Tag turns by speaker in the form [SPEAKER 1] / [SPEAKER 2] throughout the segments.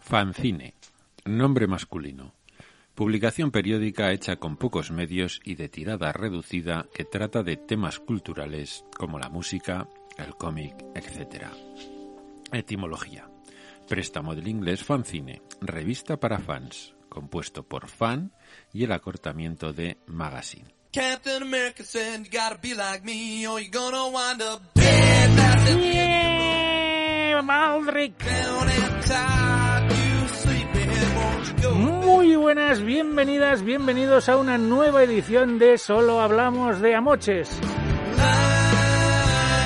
[SPEAKER 1] Fanzine, nombre masculino. Publicación periódica hecha con pocos medios y de tirada reducida que trata de temas culturales como la música, el cómic, etc. Etimología. Préstamo del inglés fanzine, revista para fans, compuesto por fan y el acortamiento de magazine.
[SPEAKER 2] Captain America said, You gotta be like me, or you're gonna wind up dead. That's it.
[SPEAKER 3] Maldrick.
[SPEAKER 2] Down and tired, you sleeping, won't you go?
[SPEAKER 3] Muy buenas, bienvenidas, bienvenidos a una nueva edición de Solo Hablamos de Amoches.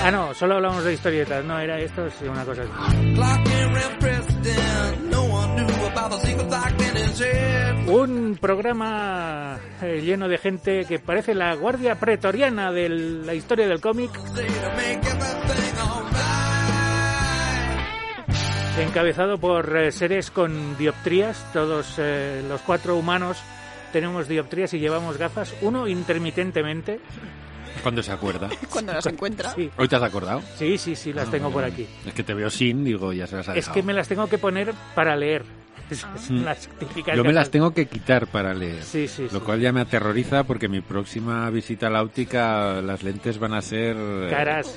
[SPEAKER 3] Ah, no, solo hablamos de historietas, no, era esto, sí, una cosa así.
[SPEAKER 2] Clock and ran president, no one knew about the secret lock in his head.
[SPEAKER 3] Un programa eh, lleno de gente que parece la guardia pretoriana de la historia del cómic,
[SPEAKER 2] Say to make everything alright.
[SPEAKER 3] encabezado por eh, seres con dioptrías, todos eh, los cuatro humanos tenemos dioptrías y llevamos gafas, uno intermitentemente.
[SPEAKER 1] ¿Cuándo se acuerda?
[SPEAKER 4] Cuando las encuentra.
[SPEAKER 3] Sí,
[SPEAKER 1] ¿Hoy te has acordado?
[SPEAKER 3] sí, sí, sí las
[SPEAKER 1] Ah,
[SPEAKER 3] tengo por
[SPEAKER 1] bueno.
[SPEAKER 3] aquí.
[SPEAKER 1] Es que te veo sin, digo, ya se las ha
[SPEAKER 3] Es
[SPEAKER 1] dejado.
[SPEAKER 3] que me las tengo que poner para leer. Son las típicas
[SPEAKER 1] Mm. Yo me
[SPEAKER 3] gafas.
[SPEAKER 1] las tengo que quitar para leer.
[SPEAKER 3] Sí, sí,
[SPEAKER 1] Lo
[SPEAKER 3] sí.
[SPEAKER 1] cual ya me aterroriza porque mi próxima visita a la óptica las lentes van a ser eh,
[SPEAKER 3] Caras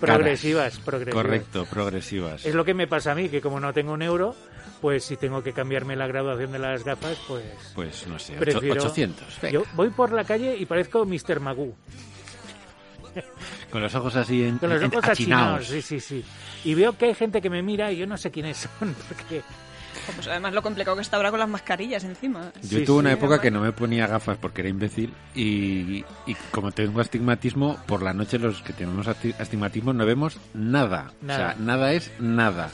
[SPEAKER 3] progresivas, progresivas.
[SPEAKER 1] Correcto, progresivas.
[SPEAKER 3] Es lo que me pasa a mí, que como no tengo un euro, pues si tengo que cambiarme la graduación de las gafas, pues...
[SPEAKER 1] Pues no sé, ocho-
[SPEAKER 3] Prefiero-
[SPEAKER 1] 800. venga.
[SPEAKER 3] Yo voy por la calle y parezco Mr. Magoo.
[SPEAKER 1] Con los ojos así en,
[SPEAKER 3] Con los
[SPEAKER 1] en-
[SPEAKER 3] ojos
[SPEAKER 1] achinaos.
[SPEAKER 3] achinados, sí, sí, sí. Y veo que hay gente que me mira y yo no sé quiénes son, porque...
[SPEAKER 4] Pues además lo complicado que está ahora con las mascarillas encima.
[SPEAKER 1] Yo
[SPEAKER 3] Sí,
[SPEAKER 1] tuve
[SPEAKER 3] sí.
[SPEAKER 1] una época que no me ponía gafas porque era imbécil y, y como tengo astigmatismo, por la noche los que tenemos asti- astigmatismo no vemos nada.
[SPEAKER 3] Nada.
[SPEAKER 1] O sea, nada es nada.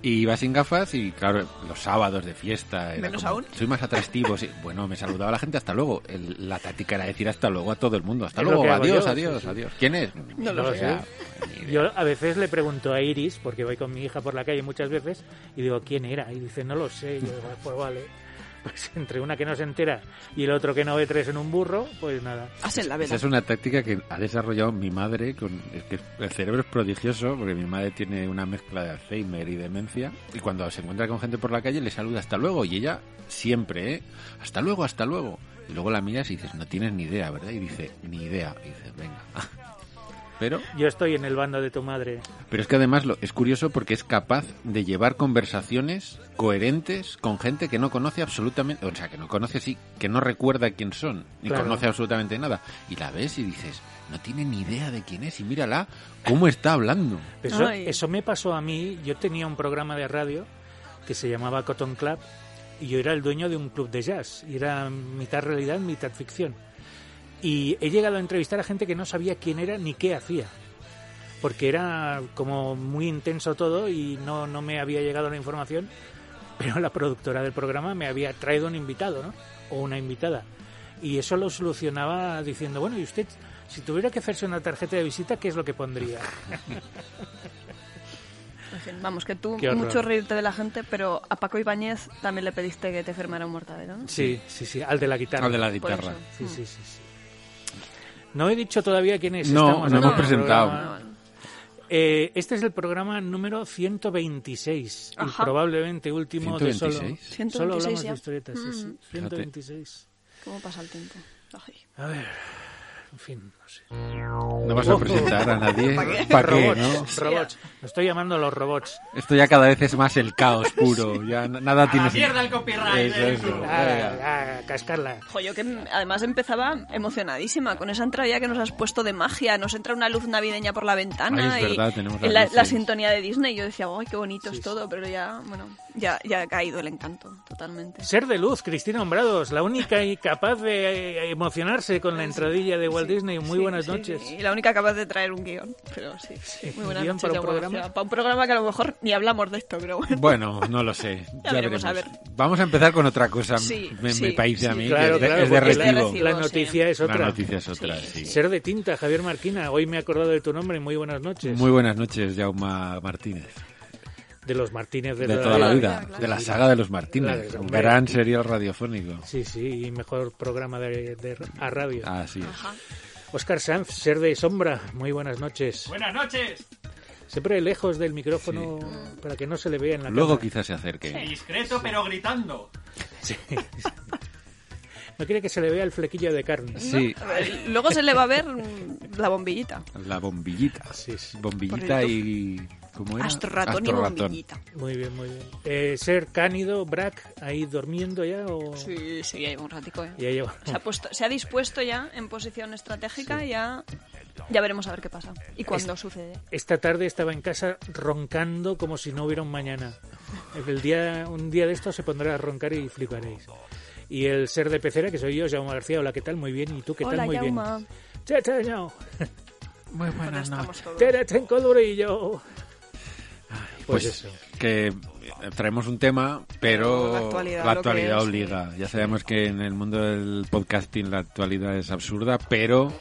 [SPEAKER 1] Y iba sin gafas y claro, los sábados de fiesta... era
[SPEAKER 4] Menos
[SPEAKER 1] como,
[SPEAKER 4] aún.
[SPEAKER 1] Soy más atractivo. sí. Bueno, me saludaba la gente hasta luego. El- la táctica era decir hasta luego a todo el mundo. Hasta
[SPEAKER 3] Es lo
[SPEAKER 1] luego,
[SPEAKER 3] que hago
[SPEAKER 1] adiós,
[SPEAKER 3] yo,
[SPEAKER 1] adiós,
[SPEAKER 3] sí, sí.
[SPEAKER 1] adiós. ¿Quién es?
[SPEAKER 4] No lo
[SPEAKER 1] O sea, ni idea.
[SPEAKER 3] Yo a veces le pregunto a Iris, porque voy con mi hija por la calle muchas veces, y digo, ¿quién era? Y dice, no lo sé. Y yo digo, pues vale. Pues entre una que no se entera y el otro que no ve tres en un burro, pues nada.
[SPEAKER 4] Hacen la
[SPEAKER 1] Esa
[SPEAKER 4] vela.
[SPEAKER 1] es una táctica que ha desarrollado mi madre. Con, es que el cerebro es prodigioso porque mi madre tiene una mezcla de Alzheimer y demencia. Y cuando se encuentra con gente por la calle le saluda hasta luego. Y ella siempre, ¿eh? Hasta luego, hasta luego. Y luego la miras y dices, no tienes ni idea, ¿verdad? Y dice, ni idea. Y dices, venga. Pero,
[SPEAKER 3] Yo estoy en el bando de tu madre.
[SPEAKER 1] pero es que además lo, es curioso porque es capaz de llevar conversaciones coherentes con gente que no conoce absolutamente, o sea, que no conoce sí, que no recuerda quién son, ni
[SPEAKER 3] Claro.
[SPEAKER 1] conoce absolutamente nada. Y la ves y dices, no tiene ni idea de quién es, y mírala cómo está hablando.
[SPEAKER 3] Eso,
[SPEAKER 4] Ay.
[SPEAKER 3] eso me pasó a mí. Yo tenía un programa de radio que se llamaba Cotton Club y yo era el dueño de un club de jazz. Y era mitad realidad, mitad ficción. Y he llegado a entrevistar a gente que no sabía quién era ni qué hacía. Porque era como muy intenso todo y no, no me había llegado la información. Pero la productora del programa me había traído un invitado, ¿no? O una invitada. Y eso lo solucionaba diciendo, bueno, ¿y usted si tuviera que hacerse una tarjeta de visita, qué es lo que pondría?
[SPEAKER 4] En fin, Vamos, que tú
[SPEAKER 3] Qué horror.
[SPEAKER 4] mucho reírte de la gente, pero a Paco Ibáñez también le pediste que te firmara un mortadero, ¿no?
[SPEAKER 3] Sí, sí, sí, al de la guitarra.
[SPEAKER 1] Habla de la
[SPEAKER 4] Por
[SPEAKER 1] guitarra.
[SPEAKER 4] eso.
[SPEAKER 3] Sí,
[SPEAKER 4] Mm.
[SPEAKER 3] sí, sí, sí. No he dicho todavía quién es.
[SPEAKER 1] No,
[SPEAKER 3] estamos
[SPEAKER 1] no
[SPEAKER 3] aquí
[SPEAKER 1] hemos
[SPEAKER 3] en el
[SPEAKER 1] presentado.
[SPEAKER 3] programa. Eh, este es el programa número 126 y
[SPEAKER 4] Ajá.
[SPEAKER 3] probablemente último de
[SPEAKER 1] 126.
[SPEAKER 3] solo, solo
[SPEAKER 4] 126
[SPEAKER 3] hablamos
[SPEAKER 4] ya. Mm.
[SPEAKER 3] de historietas. sí, sí, 126.
[SPEAKER 4] ¿Cómo pasa el tiempo? Ay.
[SPEAKER 3] A ver, en fin, no sé.
[SPEAKER 1] No vas a presentar a nadie. ¿Para qué? no?
[SPEAKER 3] Robots, robots. Lo estoy llamando los robots.
[SPEAKER 1] Esto ya cada vez es más el caos puro. Ya n- nada tiene
[SPEAKER 5] la
[SPEAKER 1] sentido.
[SPEAKER 5] mierda el copyright,
[SPEAKER 1] Eso,
[SPEAKER 5] eh.
[SPEAKER 1] eso. Pues Venga.
[SPEAKER 3] Ah, ah, cascarla.
[SPEAKER 4] Jo, yo que m- además empezaba emocionadísima con esa entrada ya que nos has puesto de magia. Nos entra una luz navideña por la ventana
[SPEAKER 1] Ay, es
[SPEAKER 4] y
[SPEAKER 1] verdad, tenemos las
[SPEAKER 4] en la,
[SPEAKER 1] luces.
[SPEAKER 4] la sintonía de Disney. Yo decía, ¡ay, qué bonito
[SPEAKER 3] Sí,
[SPEAKER 4] es todo! Pero ya, bueno, ya, ya ha caído el encanto totalmente.
[SPEAKER 3] Ser de luz, Cristina Hombrados, la única y capaz de eh, emocionarse con la entradilla de Walt Disney. Muy
[SPEAKER 4] Sí,
[SPEAKER 3] buenas
[SPEAKER 4] sí,
[SPEAKER 3] noches.
[SPEAKER 4] sí. Y la única capaz de traer un guión. Pero sí, sí.
[SPEAKER 3] ¿Un
[SPEAKER 4] Muy buenas
[SPEAKER 3] guión
[SPEAKER 4] noches,
[SPEAKER 3] para un
[SPEAKER 4] de Guardia.
[SPEAKER 3] programa?
[SPEAKER 4] Para un programa que a lo mejor ni hablamos de esto, pero bueno.
[SPEAKER 1] Bueno, no lo sé. Ya,
[SPEAKER 4] Ya veremos, a ver.
[SPEAKER 1] Vamos a empezar con otra cosa.
[SPEAKER 4] Sí,
[SPEAKER 1] me, me
[SPEAKER 4] sí,
[SPEAKER 1] parece a
[SPEAKER 4] sí.
[SPEAKER 1] mí
[SPEAKER 3] Claro,
[SPEAKER 1] que es de-
[SPEAKER 3] claro,
[SPEAKER 1] es de
[SPEAKER 3] porque la-
[SPEAKER 1] recibo.
[SPEAKER 4] recibo.
[SPEAKER 3] La noticia es
[SPEAKER 1] La
[SPEAKER 3] otra.
[SPEAKER 1] noticia es otra, sí.
[SPEAKER 3] Ser de tinta, Javier Marquina. Hoy me he acordado de tu nombre. Muy buenas noches.
[SPEAKER 1] Muy buenas noches, Jauma Martínez.
[SPEAKER 3] de los Martínez de,
[SPEAKER 1] De toda la
[SPEAKER 4] vida,
[SPEAKER 1] vida.
[SPEAKER 4] claro.
[SPEAKER 1] De la saga de los Martínez.
[SPEAKER 3] Claro,
[SPEAKER 1] Un
[SPEAKER 3] hombre.
[SPEAKER 1] gran serial radiofónico.
[SPEAKER 3] Sí, sí, y mejor programa de, de- a radio.
[SPEAKER 1] Así
[SPEAKER 3] Ah,
[SPEAKER 1] es.
[SPEAKER 4] Ajá.
[SPEAKER 3] Oscar Sanz, ser de sombra. Muy buenas noches.
[SPEAKER 5] Buenas noches.
[SPEAKER 3] Siempre lejos del micrófono para que no se le vea en la
[SPEAKER 1] Luego
[SPEAKER 3] cámara.
[SPEAKER 1] quizás se acerque.
[SPEAKER 5] Discreto pero gritando.
[SPEAKER 3] No quiere que se le vea el flequillo de carne.
[SPEAKER 1] Sí,
[SPEAKER 4] A ver, Luego se le va a ver mm, la bombillita.
[SPEAKER 1] la bombillita.
[SPEAKER 3] Sí, sí.
[SPEAKER 1] Bombillita y... ¿Cómo era?
[SPEAKER 4] Astroratón y
[SPEAKER 1] Astroratón.
[SPEAKER 4] bombillita.
[SPEAKER 3] Muy bien, muy bien. Eh, ser cánido, Brack, ahí durmiendo ya o...
[SPEAKER 4] Sí, sí, ya lleva un ratico, ¿eh?
[SPEAKER 3] Ya lleva...
[SPEAKER 4] Se ha, puesto, se ha dispuesto ya en posición estratégica, ya, ya veremos a ver qué pasa y cuándo sucede.
[SPEAKER 3] Esta tarde estaba en casa roncando como si no hubiera un mañana. El día, un día de esto se pondrá a roncar y fliparéis. Y el ser de pecera, que soy yo, Jaume García. Hola, ¿qué tal? Muy bien. ¿Y tú qué
[SPEAKER 4] Hola,
[SPEAKER 3] tal? Muy
[SPEAKER 4] Yauma.
[SPEAKER 3] bien. Cha, cha, chao.
[SPEAKER 1] Muy
[SPEAKER 4] Bueno,
[SPEAKER 1] buenas
[SPEAKER 4] estamos
[SPEAKER 1] noches.
[SPEAKER 4] todos.
[SPEAKER 3] Te la tengo durillo. Pues, eso.
[SPEAKER 1] que eh, traemos un tema, pero
[SPEAKER 4] La actualidad,
[SPEAKER 1] la
[SPEAKER 4] lo que
[SPEAKER 1] actualidad
[SPEAKER 4] es.
[SPEAKER 1] obliga. Ya sabemos que en el mundo del podcasting la actualidad es absurda, pero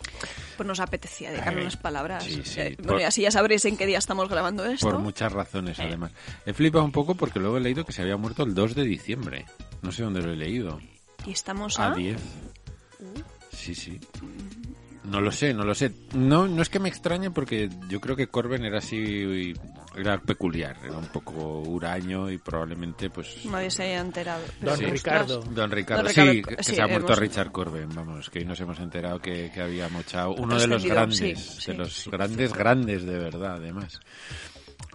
[SPEAKER 4] Pues nos apetecía dedicar
[SPEAKER 1] Ay,
[SPEAKER 4] unas palabras.
[SPEAKER 1] Eh, sí, sí.
[SPEAKER 4] Eh,
[SPEAKER 1] Por-
[SPEAKER 4] bueno, y así ya sabréis en qué día estamos grabando esto.
[SPEAKER 1] por muchas razones además. He flipado un poco porque luego he leído que se había muerto el 2 de diciembre. No sé dónde lo he leído.
[SPEAKER 4] Y estamos
[SPEAKER 1] A
[SPEAKER 4] a...
[SPEAKER 1] 10.
[SPEAKER 4] Uh.
[SPEAKER 1] Sí, sí. No lo sé, no lo sé. No, no es que me extrañe porque yo creo que Corben era así, era peculiar, era un poco huraño y probablemente pues
[SPEAKER 4] Me habéis enterado.
[SPEAKER 3] Don
[SPEAKER 1] Sí.
[SPEAKER 3] Ricardo.
[SPEAKER 1] Don Ricardo,
[SPEAKER 4] Don
[SPEAKER 1] sí,
[SPEAKER 4] Ricardo,
[SPEAKER 1] que
[SPEAKER 4] sí,
[SPEAKER 1] se ha muerto
[SPEAKER 4] hemos-
[SPEAKER 1] Richard Corben, vamos, que hoy nos hemos enterado que, que había mochado uno de los
[SPEAKER 4] Trascendido,
[SPEAKER 1] grandes,
[SPEAKER 4] sí,
[SPEAKER 1] de
[SPEAKER 4] sí,
[SPEAKER 1] los
[SPEAKER 4] sí.
[SPEAKER 1] grandes, grandes de verdad, además.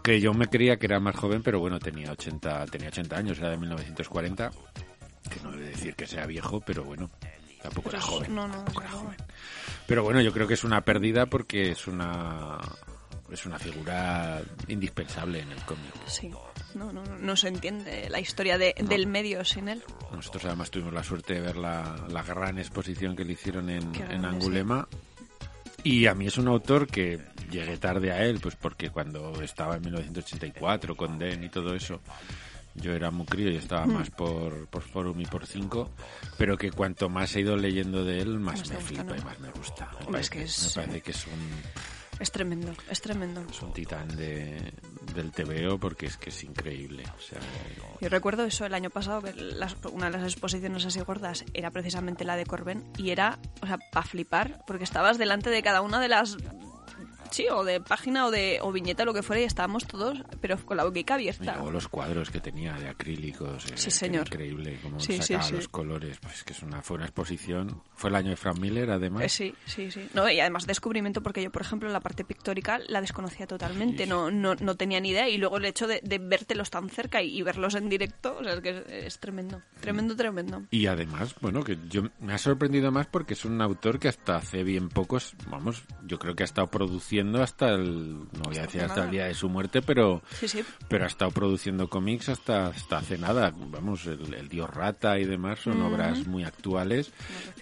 [SPEAKER 1] Que yo me creía que era más joven, pero bueno, tenía 80, tenía 80 años, era de 1940, que no he de decir que sea viejo, pero bueno, tampoco era
[SPEAKER 4] Pero es-
[SPEAKER 1] joven.
[SPEAKER 4] Pues no, no,
[SPEAKER 1] tampoco era
[SPEAKER 4] no.
[SPEAKER 1] joven. Pero bueno, yo creo que es una pérdida porque es una es una figura indispensable en el cómic.
[SPEAKER 4] Sí. No, no, no, no se entiende la historia de- del medio sin él.
[SPEAKER 1] Nosotros además tuvimos la suerte de ver la, la gran exposición que le hicieron en,
[SPEAKER 4] Qué grande,
[SPEAKER 1] en Angulema. Y a mí es un autor que llegué tarde a él, pues porque cuando estaba en 1984 con Den y todo eso, yo era muy crío y estaba
[SPEAKER 4] Hmm.
[SPEAKER 1] más por, por Forum y por 5, pero que cuanto más he ido leyendo de él, más,
[SPEAKER 4] Más te
[SPEAKER 1] me
[SPEAKER 4] gusta,
[SPEAKER 1] flipa
[SPEAKER 4] ¿no?
[SPEAKER 1] y más me gusta. Me
[SPEAKER 4] Hombre, es que es-
[SPEAKER 1] me parece que es un,
[SPEAKER 4] Es tremendo, es tremendo.
[SPEAKER 1] es un titán de, del TVO porque es que es increíble. O sea,
[SPEAKER 4] Yo recuerdo eso el año pasado, que las- una de las exposiciones así gordas era precisamente la de Corben y era, o sea, para flipar, porque estabas delante de cada una de las... Sí, o de página o de o viñeta, lo que fuera, y estábamos todos, pero con la boquica
[SPEAKER 1] Y
[SPEAKER 4] abierta.
[SPEAKER 1] luego los cuadros que tenía de acrílicos. eh,
[SPEAKER 4] Sí,
[SPEAKER 1] que
[SPEAKER 4] señor.
[SPEAKER 1] era Increíble, cómo
[SPEAKER 4] Sí, sí,
[SPEAKER 1] sacaba
[SPEAKER 4] sí.
[SPEAKER 1] los colores. Pues que es una, fue una exposición. Fue el año de Frank Miller, además.
[SPEAKER 4] Eh, sí, sí, sí. No, y además descubrimiento, porque yo, por ejemplo, la parte pictórica la desconocía totalmente, no, no, no tenía ni idea, y luego el hecho de, de vértelos tan cerca y, y verlos en directo, o sea, es que es, es tremendo, tremendo,
[SPEAKER 1] Mm.
[SPEAKER 4] tremendo.
[SPEAKER 1] Y además, bueno, que yo me ha sorprendido más porque es un autor que hasta hace bien pocos, vamos, yo creo que ha estado produciendo hasta el, no voy a decir hasta el día de su muerte, pero
[SPEAKER 4] Sí, sí,
[SPEAKER 1] pero ha estado produciendo cómics hasta, hasta hace nada. Vamos, el, el Dios Rata y demás son obras muy actuales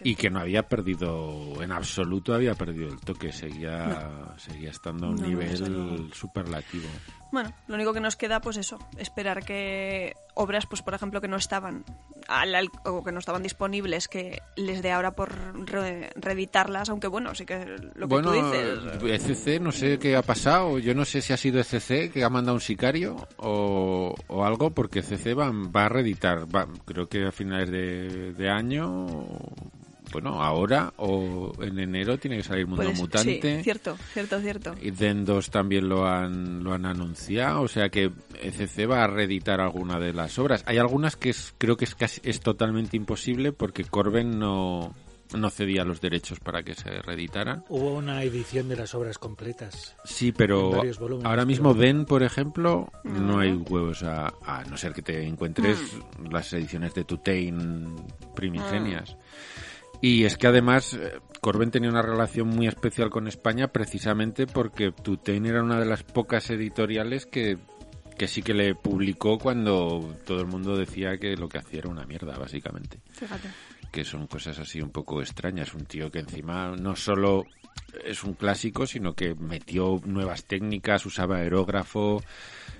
[SPEAKER 1] y que no había perdido, en absoluto había perdido el toque. Seguía, seguía estando a un
[SPEAKER 4] No, no, desde
[SPEAKER 1] nivel
[SPEAKER 4] luego.
[SPEAKER 1] superlativo.
[SPEAKER 4] Bueno, lo único que nos queda, pues eso, esperar que obras, pues por ejemplo, que no estaban al al- o que no estaban disponibles, que les dé ahora por re- reeditarlas, aunque bueno, sí que lo que
[SPEAKER 1] bueno,
[SPEAKER 4] tú dices. eh,
[SPEAKER 1] ECC, no sé qué ha pasado. Yo no sé si ha sido ECC que ha mandado un sicario o, o algo, E porque ECC va, va a reeditar. va- creo que a finales de, de año o- Bueno, ahora o en enero tiene que salir Mundo
[SPEAKER 4] Puedes-
[SPEAKER 1] Mutante.
[SPEAKER 4] pues, Sí, cierto, cierto, cierto.
[SPEAKER 1] Y Den 2 también lo han, lo han anunciado, o sea que ECC va a reeditar alguna de las obras. Hay algunas que es- creo que es, casi, es totalmente imposible porque Corben no, no cedía los derechos para que se reeditaran.
[SPEAKER 3] Hubo una edición de las obras completas.
[SPEAKER 1] Sí,
[SPEAKER 3] En
[SPEAKER 1] pero
[SPEAKER 3] varios volúmenes,
[SPEAKER 1] ahora mismo
[SPEAKER 3] pero-
[SPEAKER 1] Den, por ejemplo, no
[SPEAKER 4] Ujú.
[SPEAKER 1] hay huevos a, a no ser que te encuentres las ediciones de Tutein primigenias. Y es que además eh, Corben tenía una relación muy especial con España precisamente porque Tutein era una de las pocas editoriales que, que sí que le publicó cuando todo el mundo decía que lo que hacía era una mierda, básicamente
[SPEAKER 4] Fíjate.
[SPEAKER 1] que son cosas así un poco extrañas. Un tío que encima no solo es un clásico, sino que metió nuevas técnicas, usaba aerógrafo,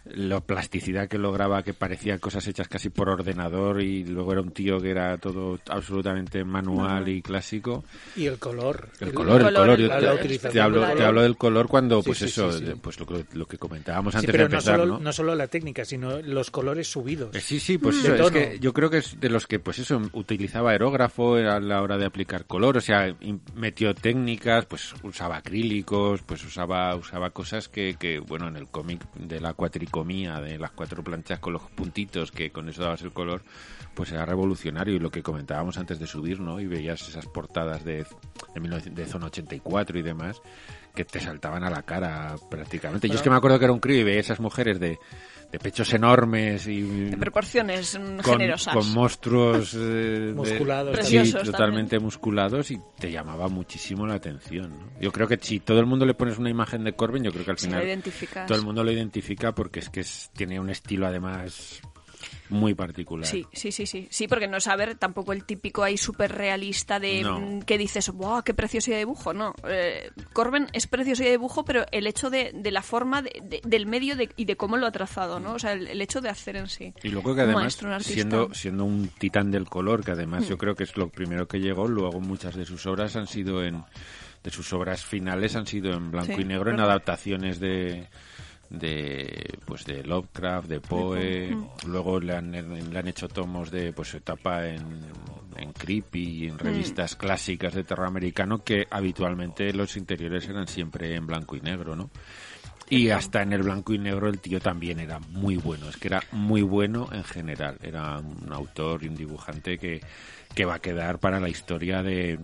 [SPEAKER 1] la plasticidad que lograba, que parecía cosas hechas casi por ordenador, y luego era un tío que era todo absolutamente manual y clásico.
[SPEAKER 3] Y el color.
[SPEAKER 1] El color, el color. yo
[SPEAKER 3] la- la
[SPEAKER 1] te,
[SPEAKER 3] utilización
[SPEAKER 1] te hablo,
[SPEAKER 4] del
[SPEAKER 1] te hablo
[SPEAKER 3] color.
[SPEAKER 1] del color cuando,
[SPEAKER 3] Sí,
[SPEAKER 1] pues
[SPEAKER 3] sí,
[SPEAKER 1] eso,
[SPEAKER 3] sí, sí.
[SPEAKER 1] de- pues lo, que- lo que comentábamos
[SPEAKER 3] Sí,
[SPEAKER 1] antes de
[SPEAKER 3] pero no
[SPEAKER 1] empezar,
[SPEAKER 3] solo,
[SPEAKER 1] ¿no?
[SPEAKER 3] no solo la técnica, sino los colores subidos.
[SPEAKER 1] Eh, Sí, sí, pues
[SPEAKER 3] Mm.
[SPEAKER 1] eso,
[SPEAKER 3] De
[SPEAKER 1] es
[SPEAKER 3] tono.
[SPEAKER 1] que yo creo que es de los que, pues eso, utilizaba aerógrafo a la hora de aplicar color, o sea, in- metió técnicas, pues usaba acrílicos, pues usaba usaba cosas que, que bueno, en el cómic de la cuatricomía, de las cuatro planchas con los puntitos, que con eso dabas el color, pues era revolucionario y lo que comentábamos antes de subir, ¿no? Y veías esas portadas de, de, 19 de Zona 84 y demás, que te saltaban a la cara prácticamente. Yo es que me acuerdo que era un crío y veía esas mujeres de... De pechos enormes y
[SPEAKER 4] De proporciones mm,
[SPEAKER 1] con,
[SPEAKER 4] generosas.
[SPEAKER 1] con monstruos eh, de-
[SPEAKER 3] Musculados
[SPEAKER 1] sí,
[SPEAKER 4] también. Preciosos
[SPEAKER 1] totalmente musculados y te llamaba muchísimo la atención. ¿no? Yo creo que si todo el mundo le pones una imagen de Corbin, yo creo que al
[SPEAKER 4] Si lo
[SPEAKER 1] final
[SPEAKER 4] identificas.
[SPEAKER 1] todo el mundo lo identifica porque es que es- tiene un estilo además muy particular.
[SPEAKER 4] Sí, sí, sí, sí. Sí, porque no saber tampoco el típico ahí súper realista de
[SPEAKER 1] No.
[SPEAKER 4] mm, que dices, ¡guau, qué preciosidad de dibujo! No, eh, Corben es preciosidad de dibujo, pero el hecho de, de la forma, de- de- del medio de- y de cómo lo ha trazado, ¿no? O sea, el, el hecho de hacer en sí.
[SPEAKER 1] Y luego que
[SPEAKER 4] Un
[SPEAKER 1] además,
[SPEAKER 4] maestro, un artista. Hmm.
[SPEAKER 1] siendo, siendo un titán del color, que además yo creo que es lo primero que llegó, luego muchas de sus obras han sido en, de sus obras finales han sido en blanco
[SPEAKER 4] Sí,
[SPEAKER 1] y negro, en
[SPEAKER 4] ¿verdad?
[SPEAKER 1] adaptaciones de de pues de Lovecraft, de Poe,
[SPEAKER 4] Hmm.
[SPEAKER 1] luego le han, le han hecho tomos de pues su etapa en, en Creepy y
[SPEAKER 4] Hmm.
[SPEAKER 1] en revistas clásicas de terror americano que habitualmente los interiores eran siempre en blanco y negro, ¿no? Y hasta en el blanco y negro el tío también era muy bueno, es que era muy bueno en general, era un autor y un dibujante que, que va a quedar para la historia de,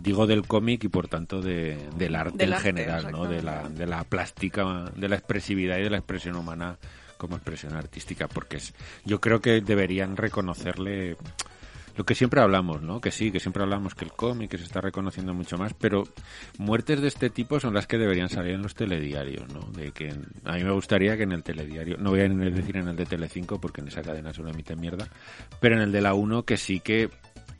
[SPEAKER 1] digo del cómic y por tanto de, del arte
[SPEAKER 4] Del
[SPEAKER 1] en
[SPEAKER 4] arte,
[SPEAKER 1] general, ¿no? De la,
[SPEAKER 4] exactamente.
[SPEAKER 1] de la plástica, de la expresividad y de la expresión humana como expresión artística, porque es, yo creo que deberían reconocerle lo que siempre hablamos, ¿no? Que sí, que siempre hablamos que el cómic que se está reconociendo mucho más, pero muertes de este tipo son las que deberían salir en los telediarios, ¿no? De que en- a mí me gustaría que en el telediario, no voy a ni decir en el de Telecinco porque en esa cadena solo emite mierda, pero en el de la 1 que sí que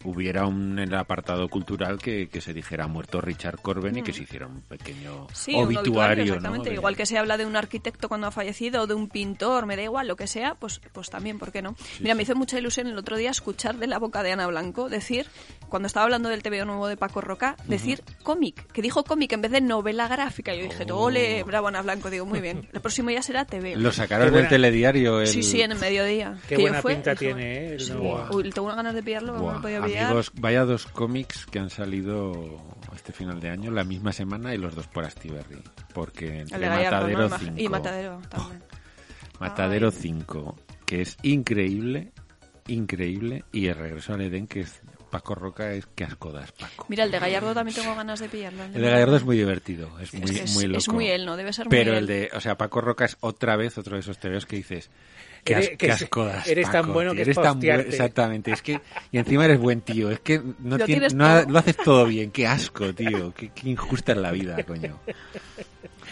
[SPEAKER 1] hubiera un en el apartado cultural que, que se dijera "Ha muerto Richard Corben y que se hiciera un pequeño
[SPEAKER 4] Mm. Sí, un
[SPEAKER 1] obituario, ¿no?
[SPEAKER 4] exactamente.
[SPEAKER 1] De-
[SPEAKER 4] Igual que se habla de un arquitecto cuando ha fallecido, o de un pintor, me da igual, lo que sea, pues, pues también, ¿por qué no? Mira, me hizo mucha ilusión el otro día escuchar de la boca de Ana Blanco decir, cuando estaba hablando del TVO nuevo de Paco Roca, decir cómic, que dijo cómic en vez de novela gráfica. Yo dije,
[SPEAKER 1] Oh.
[SPEAKER 4] ole, bravo Ana Blanco, digo, muy bien. El próximo ya será TVO.
[SPEAKER 1] lo sacaron
[SPEAKER 3] Qué buena-
[SPEAKER 1] del telediario el-
[SPEAKER 4] Sí, sí, en el mediodía.
[SPEAKER 3] Qué
[SPEAKER 4] Que yo
[SPEAKER 3] buena
[SPEAKER 4] fue,
[SPEAKER 3] pinta
[SPEAKER 4] dije,
[SPEAKER 3] tiene, ¿eh? El
[SPEAKER 4] sí.
[SPEAKER 3] nuevo-
[SPEAKER 4] Uy, tengo unas ganas de pillarlo, no
[SPEAKER 1] Buah,
[SPEAKER 4] lo he podido pillar.
[SPEAKER 1] amigos, vaya dos cómics que han salido este final de año, la misma semana y los dos por Astiberri. Porque
[SPEAKER 4] El
[SPEAKER 1] entre
[SPEAKER 4] de Gallardo, ¿no?
[SPEAKER 1] Matadero
[SPEAKER 4] Imag-
[SPEAKER 1] 5,
[SPEAKER 4] Y Matadero también.
[SPEAKER 1] Matadero 5, que es increíble, increíble, y el regreso al Edén, que es Paco Roca, es que asco das, Paco.
[SPEAKER 4] Mira, el de Gallardo también tengo ganas de pillarlo.
[SPEAKER 1] el de Gallardo es muy divertido, es muy,
[SPEAKER 4] que es-
[SPEAKER 1] muy loco.
[SPEAKER 4] es muy él, ¿no? Debe ser muy
[SPEAKER 1] Pero el
[SPEAKER 4] él.
[SPEAKER 1] de, o sea, Paco Roca es otra vez otro de esos tebeos que dices, qué,
[SPEAKER 3] Eres-
[SPEAKER 1] as-
[SPEAKER 3] que
[SPEAKER 1] qué
[SPEAKER 3] es-
[SPEAKER 1] asco das,
[SPEAKER 3] eres tan
[SPEAKER 1] Paco,
[SPEAKER 3] bueno
[SPEAKER 1] tío,
[SPEAKER 3] que es
[SPEAKER 1] eres
[SPEAKER 3] pa'
[SPEAKER 1] tan bueno,
[SPEAKER 3] hostiarte.
[SPEAKER 1] exactamente, es que y encima eres buen tío, es que no
[SPEAKER 4] Lo
[SPEAKER 1] tien-
[SPEAKER 4] tienes
[SPEAKER 1] no ha-
[SPEAKER 4] todo.
[SPEAKER 1] lo haces todo bien, qué asco, tío, qué, qué injusta es la vida, coño.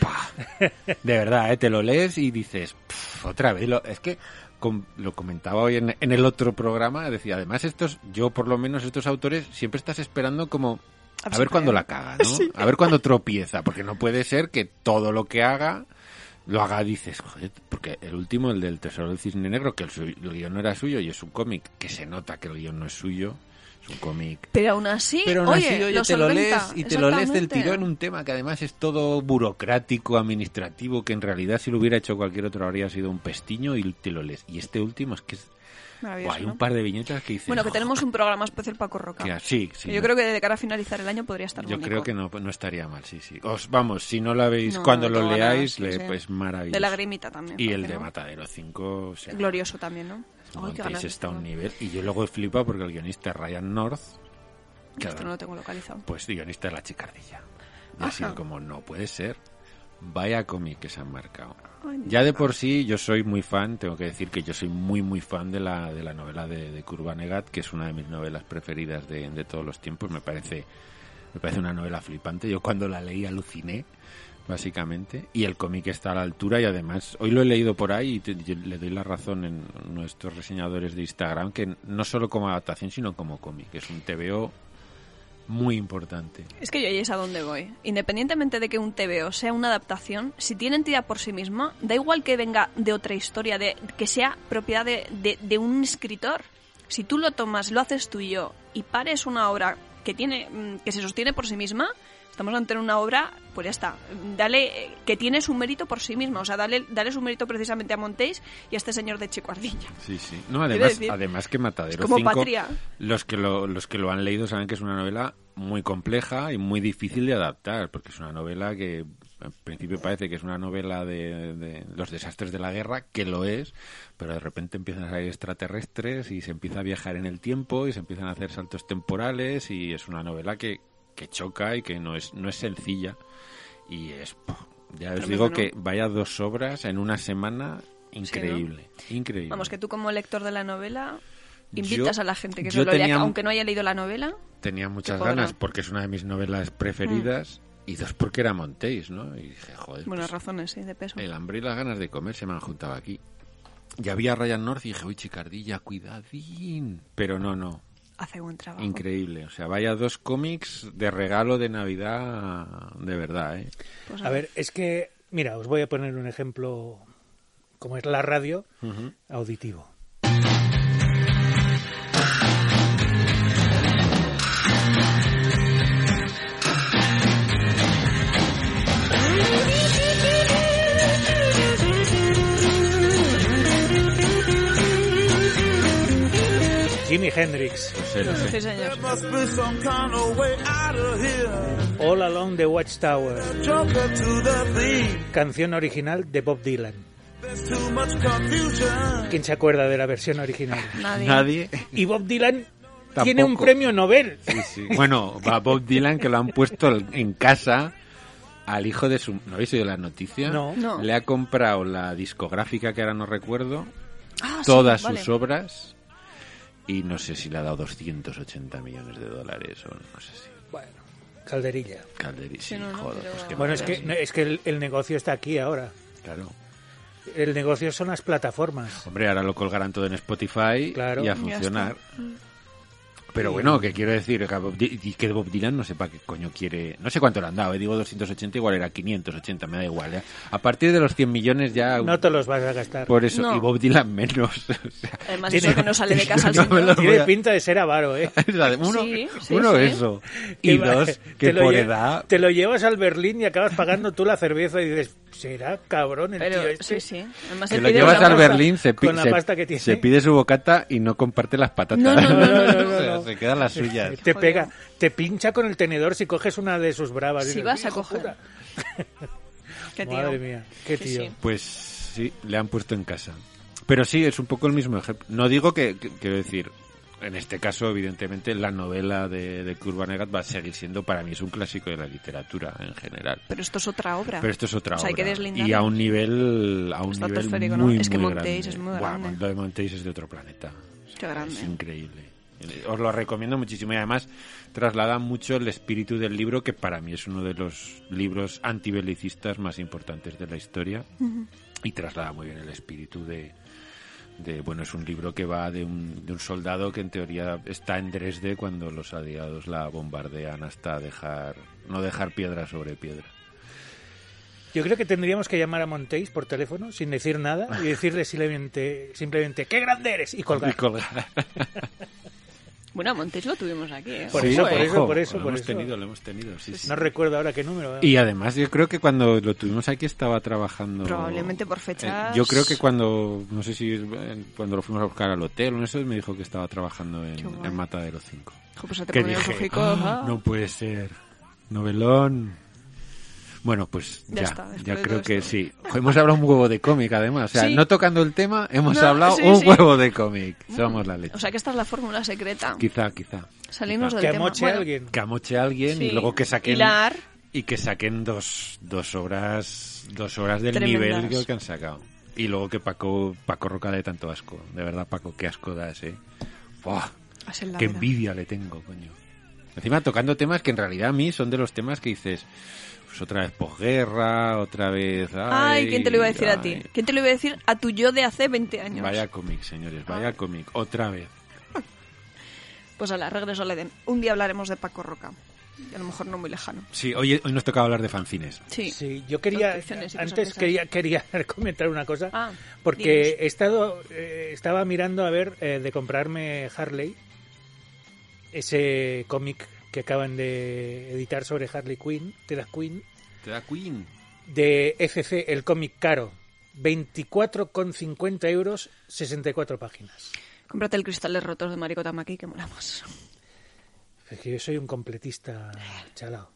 [SPEAKER 1] Pah. De verdad, ¿eh? te lo lees y dices, "Pf, otra vez, lo- es que com- lo comentaba hoy en, en el otro programa, decía, además estos, yo por lo menos estos autores, siempre estás esperando como, a, ver cuándo la caga, ¿no? A ver cuándo tropieza, porque no puede ser que todo lo que haga lo haga, dices, joder, porque el último, el del Tesoro del Cisne Negro, que el, su- el guión no era suyo y es un cómic que se nota que el guión no es suyo, Es un cómic.
[SPEAKER 4] Pero aún así,
[SPEAKER 1] Pero aún
[SPEAKER 4] oye,
[SPEAKER 1] así, oye,
[SPEAKER 4] lo
[SPEAKER 1] te lo
[SPEAKER 4] solventa,
[SPEAKER 1] lees y te lo lees del
[SPEAKER 4] exactamente.
[SPEAKER 1] tirón un tema que además es todo burocrático, administrativo, que en realidad si lo hubiera hecho cualquier otro habría sido un pestiño y te lo lees. Y este último es que es...
[SPEAKER 4] Maravilloso,
[SPEAKER 1] Buah, hay
[SPEAKER 4] ¿no?
[SPEAKER 1] un par de viñetas que dicen...
[SPEAKER 4] Bueno, que tenemos un programa especial para Corroca.
[SPEAKER 1] que así, sí,
[SPEAKER 4] yo
[SPEAKER 1] no-
[SPEAKER 4] creo que de cara a finalizar el año podría estar
[SPEAKER 1] yo
[SPEAKER 4] bonito.
[SPEAKER 1] creo que no, no estaría mal, sí, sí. Os vamos, si no lo habéis,
[SPEAKER 4] No,
[SPEAKER 1] cuando
[SPEAKER 4] no,
[SPEAKER 1] lo
[SPEAKER 4] no,
[SPEAKER 1] leáis,
[SPEAKER 4] nada,
[SPEAKER 1] le,
[SPEAKER 4] sí.
[SPEAKER 1] pues maravilloso.
[SPEAKER 4] De lagrimita también.
[SPEAKER 1] Y
[SPEAKER 4] ¿por
[SPEAKER 1] el
[SPEAKER 4] qué
[SPEAKER 1] de
[SPEAKER 4] no?
[SPEAKER 1] Matadero 5... o sea,
[SPEAKER 4] Glorioso también, ¿no? Ay, qué
[SPEAKER 1] Montes
[SPEAKER 4] ganas de
[SPEAKER 1] está a un
[SPEAKER 4] hacerlo.
[SPEAKER 1] nivel. Y yo luego he flipado porque el guionista Ryan North, que
[SPEAKER 4] Esto no lo tengo localizado.
[SPEAKER 1] pues guionista es la chicardilla. Y
[SPEAKER 4] Ajá.
[SPEAKER 1] así como no puede ser. Vaya cómic que se han marcado.
[SPEAKER 4] Ay, no.
[SPEAKER 1] Ya de por sí yo soy muy fan, tengo que decir que yo soy muy muy fan de la, de la novela de, de Kurbanegat, que es una de mis novelas preferidas de, de todos los tiempos. Me parece, me parece una novela flipante. Yo cuando la leí aluciné, básicamente. Y el cómic está a la altura y además, hoy lo he leído por ahí y te- yo le doy la razón en nuestros reseñadores de Instagram, que no solo como adaptación, sino como cómic. Es un TVO muy importante.
[SPEAKER 4] Es que yo ahí es a donde voy. Independientemente de que un TVO sea una adaptación, si tiene entidad por sí misma, da igual que venga de otra historia, de que sea propiedad de, de- de un escritor. Si tú lo tomas, lo haces tuyo y pares una obra que tiene mm, que se sostiene por sí misma, estamos ante una obra, pues ya está. Dale eh, que tiene su mérito por sí misma, o sea, dale, dale su mérito precisamente a Montéis y a este señor de Chicuardilla.
[SPEAKER 1] Sí, sí. No, además,
[SPEAKER 4] decir,
[SPEAKER 1] además que Matadero
[SPEAKER 4] es como
[SPEAKER 1] 5,
[SPEAKER 4] Patria.
[SPEAKER 1] los que lo, los que lo han leído saben que es una novela muy compleja y muy difícil de adaptar, porque es una novela que al principio parece que es una novela de, de los desastres de la guerra, que lo es, pero de repente empiezan a salir extraterrestres y se empieza a viajar en el tiempo y se empiezan a hacer saltos temporales y es una novela que, que choca y que no es, no es sencilla y es... ¡puf! ya os
[SPEAKER 4] Tremendo,
[SPEAKER 1] digo
[SPEAKER 4] ¿no?
[SPEAKER 1] que vaya dos obras en una semana increíble, increíble.
[SPEAKER 4] Vamos, que tú como lector de la novela invitas
[SPEAKER 1] Yo-
[SPEAKER 4] a la gente que
[SPEAKER 1] yo
[SPEAKER 4] solo lea,
[SPEAKER 1] tenía-
[SPEAKER 4] aunque no haya leído la novela.
[SPEAKER 1] tenía muchas
[SPEAKER 4] podrá.
[SPEAKER 1] ganas porque es una de mis novelas preferidas
[SPEAKER 4] Mm.
[SPEAKER 1] y dos porque era Montéis, ¿no? Y dije, joder,
[SPEAKER 4] Buenas
[SPEAKER 1] pues,
[SPEAKER 4] razones, sí, de peso.
[SPEAKER 1] el hambre y las ganas de comer se me han juntado aquí. Y había Ryan North y dije, uy, chicardilla, cuidadín. Pero no, no,
[SPEAKER 4] Hace buen trabajo.
[SPEAKER 1] increíble. O sea, vaya dos cómics de regalo de Navidad de verdad, ¿eh?
[SPEAKER 4] Pues,
[SPEAKER 3] A ver, es que, mira, os voy a poner un ejemplo, como es la radio, auditivo. Jimi Hendrix,
[SPEAKER 1] No sé, no sé.
[SPEAKER 4] Sí, señor.
[SPEAKER 2] Must be some kind of way out of here.
[SPEAKER 3] All Along the Watchtower,
[SPEAKER 2] Joker to the thief.
[SPEAKER 3] canción original de Bob Dylan.
[SPEAKER 2] There's too much confusion.
[SPEAKER 3] ¿Quién se acuerda de la versión original?
[SPEAKER 4] Nadie.
[SPEAKER 1] Nadie.
[SPEAKER 3] Y Bob Dylan tiene un
[SPEAKER 1] Tampoco.
[SPEAKER 3] premio Nobel.
[SPEAKER 1] Sí. Bueno, va Bob Dylan que lo han puesto en casa al hijo de su... ¿No habéis oído la noticia?
[SPEAKER 3] No.
[SPEAKER 4] No.
[SPEAKER 1] Le ha comprado la discográfica que ahora no recuerdo,
[SPEAKER 4] Ah, sí,
[SPEAKER 1] todas
[SPEAKER 4] vale.
[SPEAKER 1] sus obras y no sé si le ha dado 280 millones de dólares o no sé si.
[SPEAKER 3] Bueno, calderilla.
[SPEAKER 1] Calderi, sí,
[SPEAKER 4] no, no,
[SPEAKER 1] joder,
[SPEAKER 4] pero-
[SPEAKER 1] pues qué
[SPEAKER 3] Bueno, es
[SPEAKER 1] manera,
[SPEAKER 3] que, no, eh, es que el, el negocio está aquí ahora.
[SPEAKER 1] sí, Claro.
[SPEAKER 3] El negocio son las plataformas.
[SPEAKER 1] Hombre, ahora lo colgarán todo en Spotify
[SPEAKER 3] Claro.
[SPEAKER 1] y a
[SPEAKER 3] Ya
[SPEAKER 1] funcionar.
[SPEAKER 4] Mm.
[SPEAKER 1] Pero bueno, que quiero decir? Que Bob, Dy- y que Bob Dylan no sepa qué coño quiere. No sé cuánto le han dado, eh, digo 280, igual era 580, me da igual. eh. A partir de los 100 millones ya.
[SPEAKER 3] No te los vas a gastar.
[SPEAKER 1] Por eso,
[SPEAKER 4] No.
[SPEAKER 1] y Bob Dylan menos. o sea,
[SPEAKER 4] Además,
[SPEAKER 3] Tiene-
[SPEAKER 4] eso que no sale de casa al
[SPEAKER 1] No me
[SPEAKER 4] señor.
[SPEAKER 1] lo-
[SPEAKER 3] Tiene
[SPEAKER 1] voy a-
[SPEAKER 3] pinta de ser avaro, ¿eh?
[SPEAKER 1] o sea, uno,
[SPEAKER 4] Sí, sí,
[SPEAKER 1] uno
[SPEAKER 4] sí.
[SPEAKER 1] eso. Y
[SPEAKER 3] va-
[SPEAKER 1] dos,
[SPEAKER 3] te
[SPEAKER 1] que
[SPEAKER 3] lo
[SPEAKER 1] por
[SPEAKER 3] lle-
[SPEAKER 1] edad
[SPEAKER 3] Te lo llevas al Berlín y acabas pagando tú la cerveza y dices, será cabrón el tío
[SPEAKER 4] Pero,
[SPEAKER 3] este?
[SPEAKER 4] sí, sí. Además,
[SPEAKER 1] Que
[SPEAKER 4] él
[SPEAKER 1] lo
[SPEAKER 4] pide
[SPEAKER 1] llevas
[SPEAKER 4] una
[SPEAKER 1] al
[SPEAKER 4] pasta.
[SPEAKER 1] Berlín, se, pi-
[SPEAKER 3] con la
[SPEAKER 1] se-
[SPEAKER 3] pasta que tiene.
[SPEAKER 1] se pide su bocata y no comparte las patatas.
[SPEAKER 4] No, no, no, no, no,
[SPEAKER 3] no,
[SPEAKER 1] O sea,
[SPEAKER 3] no.
[SPEAKER 1] Se quedan las suyas.
[SPEAKER 3] Te pega, te pincha con el tenedor si coges una de sus bravas.
[SPEAKER 4] Si
[SPEAKER 3] Dices,
[SPEAKER 4] vas a
[SPEAKER 3] "Hijo
[SPEAKER 4] coger".
[SPEAKER 3] puta".
[SPEAKER 4] Qué tío.
[SPEAKER 3] Madre mía, qué
[SPEAKER 4] Sí,
[SPEAKER 3] tío.
[SPEAKER 4] sí.
[SPEAKER 1] Pues sí, le han puesto en casa. Pero sí, es un poco el mismo ejemplo. No digo que, que- quiero decir, en este caso, evidentemente, la novela de, de Kurt Vonnegut va a seguir siendo, para mí es un clásico de la literatura en general.
[SPEAKER 4] Pero esto es otra obra.
[SPEAKER 1] Pero esto es otra
[SPEAKER 4] O sea, hay que
[SPEAKER 1] obra.
[SPEAKER 4] deslindarlo.
[SPEAKER 1] y a un nivel, a un nivel muy,
[SPEAKER 4] Estratosférico, ¿no? Es que
[SPEAKER 1] muy
[SPEAKER 4] Montéis
[SPEAKER 1] grande.
[SPEAKER 4] es muy
[SPEAKER 1] Buah,
[SPEAKER 4] grande.
[SPEAKER 1] lo de Montéis es de otro planeta.
[SPEAKER 4] Qué grande.
[SPEAKER 1] Es increíble. Eh, Os lo recomiendo muchísimo y además traslada mucho el espíritu del libro que para mí es uno de los libros antibelicistas más importantes de la historia y traslada muy bien el espíritu de, de- bueno, es un libro que va de un, de un soldado que en teoría está en Dresde cuando los aliados la bombardean hasta dejar, no dejar piedra sobre piedra.
[SPEAKER 3] Yo creo que tendríamos que llamar a Montéis por teléfono sin decir nada y decirle simplemente, simplemente ¡qué grande eres! y colgar.
[SPEAKER 1] Y colgar.
[SPEAKER 4] Bueno, Montes lo tuvimos aquí, ¿eh?
[SPEAKER 3] Por
[SPEAKER 1] Sí,
[SPEAKER 3] eso, por eso,
[SPEAKER 1] ojo,
[SPEAKER 3] por eso,
[SPEAKER 1] Lo
[SPEAKER 3] por
[SPEAKER 1] hemos
[SPEAKER 3] eso.
[SPEAKER 1] tenido, lo hemos tenido, sí, sí.
[SPEAKER 3] No recuerdo ahora qué número. ¿eh?
[SPEAKER 1] Y además yo creo que cuando lo tuvimos aquí estaba trabajando...
[SPEAKER 4] Probablemente por fechas.
[SPEAKER 1] Eh, yo creo que cuando, no sé si eh, cuando lo fuimos a buscar al hotel o en eso, me dijo que estaba trabajando en,
[SPEAKER 4] Qué guay.
[SPEAKER 1] en Matadero 5.
[SPEAKER 4] Jo, pues se te
[SPEAKER 1] Que
[SPEAKER 4] ponen los
[SPEAKER 1] dije,
[SPEAKER 4] ojicos,
[SPEAKER 1] "Ah,
[SPEAKER 4] ah".
[SPEAKER 1] no puede ser. Novelón. Bueno, pues ya,
[SPEAKER 4] Ya está, después
[SPEAKER 1] ya
[SPEAKER 4] de
[SPEAKER 1] creo
[SPEAKER 4] todo
[SPEAKER 1] que
[SPEAKER 4] esto.
[SPEAKER 1] sí. Jo, Hemos hablado un huevo de cómic, además. O sea,
[SPEAKER 4] Sí.
[SPEAKER 1] no tocando el tema, hemos
[SPEAKER 4] No,
[SPEAKER 1] hablado
[SPEAKER 4] sí,
[SPEAKER 1] un
[SPEAKER 4] sí.
[SPEAKER 1] huevo de cómic. Somos la leche.
[SPEAKER 4] O sea que esta es la fórmula secreta.
[SPEAKER 1] quizá, quizá.
[SPEAKER 4] Salirnos
[SPEAKER 1] quizá.
[SPEAKER 4] del
[SPEAKER 3] Que
[SPEAKER 4] tema.
[SPEAKER 3] amoche
[SPEAKER 4] Bueno,
[SPEAKER 3] a alguien.
[SPEAKER 1] Que amoche a alguien
[SPEAKER 4] Sí.
[SPEAKER 1] y luego que saquen...
[SPEAKER 4] Hilar.
[SPEAKER 1] Y que saquen dos, dos horas dos horas del
[SPEAKER 4] Tremendas.
[SPEAKER 1] nivel que- que han sacado. Y luego que Paco, Paco Roca de tanto asco. De verdad, Paco, qué asco das, eh. Buah.
[SPEAKER 4] así es la
[SPEAKER 1] Qué
[SPEAKER 4] vida.
[SPEAKER 1] envidia le tengo, coño. Encima tocando temas que en realidad a mí son de los temas que dices, pues otra vez posguerra, otra vez...
[SPEAKER 4] Ay, ¿quién te lo iba a decir a ti?
[SPEAKER 1] ay.
[SPEAKER 4] ¿Quién te lo iba a decir a tu yo de hace 20 años?
[SPEAKER 1] Vaya cómic, señores, vaya cómic, otra vez.
[SPEAKER 4] Pues a la regreso le den. Un día hablaremos de Paco Roca. Y a lo mejor no muy lejano.
[SPEAKER 1] Sí, hoy, hoy nos tocaba hablar de fanzines.
[SPEAKER 4] Sí.
[SPEAKER 3] Sí, yo quería,
[SPEAKER 4] Suscripciones y cosas de
[SPEAKER 3] antes
[SPEAKER 4] esas.
[SPEAKER 3] quería, quería comentar una cosa,
[SPEAKER 4] Ah,
[SPEAKER 3] porque he estado, eh, estaba mirando a ver eh, de comprarme Harley, ese cómic que acaban de editar sobre Harley Quinn, te das Quinn,
[SPEAKER 1] Te da Queen.
[SPEAKER 3] de FC, el cómic caro, 24,50 euros, 64 páginas.
[SPEAKER 4] Cómprate el Cristales Rotos de Mariko Tamaki, que mola más.
[SPEAKER 3] Es que yo soy un completista chalao.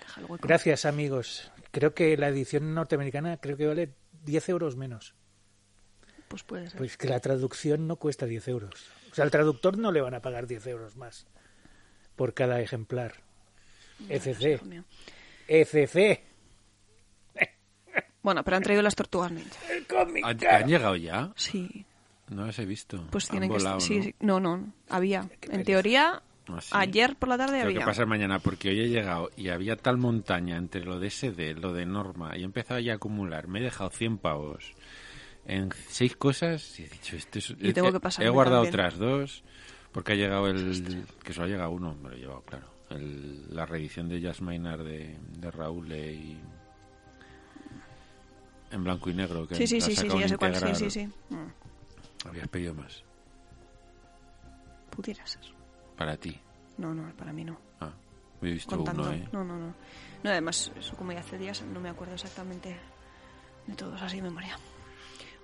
[SPEAKER 4] Deja el hueco.
[SPEAKER 3] Gracias, amigos. Creo que la edición norteamericana creo que vale 10 euros menos.
[SPEAKER 4] Pues puede ser.
[SPEAKER 3] Pues que la traducción no cuesta 10 euros. O sea, al traductor no le van a pagar 10 euros más por cada ejemplar. E ECC.
[SPEAKER 4] Dios mío.
[SPEAKER 3] E ECC.
[SPEAKER 4] Bueno, pero han traído las tortugas ninja.
[SPEAKER 1] ¿Han, han llegado ya?
[SPEAKER 4] Sí.
[SPEAKER 1] No las he visto.
[SPEAKER 4] Pues
[SPEAKER 1] han
[SPEAKER 4] tienen
[SPEAKER 1] volado,
[SPEAKER 4] que. Sí,
[SPEAKER 1] ¿no?
[SPEAKER 4] sí. ¿no? no, Había. En teoría,
[SPEAKER 1] Ah, sí.
[SPEAKER 4] ayer por la tarde
[SPEAKER 1] Tengo
[SPEAKER 4] había.
[SPEAKER 1] que pasar mañana porque hoy he llegado y había tal montaña entre lo de SD, lo de Norma y he empezado ya a acumular. Me he dejado 100 pavos en seis cosas y he dicho, esto es,
[SPEAKER 4] Yo tengo
[SPEAKER 1] he-
[SPEAKER 4] que pasarme
[SPEAKER 1] he guardado
[SPEAKER 4] también.
[SPEAKER 1] otras dos porque ha llegado el... que solo ha llegado uno, me lo he llevado, claro. el- la reedición de Jazz Maynard de, de Raúl y... En blanco y negro. Que
[SPEAKER 4] Sí, sí,
[SPEAKER 1] la
[SPEAKER 4] sí, sí,
[SPEAKER 1] saca un
[SPEAKER 4] ya sé cuál. Sí,
[SPEAKER 1] integral.
[SPEAKER 4] sí, sí. Mm,
[SPEAKER 1] Habías pedido más.
[SPEAKER 4] pudiera ser.
[SPEAKER 1] Para ti.
[SPEAKER 4] No, no, para mí no.
[SPEAKER 1] Ah, he visto
[SPEAKER 4] Contando.
[SPEAKER 1] uno, ¿eh?
[SPEAKER 4] No, no, no. No, además, eso como ya hace días, no me acuerdo exactamente de todos así de memoria.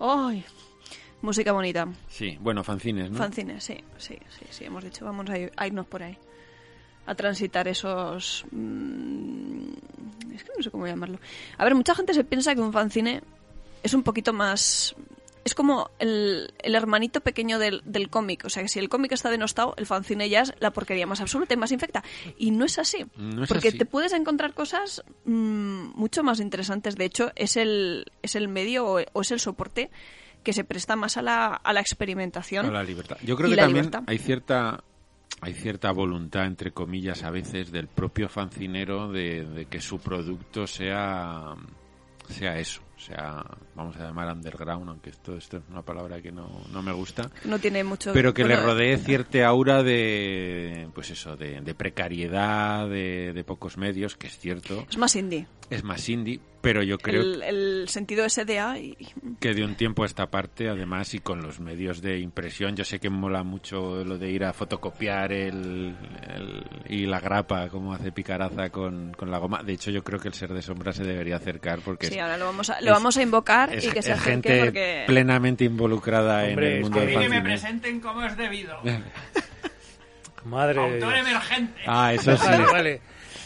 [SPEAKER 4] ¡Ay! Música bonita.
[SPEAKER 1] Sí, bueno, fanzines, ¿no?
[SPEAKER 4] Fanzines, sí, sí, sí, sí. Hemos dicho, vamos a, ir- a irnos por ahí. A transitar esos. mm, es que no sé cómo llamarlo. A ver, mucha gente se piensa que un fanzine es un poquito más. Es como el, el hermanito pequeño del, del cómic. O sea, que si el cómic está denostado, el fanzine ya es la porquería más absoluta y más infecta. Y no es así.
[SPEAKER 1] No es
[SPEAKER 4] porque
[SPEAKER 1] así.
[SPEAKER 4] te puedes encontrar cosas mm, mucho más interesantes. De hecho, es el, es el medio o, o es el soporte que se presta más a la, a la experimentación.
[SPEAKER 1] A la libertad. Yo creo
[SPEAKER 4] Y
[SPEAKER 1] que
[SPEAKER 4] la
[SPEAKER 1] también
[SPEAKER 4] libertad.
[SPEAKER 1] hay cierta hay cierta voluntad entre comillas a veces del propio fancinero de, de que su producto sea sea eso, sea vamos a llamar underground, aunque esto esto es una palabra que no, no me gusta,
[SPEAKER 4] No tiene mucho.
[SPEAKER 1] pero que le
[SPEAKER 4] bueno,
[SPEAKER 1] rodee cierta aura de pues eso, de, de precariedad, de, de pocos medios, que es cierto,
[SPEAKER 4] Es más indie.
[SPEAKER 1] es más indie, pero yo creo
[SPEAKER 4] El, el sentido SDA y.
[SPEAKER 1] que de un tiempo a esta parte, además, y con los medios de impresión, yo sé que mola mucho lo de ir a fotocopiar el, el- y la grapa, como hace Picaraza con, con la goma. De hecho, yo creo que el ser de sombra se debería acercar porque
[SPEAKER 4] Sí,
[SPEAKER 1] es,
[SPEAKER 4] ahora lo vamos a, lo
[SPEAKER 1] es-
[SPEAKER 4] vamos a invocar
[SPEAKER 1] es-
[SPEAKER 4] y que se
[SPEAKER 1] es
[SPEAKER 4] acerque
[SPEAKER 1] gente
[SPEAKER 4] porque.
[SPEAKER 1] plenamente involucrada en
[SPEAKER 3] Hombre,
[SPEAKER 1] el
[SPEAKER 3] es
[SPEAKER 1] mundo
[SPEAKER 5] A
[SPEAKER 1] del
[SPEAKER 5] mí que me
[SPEAKER 1] fanzine.
[SPEAKER 5] presenten como es debido.
[SPEAKER 1] Eh.
[SPEAKER 3] Madre de
[SPEAKER 5] Autor
[SPEAKER 3] Dios.
[SPEAKER 5] emergente.
[SPEAKER 1] Ah, eso sí.
[SPEAKER 3] Vale, vale.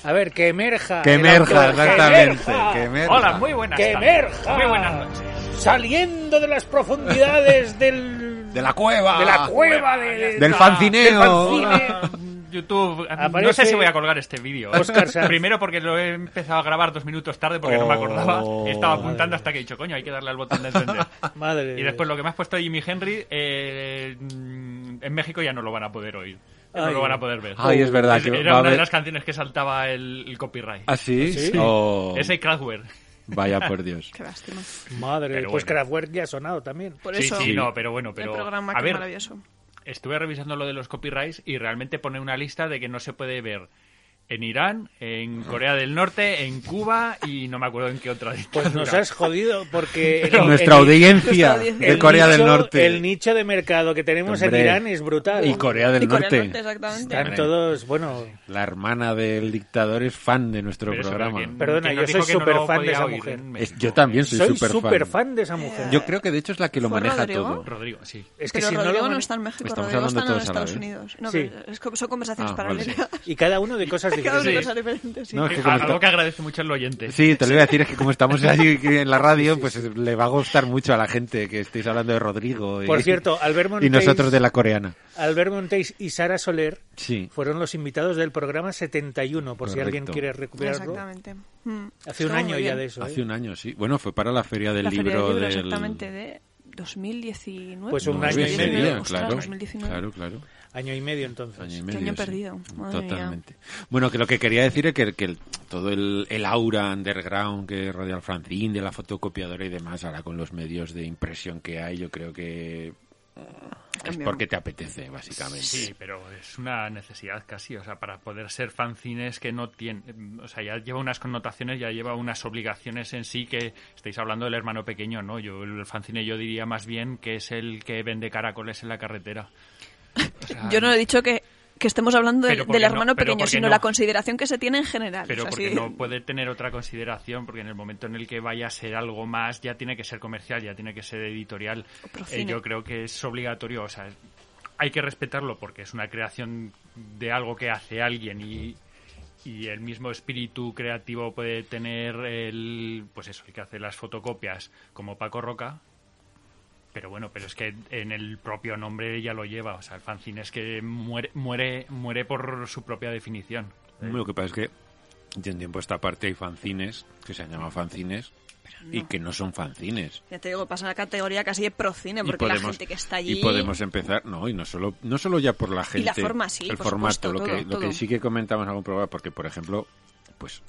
[SPEAKER 3] A ver, que emerja.
[SPEAKER 1] Que
[SPEAKER 3] el
[SPEAKER 1] emerja,
[SPEAKER 3] autor.
[SPEAKER 1] exactamente, que emerja.
[SPEAKER 5] Hola, muy buenas
[SPEAKER 3] Que
[SPEAKER 5] tardes.
[SPEAKER 3] emerja.
[SPEAKER 5] Muy buenas noches.
[SPEAKER 3] Saliendo de las profundidades del...
[SPEAKER 1] De la cueva.
[SPEAKER 3] de la cueva de- de-
[SPEAKER 1] Ah, Del fancineo.
[SPEAKER 3] del fanzine.
[SPEAKER 5] Hola, YouTube, em, no
[SPEAKER 3] Aparece-
[SPEAKER 5] sé si voy a colgar este vídeo.
[SPEAKER 3] Óscar Sanz.
[SPEAKER 5] Primero porque lo he empezado a grabar dos minutos tarde porque no me acordaba.
[SPEAKER 1] Oh.
[SPEAKER 5] Estaba apuntando hasta que he dicho, coño, hay que darle al botón de encender.
[SPEAKER 3] Madre de
[SPEAKER 5] Y después
[SPEAKER 3] Dios.
[SPEAKER 5] lo que me has puesto de Jimi Henry, eh, mm, en México ya no lo van a poder oír. Ya No
[SPEAKER 3] Ay.
[SPEAKER 5] lo van a poder ver.
[SPEAKER 1] Ay, es verdad que va a
[SPEAKER 5] Era una
[SPEAKER 1] haber-
[SPEAKER 5] de las canciones que saltaba el, el copyright.
[SPEAKER 1] ¿Ah, sí?
[SPEAKER 3] ¿Sí?
[SPEAKER 1] Oh,
[SPEAKER 5] Ese y Kraftwerk.
[SPEAKER 1] Vaya por Dios.
[SPEAKER 4] Qué lástima.
[SPEAKER 3] Madre,
[SPEAKER 5] Pero
[SPEAKER 3] pues
[SPEAKER 5] bueno.
[SPEAKER 3] Kraftwerk ya ha sonado también. Pues
[SPEAKER 4] Por
[SPEAKER 5] sí,
[SPEAKER 4] eso.
[SPEAKER 5] sí, no, pero bueno, pero...
[SPEAKER 4] el programa
[SPEAKER 5] a
[SPEAKER 4] que es
[SPEAKER 5] ver,
[SPEAKER 4] maravilloso.
[SPEAKER 5] estuve revisando lo de los copyrights y realmente pone una lista de que no se puede ver en Irán, en Corea del Norte, en Cuba y no me acuerdo en qué otra dictadura.
[SPEAKER 3] Ah. Pues nos has jodido porque... el-
[SPEAKER 1] Nuestra
[SPEAKER 3] el-
[SPEAKER 1] audiencia
[SPEAKER 4] Nuestra audiencia.
[SPEAKER 1] de
[SPEAKER 3] el
[SPEAKER 1] Corea del
[SPEAKER 3] nicho-
[SPEAKER 1] Norte
[SPEAKER 3] El nicho de mercado que tenemos
[SPEAKER 1] Hombre.
[SPEAKER 3] en Irán es brutal.
[SPEAKER 1] y Corea del
[SPEAKER 4] Y Corea
[SPEAKER 1] Norte.
[SPEAKER 4] del Norte, exactamente.
[SPEAKER 3] Están todos, bueno,
[SPEAKER 1] La hermana del dictador es fan de nuestro
[SPEAKER 5] Pero eso,
[SPEAKER 1] programa.
[SPEAKER 5] ¿quién-
[SPEAKER 3] Perdona,
[SPEAKER 5] quién
[SPEAKER 3] yo
[SPEAKER 5] nos
[SPEAKER 3] soy
[SPEAKER 5] dijo que no lo
[SPEAKER 3] superfan de
[SPEAKER 5] podía
[SPEAKER 3] esa
[SPEAKER 5] oír
[SPEAKER 3] mujer.
[SPEAKER 5] en
[SPEAKER 1] Es-
[SPEAKER 5] México?
[SPEAKER 1] Eh, yo también soy
[SPEAKER 3] soy
[SPEAKER 1] súper
[SPEAKER 3] súper
[SPEAKER 1] fan.
[SPEAKER 3] fan de esa mujer.
[SPEAKER 1] Yo creo que de hecho es la que lo
[SPEAKER 4] ¿Fue
[SPEAKER 1] maneja
[SPEAKER 4] Rodrigo?
[SPEAKER 1] todo.
[SPEAKER 5] Rodrigo, sí.
[SPEAKER 3] Es que
[SPEAKER 4] Pero
[SPEAKER 3] si no lo
[SPEAKER 4] Rodrigo no,
[SPEAKER 3] man-
[SPEAKER 4] está en México,
[SPEAKER 1] Estamos
[SPEAKER 4] Rodrigo
[SPEAKER 1] hablando
[SPEAKER 4] está en
[SPEAKER 1] todos a la
[SPEAKER 4] Estados
[SPEAKER 1] vez.
[SPEAKER 4] Unidos. No,
[SPEAKER 3] Sí.
[SPEAKER 4] pero es que son conversaciones
[SPEAKER 1] Ah, vale, sí.
[SPEAKER 4] paralelas.
[SPEAKER 3] Y cada uno de cosas
[SPEAKER 4] Cada uno
[SPEAKER 3] diferentes.
[SPEAKER 5] Sí.
[SPEAKER 4] cosa diferente, sí.
[SPEAKER 1] No, es que
[SPEAKER 5] Eh,
[SPEAKER 1] como
[SPEAKER 5] Algo
[SPEAKER 1] está-
[SPEAKER 5] que agradece mucho el oyente.
[SPEAKER 1] Sí, te lo voy a decir, es que como estamos ahí en la radio, pues le va a gustar mucho a la gente que estéis hablando de Rodrigo y,
[SPEAKER 3] Por cierto, Albert
[SPEAKER 1] y
[SPEAKER 3] Montes,
[SPEAKER 1] nosotros de la coreana.
[SPEAKER 3] Albert Montes y Sara Soler
[SPEAKER 1] Sí.
[SPEAKER 3] fueron los invitados del programa 71, por si
[SPEAKER 1] Correcto.
[SPEAKER 3] alguien quiere recuperarlo.
[SPEAKER 4] Exactamente. Mm.
[SPEAKER 3] Hace un
[SPEAKER 4] Estuvo
[SPEAKER 3] año
[SPEAKER 4] muy
[SPEAKER 3] ya
[SPEAKER 4] bien.
[SPEAKER 3] de eso.
[SPEAKER 1] Hace
[SPEAKER 3] ¿eh?
[SPEAKER 1] un año, sí. Bueno, fue para la Feria del
[SPEAKER 4] la Feria
[SPEAKER 1] Libro
[SPEAKER 4] del Libro,
[SPEAKER 1] del...
[SPEAKER 4] exactamente, de 2019.
[SPEAKER 3] Pues un
[SPEAKER 1] No,
[SPEAKER 3] año y
[SPEAKER 1] ese
[SPEAKER 3] medio.
[SPEAKER 1] día,
[SPEAKER 4] Ostras,
[SPEAKER 1] claro,
[SPEAKER 4] 2019.
[SPEAKER 1] claro, claro.
[SPEAKER 3] Año y medio entonces.
[SPEAKER 1] Año y
[SPEAKER 4] Qué
[SPEAKER 1] medio,
[SPEAKER 4] Este año
[SPEAKER 1] sí.
[SPEAKER 4] perdido, madre mía.
[SPEAKER 1] Totalmente. Bueno, que lo que quería decir es que, que el- todo el, el aura underground que rodea al Francín, de la fotocopiadora y demás, ahora con los medios de impresión que hay, yo creo que es
[SPEAKER 4] Cambió.
[SPEAKER 1] porque te apetece, básicamente.
[SPEAKER 5] Sí, pero es una necesidad casi, o sea, para poder ser fanzines que no tienen, o sea, ya lleva unas connotaciones, ya lleva unas obligaciones en sí que estáis hablando del hermano pequeño, ¿no? Yo el fanzine yo diría más bien que es el que vende caracoles en la carretera. O sea,
[SPEAKER 4] Yo no he dicho que, que estemos hablando del-
[SPEAKER 5] Pero ¿por
[SPEAKER 4] del
[SPEAKER 5] qué no?
[SPEAKER 4] hermano
[SPEAKER 5] Pero
[SPEAKER 4] pequeño,
[SPEAKER 5] ¿por qué
[SPEAKER 4] sino
[SPEAKER 5] no?
[SPEAKER 4] la consideración que se tiene en general.
[SPEAKER 5] Pero
[SPEAKER 4] O sea,
[SPEAKER 5] porque
[SPEAKER 4] sí.
[SPEAKER 5] no puede tener otra consideración, porque en el momento en el que vaya a ser algo más, ya tiene que ser comercial, ya tiene que ser editorial.
[SPEAKER 4] O procine.
[SPEAKER 5] Eh, yo creo que es obligatorio, o sea, es- hay que respetarlo porque es una creación de algo que hace alguien y, y el mismo espíritu creativo puede tener el, pues eso, el que hace las fotocopias, como Paco Roca. Pero bueno, pero es que en el propio nombre ya lo lleva, o sea, el fanzine es que muere, muere, muere por su propia definición.
[SPEAKER 1] Bueno, Lo que pasa es que de un tiempo a esta parte hay fanzines que se han llamado fanzines y que no son fanzines.
[SPEAKER 4] Ya te digo, pasa a la categoría casi de procine, porque la gente que está allí...
[SPEAKER 1] y podemos empezar, no, y no solo, no solo ya por la gente.
[SPEAKER 4] la forma, sí,
[SPEAKER 1] El
[SPEAKER 4] por
[SPEAKER 1] formato,
[SPEAKER 4] supuesto,
[SPEAKER 1] lo, que,
[SPEAKER 4] todo,
[SPEAKER 1] lo que
[SPEAKER 4] todo.
[SPEAKER 1] sí que comentamos en algún programa, porque por ejemplo, pues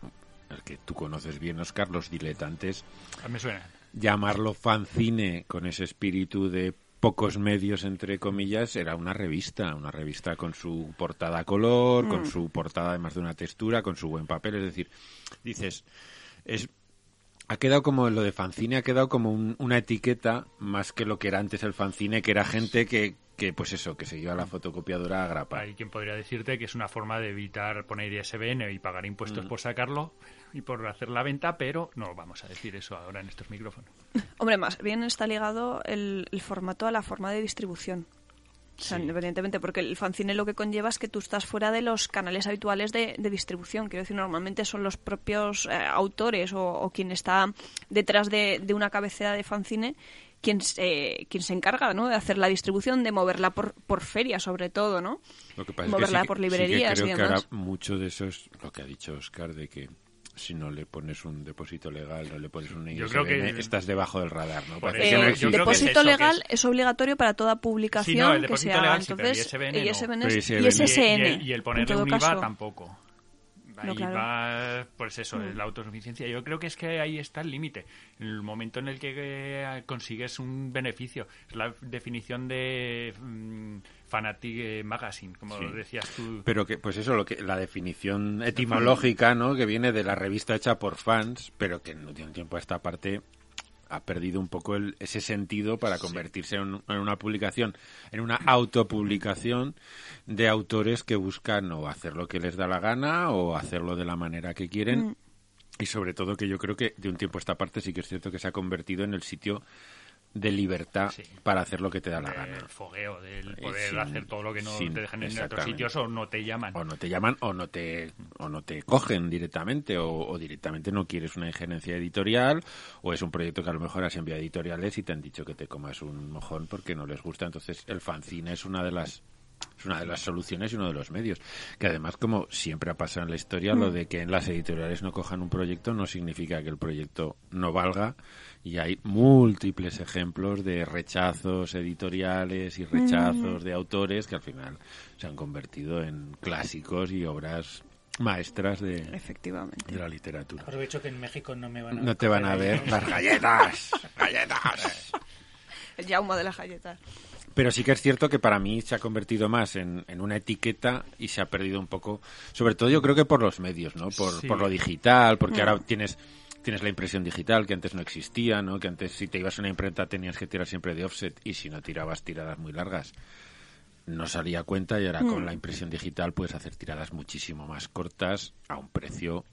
[SPEAKER 1] el que tú conoces bien, Oscar, los diletantes,
[SPEAKER 5] Me suena.
[SPEAKER 1] llamarlo fanzine con ese espíritu de pocos medios entre comillas era una revista una revista con su portada a color con su portada además de una textura con su buen papel es decir dices es ha quedado como lo de fanzine ha quedado como un- una etiqueta más que lo que era antes el fanzine que era gente que, que pues eso que se iba a la fotocopiadora a grapa
[SPEAKER 5] Hay quien podría decirte que es una forma de evitar poner ISBN y pagar
[SPEAKER 1] Mm.
[SPEAKER 5] impuestos por sacarlo y por hacer la venta, pero no vamos a decir eso ahora en estos micrófonos.
[SPEAKER 4] Hombre, más bien está ligado el, el formato a la forma de distribución. O sea, independientemente, porque el fanzine lo que conlleva es que tú estás fuera de los canales habituales de, de distribución. Quiero decir, normalmente son los propios eh, autores o, o quien está detrás de, de una cabecera de fanzine quien se, quien se encarga ¿no? de hacer la distribución, de moverla por, por feria, sobre todo, ¿no?
[SPEAKER 1] Lo que pasa es que
[SPEAKER 4] moverla
[SPEAKER 1] sí que-
[SPEAKER 4] por
[SPEAKER 1] sí que
[SPEAKER 4] librerías
[SPEAKER 1] creo
[SPEAKER 4] y
[SPEAKER 1] que
[SPEAKER 4] demás.
[SPEAKER 1] ahora mucho de eso es lo que ha dicho Oscar de que si no le pones un depósito legal, no le pones un ISBN,
[SPEAKER 5] Yo creo que-
[SPEAKER 1] estás debajo del radar, ¿no?
[SPEAKER 5] Por
[SPEAKER 1] Parece
[SPEAKER 5] eso,
[SPEAKER 1] que no
[SPEAKER 4] Eh,
[SPEAKER 5] yo creo que
[SPEAKER 1] existe.
[SPEAKER 4] depósito
[SPEAKER 5] eso, que
[SPEAKER 4] legal
[SPEAKER 5] es-
[SPEAKER 4] es... obligatorio para toda
[SPEAKER 5] Sí, no,
[SPEAKER 4] publicación
[SPEAKER 5] el
[SPEAKER 4] que
[SPEAKER 5] depósito
[SPEAKER 4] se haga.
[SPEAKER 5] legal sí, pero
[SPEAKER 4] Entonces,
[SPEAKER 5] ISBN no.
[SPEAKER 4] ISBN es-
[SPEAKER 1] Pero
[SPEAKER 4] y
[SPEAKER 1] ISBN.
[SPEAKER 4] SSN.
[SPEAKER 5] Y, el- y el
[SPEAKER 4] en
[SPEAKER 5] ponerle
[SPEAKER 4] todo
[SPEAKER 5] un IVA
[SPEAKER 4] caso.
[SPEAKER 5] tampoco. Ahí
[SPEAKER 4] No, claro. Mm.
[SPEAKER 5] va, pues eso, la autosuficiencia. Yo creo que es que ahí está el límite. En el momento en el que eh, consigues un beneficio. Es la definición de mm, Fanatic eh, Magazine, como
[SPEAKER 1] Sí.
[SPEAKER 5] decías tú.
[SPEAKER 1] Pero que, pues eso, lo que, la definición etimológica, ¿no? Que viene de la revista hecha por fans, pero que no tiene tiempo a esta parte ha perdido un poco el- ese sentido para convertirse en, en una publicación, en una autopublicación de autores que buscan o hacer lo que les da la gana o hacerlo de la manera que quieren. Y sobre todo que yo creo que de un tiempo a esta parte sí que es cierto que se ha convertido en el sitio de libertad
[SPEAKER 5] Sí. Eh,
[SPEAKER 1] para hacer lo que te da la gana.
[SPEAKER 5] del fogueo, del
[SPEAKER 1] Eh,
[SPEAKER 5] poder
[SPEAKER 1] sin-
[SPEAKER 5] hacer todo lo que no
[SPEAKER 1] sin-
[SPEAKER 5] te dejan en otros
[SPEAKER 1] exactamente.
[SPEAKER 5] sitios o no te llaman.
[SPEAKER 1] o no te llaman o no te o no te cogen directamente o, o directamente no quieres una injerencia editorial o es un proyecto que a lo mejor has enviado a editoriales y te han dicho que te comas un mojón porque no les gusta entonces el fanzine es una de las es una de las soluciones y uno de los medios que además como siempre ha pasado en la historia lo de que en las editoriales no cojan un proyecto no significa que el proyecto no valga y hay múltiples ejemplos de rechazos editoriales y rechazos de autores que al final se han convertido en clásicos y obras maestras de,
[SPEAKER 4] Efectivamente.
[SPEAKER 1] de la literatura.
[SPEAKER 3] Aprovecho que en México no me van a
[SPEAKER 1] No te van a ver las galletas, galletas.
[SPEAKER 4] El Jaume de las galletas.
[SPEAKER 1] Pero sí que es cierto que para mí se ha convertido más en, en una etiqueta y se ha perdido un poco, sobre todo yo creo que por los medios, ¿no? Por,
[SPEAKER 5] Sí.
[SPEAKER 1] por lo digital, porque ahora tienes tienes la impresión digital que antes no existía, ¿no? Que antes si te ibas a una imprenta tenías que tirar siempre de offset y si no tirabas tiradas muy largas no salía a cuenta y ahora con la impresión digital puedes hacer tiradas muchísimo más cortas a un precio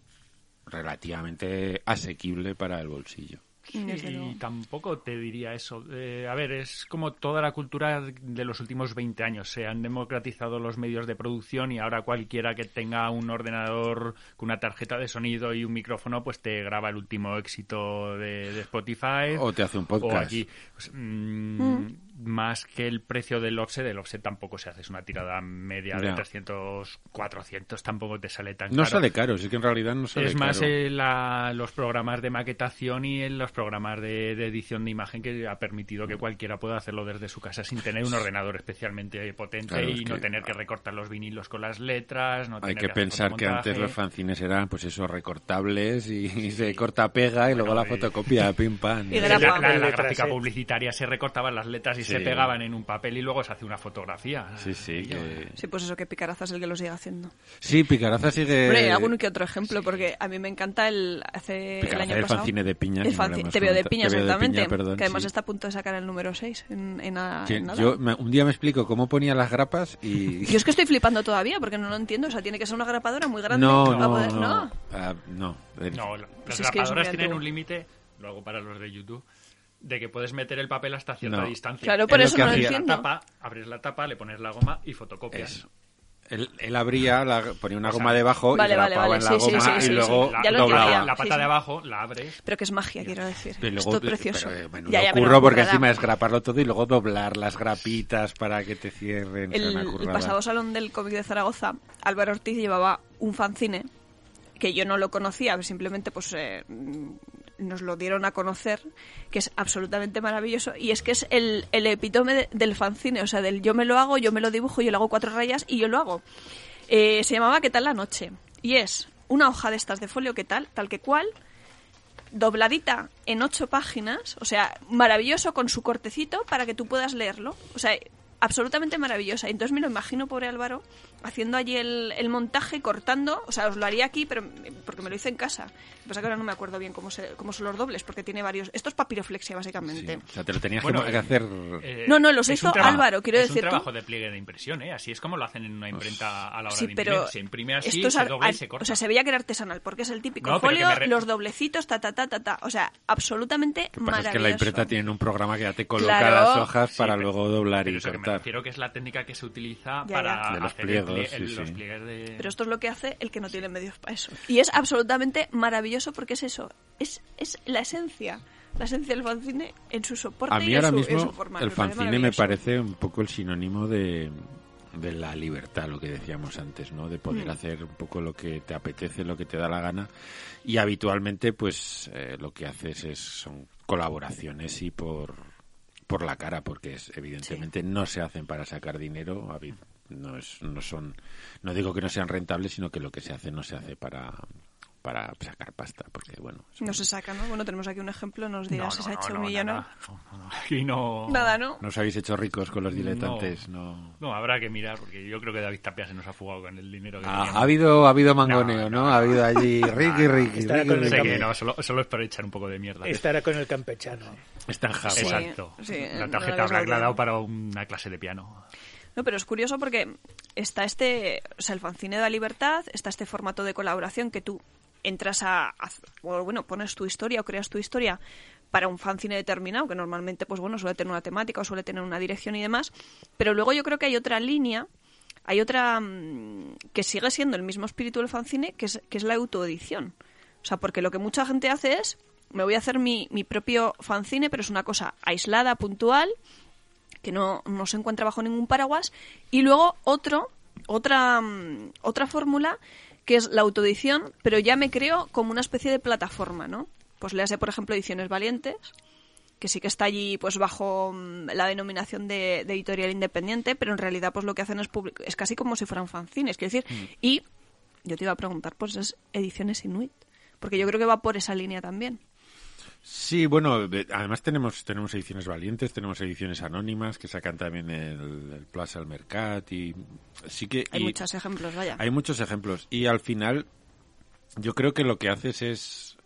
[SPEAKER 1] relativamente asequible para el bolsillo.
[SPEAKER 4] Desde luego.
[SPEAKER 5] Y tampoco te diría eso. Eh, a ver, es como toda la cultura de los últimos 20 años. Se han democratizado los medios de producción y ahora cualquiera que tenga un ordenador con una tarjeta de sonido y un micrófono, pues te graba el último éxito de, de Spotify.
[SPEAKER 1] O te hace un
[SPEAKER 5] Eh, O
[SPEAKER 1] podcast.
[SPEAKER 5] aquí. Pues, mm, Más que el precio del offset, el offset tampoco se hace. Es una tirada media de
[SPEAKER 1] Ya.
[SPEAKER 5] 300, 400, tampoco te sale tan
[SPEAKER 1] No
[SPEAKER 5] caro.
[SPEAKER 1] sale caro, es que en realidad no sale
[SPEAKER 5] Es más,
[SPEAKER 1] caro.
[SPEAKER 5] eh, la- los programas de maquetación y en los programas de, de edición de imagen que ha permitido
[SPEAKER 1] Mm.
[SPEAKER 5] que cualquiera pueda hacerlo desde su casa sin tener un ordenador especialmente potente
[SPEAKER 1] Claro, es
[SPEAKER 5] y no
[SPEAKER 1] que-
[SPEAKER 5] tener que recortar los vinilos con las letras. No
[SPEAKER 1] Hay
[SPEAKER 5] tener
[SPEAKER 1] que
[SPEAKER 5] hacer
[SPEAKER 1] pensar que antes
[SPEAKER 5] fotomontaje.
[SPEAKER 1] los fanzines eran, pues eso, recortables y, y se corta, pega y luego la
[SPEAKER 5] y-
[SPEAKER 1] fotocopia, pim pam.
[SPEAKER 4] Y
[SPEAKER 5] La,
[SPEAKER 4] grapa.
[SPEAKER 5] la- la
[SPEAKER 3] Letras,
[SPEAKER 5] gráfica
[SPEAKER 3] sí.
[SPEAKER 5] publicitaria se recortaban las letras y
[SPEAKER 1] Sí.
[SPEAKER 5] se pegaban en un papel y luego se hace una fotografía.
[SPEAKER 1] Sí, sí, que-
[SPEAKER 4] Sí, pues eso, que Picaraza es el que lo sigue haciendo.
[SPEAKER 1] sí, Picaraza sigue.
[SPEAKER 4] Hombre, algún que otro ejemplo, porque a mí me encanta el hace
[SPEAKER 1] Picaraza,
[SPEAKER 4] el año
[SPEAKER 1] el
[SPEAKER 4] pasado.
[SPEAKER 1] fanzine de piña,
[SPEAKER 4] El
[SPEAKER 1] que no lo
[SPEAKER 4] fanci-
[SPEAKER 1] hemos
[SPEAKER 4] te veo de
[SPEAKER 1] comentado.
[SPEAKER 4] piña,
[SPEAKER 1] Te veo de
[SPEAKER 4] exactamente.
[SPEAKER 1] piña, perdón,
[SPEAKER 4] que además
[SPEAKER 1] sí.
[SPEAKER 4] está a punto de sacar el número 6 en, en a-
[SPEAKER 1] Sí,
[SPEAKER 4] en nada.
[SPEAKER 1] yo me- un día me explico cómo ponía las grapas y.
[SPEAKER 4] Yo es que estoy flipando todavía porque no lo entiendo. O sea, tiene que ser una grapadora muy grande.
[SPEAKER 1] no,
[SPEAKER 4] para
[SPEAKER 1] no,
[SPEAKER 4] poder-
[SPEAKER 1] no.
[SPEAKER 4] no.
[SPEAKER 1] Ah, no. Eh,
[SPEAKER 5] No, la-
[SPEAKER 4] Pues
[SPEAKER 5] las
[SPEAKER 4] es que es
[SPEAKER 5] grabadoras
[SPEAKER 4] muy
[SPEAKER 5] tienen
[SPEAKER 4] antiguo.
[SPEAKER 5] un límite, lo hago para los de YouTube, de que puedes meter el papel hasta cierta
[SPEAKER 1] No.
[SPEAKER 5] distancia.
[SPEAKER 4] Claro,
[SPEAKER 1] Es
[SPEAKER 4] por
[SPEAKER 1] lo
[SPEAKER 4] eso
[SPEAKER 1] que
[SPEAKER 4] no lo
[SPEAKER 1] hacía.
[SPEAKER 5] la
[SPEAKER 4] entiendo.
[SPEAKER 5] tapa, abres la tapa, le pones la goma y fotocopias.
[SPEAKER 1] Eso. Él, él abría, la- ponía una
[SPEAKER 5] O sea,
[SPEAKER 1] goma debajo
[SPEAKER 4] vale,
[SPEAKER 1] y
[SPEAKER 4] vale,
[SPEAKER 1] grapaba en
[SPEAKER 4] vale,
[SPEAKER 1] la
[SPEAKER 4] sí, sí,
[SPEAKER 1] goma
[SPEAKER 4] sí,
[SPEAKER 1] Ah, y
[SPEAKER 4] sí, sí.
[SPEAKER 1] luego
[SPEAKER 4] Ya lo
[SPEAKER 1] doblaba.
[SPEAKER 4] entendía.
[SPEAKER 5] la, la pata
[SPEAKER 4] Sí, sí.
[SPEAKER 5] de abajo la abres.
[SPEAKER 4] Pero que es magia, quiero decir.
[SPEAKER 1] Y luego-
[SPEAKER 4] es todo precioso.
[SPEAKER 1] Pero, eh, menudo
[SPEAKER 4] Ya, ya me lo
[SPEAKER 1] curro porque
[SPEAKER 4] comprará.
[SPEAKER 1] encima es graparlo todo y luego doblar las grapitas para que te cierren. es
[SPEAKER 4] el,
[SPEAKER 1] una
[SPEAKER 4] el
[SPEAKER 1] currada.
[SPEAKER 4] pasado salón del cómic de Zaragoza, Álvaro Ortiz llevaba un fanzine que yo no lo conocía, simplemente pues eh, mm, nos lo dieron a conocer, que es absolutamente maravilloso y es que es el, el epítome de- del fanzine, o sea, del yo me lo hago, yo me lo dibujo, yo le hago cuatro rayas y yo lo hago. Eh, se llamaba ¿Qué tal la noche? Y es una hoja de estas de folio, ¿qué tal? Tal que cual, dobladita en ocho páginas, o sea, maravilloso con su cortecito para que tú puedas leerlo. O sea, absolutamente maravillosa. Entonces me lo imagino, pobre Álvaro, haciendo allí el, el montaje, cortando, o sea, os lo haría aquí, pero porque me lo hice en casa. Lo que pasa es que ahora no me acuerdo bien cómo, se- cómo son los dobles, porque tiene varios... Esto es papiroflexia,
[SPEAKER 1] Sí,
[SPEAKER 4] básicamente.
[SPEAKER 1] O sea, te lo tenías
[SPEAKER 5] Bueno,
[SPEAKER 1] que,
[SPEAKER 5] eh,
[SPEAKER 1] que hacer.
[SPEAKER 5] Eh,
[SPEAKER 4] No, no, los
[SPEAKER 5] es
[SPEAKER 4] hizo
[SPEAKER 5] un trabajo-
[SPEAKER 4] Álvaro, quiero
[SPEAKER 5] es
[SPEAKER 4] decir,
[SPEAKER 5] un
[SPEAKER 4] tú-
[SPEAKER 5] trabajo de pliegue de impresión, ¿eh? Así es como lo hacen en una imprenta a la hora
[SPEAKER 4] Sí,
[SPEAKER 5] de imprimir.
[SPEAKER 4] pero
[SPEAKER 5] Se imprime así,
[SPEAKER 4] esto es
[SPEAKER 5] se
[SPEAKER 4] ar-
[SPEAKER 5] dobla y
[SPEAKER 4] ar-
[SPEAKER 5] se corta.
[SPEAKER 4] O sea, se veía que era artesanal, porque es el típico
[SPEAKER 5] No, pero que
[SPEAKER 4] folio,
[SPEAKER 5] me re-
[SPEAKER 4] los doblecitos, ta, ta, ta, ta, ta. O sea, absolutamente
[SPEAKER 1] Lo que pasa es que en
[SPEAKER 4] maravilloso.
[SPEAKER 1] la imprenta tienen un programa que ya te coloca
[SPEAKER 4] Claro.
[SPEAKER 1] las hojas
[SPEAKER 5] Sí,
[SPEAKER 1] para
[SPEAKER 5] pero-
[SPEAKER 1] luego doblar
[SPEAKER 5] pero
[SPEAKER 1] y
[SPEAKER 5] eso que me
[SPEAKER 1] cortar.
[SPEAKER 5] refiero que es la técnica que se utiliza
[SPEAKER 4] Ya,
[SPEAKER 5] para
[SPEAKER 4] ya.
[SPEAKER 1] De los
[SPEAKER 5] hacer el
[SPEAKER 1] pliegos,
[SPEAKER 5] plie- el-
[SPEAKER 1] sí,
[SPEAKER 5] los
[SPEAKER 1] sí.
[SPEAKER 5] pliegues de...
[SPEAKER 4] Pero esto es lo que hace el que no tiene medios para eso. Y es absolutamente maravilloso porque es eso. Es, es la esencia. La esencia del fanzine en su soporte
[SPEAKER 1] A mí
[SPEAKER 4] y en
[SPEAKER 1] ahora
[SPEAKER 4] su, en
[SPEAKER 1] mismo
[SPEAKER 4] su forma.
[SPEAKER 1] el
[SPEAKER 4] Me parece
[SPEAKER 1] fanzine me
[SPEAKER 4] maravilloso.
[SPEAKER 1] parece un poco el sinónimo de, de la libertad, lo que decíamos antes, ¿no? De poder
[SPEAKER 4] Mm.
[SPEAKER 1] hacer un poco lo que te apetece, lo que te da la gana. Y habitualmente, pues, eh, lo que haces es son colaboraciones y por por la cara, porque es, evidentemente no se hacen para sacar dinero. habi- No es, no son, no digo que no sean rentables, sino que lo que se hace no se hace para para sacar pasta, porque bueno. es
[SPEAKER 4] No
[SPEAKER 1] un-
[SPEAKER 4] se saca, ¿no? Bueno, tenemos aquí un ejemplo, nos
[SPEAKER 5] No,
[SPEAKER 4] dirás
[SPEAKER 5] no,
[SPEAKER 4] si se ha
[SPEAKER 5] no,
[SPEAKER 4] hecho
[SPEAKER 5] no,
[SPEAKER 4] un millón. o-
[SPEAKER 5] nada. No, no, no. Aquí no...
[SPEAKER 4] Nada, ¿no?
[SPEAKER 1] no os habéis hecho ricos con los diletantes, no.
[SPEAKER 5] No, habrá que mirar, porque yo creo que David Tapia se nos ha fugado con el dinero que
[SPEAKER 1] Ah,
[SPEAKER 5] teníamos.
[SPEAKER 1] ha habido, ha habido mangoneo, ¿no?
[SPEAKER 5] No,
[SPEAKER 1] Ha habido allí Ricky, Ricky,
[SPEAKER 3] Estará
[SPEAKER 1] Ricky,
[SPEAKER 3] con el
[SPEAKER 5] Sé
[SPEAKER 1] Ricky.
[SPEAKER 5] que no, solo, solo es para echar un poco de mierda.
[SPEAKER 3] Estará con el campechano.
[SPEAKER 1] Está en Japón.
[SPEAKER 4] Sí.
[SPEAKER 5] Exacto.
[SPEAKER 4] sí,
[SPEAKER 5] la
[SPEAKER 4] no
[SPEAKER 5] tarjeta
[SPEAKER 4] debes
[SPEAKER 5] black la ha
[SPEAKER 4] olvidar.
[SPEAKER 5] dado para una clase de piano.
[SPEAKER 4] No, pero es curioso porque está este, o sea, el fanzine da libertad, está este formato de colaboración que tú entras a, a- o bueno, pones tu historia o creas tu historia para un fanzine determinado, que normalmente, pues bueno, suele tener una temática o suele tener una dirección y demás, pero luego yo creo que hay otra línea, hay otra mm, que sigue siendo el mismo espíritu del fanzine, que es, que es la autoedición. O sea, porque lo que mucha gente hace es, me voy a hacer mi, mi propio fanzine, pero es una cosa aislada, puntual, que no, no se encuentra bajo ningún paraguas. Y luego otro, otra, mm, otra fórmula que es la autoedición, pero ya me creo como una especie de plataforma, ¿no? Pues le hace, por ejemplo, Ediciones Valientes, que sí que está allí pues bajo mm, la denominación de, de editorial independiente, pero en realidad pues lo que hacen es public- es casi como si fueran fanzines, quiero decir,
[SPEAKER 1] Mm.
[SPEAKER 4] y yo te iba a preguntar, pues es Ediciones Inuit, porque yo creo que va por esa línea también.
[SPEAKER 1] Sí, bueno, de- además tenemos, tenemos ediciones valientes, tenemos ediciones anónimas que sacan también el, el Plaza al Mercat y sí que
[SPEAKER 4] Hay
[SPEAKER 1] y
[SPEAKER 4] muchos ejemplos, vaya.
[SPEAKER 1] hay muchos ejemplos y al final yo creo que lo que haces es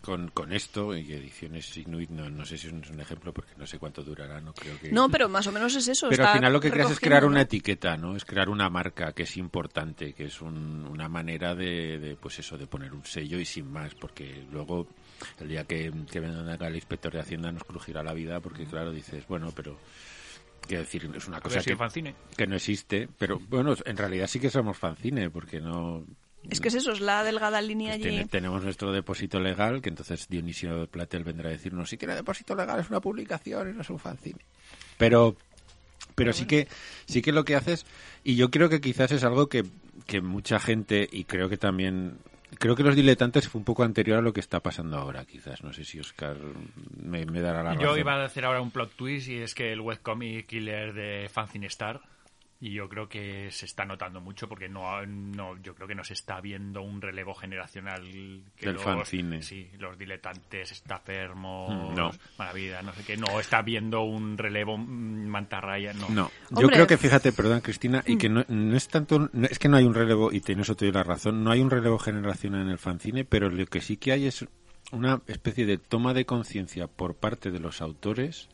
[SPEAKER 1] con, con esto y ediciones Inuit, no, no sé si es un- es un ejemplo porque no sé cuánto durará, no creo que
[SPEAKER 4] No, pero más o menos es eso.
[SPEAKER 1] pero
[SPEAKER 4] está
[SPEAKER 1] al final lo que creas es crear
[SPEAKER 4] recogiendo,
[SPEAKER 1] una
[SPEAKER 4] ¿no?
[SPEAKER 1] etiqueta, ¿no? Es crear una marca que es importante, que es un- una manera de, de, pues eso, de poner un sello y sin más, porque luego el día que, que vengan acá el inspector de Hacienda nos crujirá la vida, porque claro, dices, bueno, pero... Quiero decir, es una
[SPEAKER 5] A ver
[SPEAKER 1] cosa
[SPEAKER 5] si
[SPEAKER 1] que,
[SPEAKER 5] fanzine.
[SPEAKER 1] que no existe, pero bueno, en realidad sí que somos fancine, porque no...
[SPEAKER 4] Es que es eso, es la delgada línea
[SPEAKER 1] pues
[SPEAKER 4] allí. ¿eh?
[SPEAKER 1] tiene- tenemos nuestro depósito legal, que entonces Dionisio Platel vendrá a decirnos, si tiene depósito legal es una publicación, y no es un fanzine. Pero, pero sí que, sí que lo que haces, y yo creo que quizás es algo que, que mucha gente, y creo que también, creo que los diletantes fue un poco anterior a lo que está pasando ahora, quizás. No sé si Oscar me, me dará la
[SPEAKER 5] Yo
[SPEAKER 1] razón.
[SPEAKER 5] iba a hacer ahora un plot twist y es que el webcomic killer de Fanzine Star y yo creo que se está notando mucho porque no, no yo creo que no se está viendo un relevo generacional que
[SPEAKER 1] Del
[SPEAKER 5] los,
[SPEAKER 1] fanzine.
[SPEAKER 5] Sí, los diletantes, estafermos,
[SPEAKER 1] Mm, no.
[SPEAKER 5] malavida, no sé qué, no está viendo un relevo mm, mantarraya, no.
[SPEAKER 1] No, yo
[SPEAKER 4] Hombre.
[SPEAKER 1] creo que fíjate, perdón Cristina, y que no, no es tanto, no- es que no hay un relevo, y tienes otra la razón, no hay un relevo generacional en el fanzine, pero lo que sí que hay es una especie de toma de conciencia por parte de los autores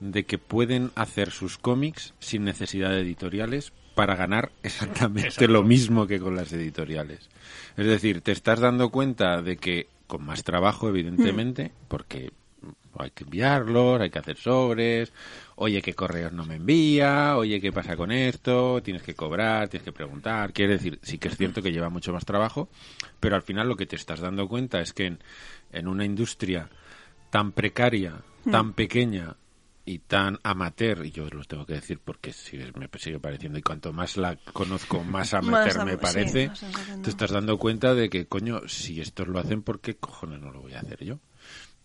[SPEAKER 1] de que pueden hacer sus cómics sin necesidad de editoriales para ganar exactamente
[SPEAKER 5] Exacto.
[SPEAKER 1] lo mismo que con las editoriales. Es decir, te estás dando cuenta de que con más trabajo, evidentemente, porque hay que enviarlos, hay que hacer sobres, oye, que correos no me envía, oye, qué pasa con esto, tienes que cobrar, tienes que preguntar. Quiere decir, sí que es cierto que lleva mucho más trabajo, pero al final lo que te estás dando cuenta es que en, en una industria tan precaria,
[SPEAKER 4] Hmm.
[SPEAKER 1] tan pequeña y tan amateur, y yo los tengo que decir porque sí, me sigue pareciendo, y cuanto más la conozco, más amateur
[SPEAKER 4] am-
[SPEAKER 1] me
[SPEAKER 4] sí,
[SPEAKER 1] parece,
[SPEAKER 4] más amateur,
[SPEAKER 1] te
[SPEAKER 4] no.
[SPEAKER 1] estás dando cuenta de que, coño, si estos lo hacen, ¿por qué cojones no lo voy a hacer yo?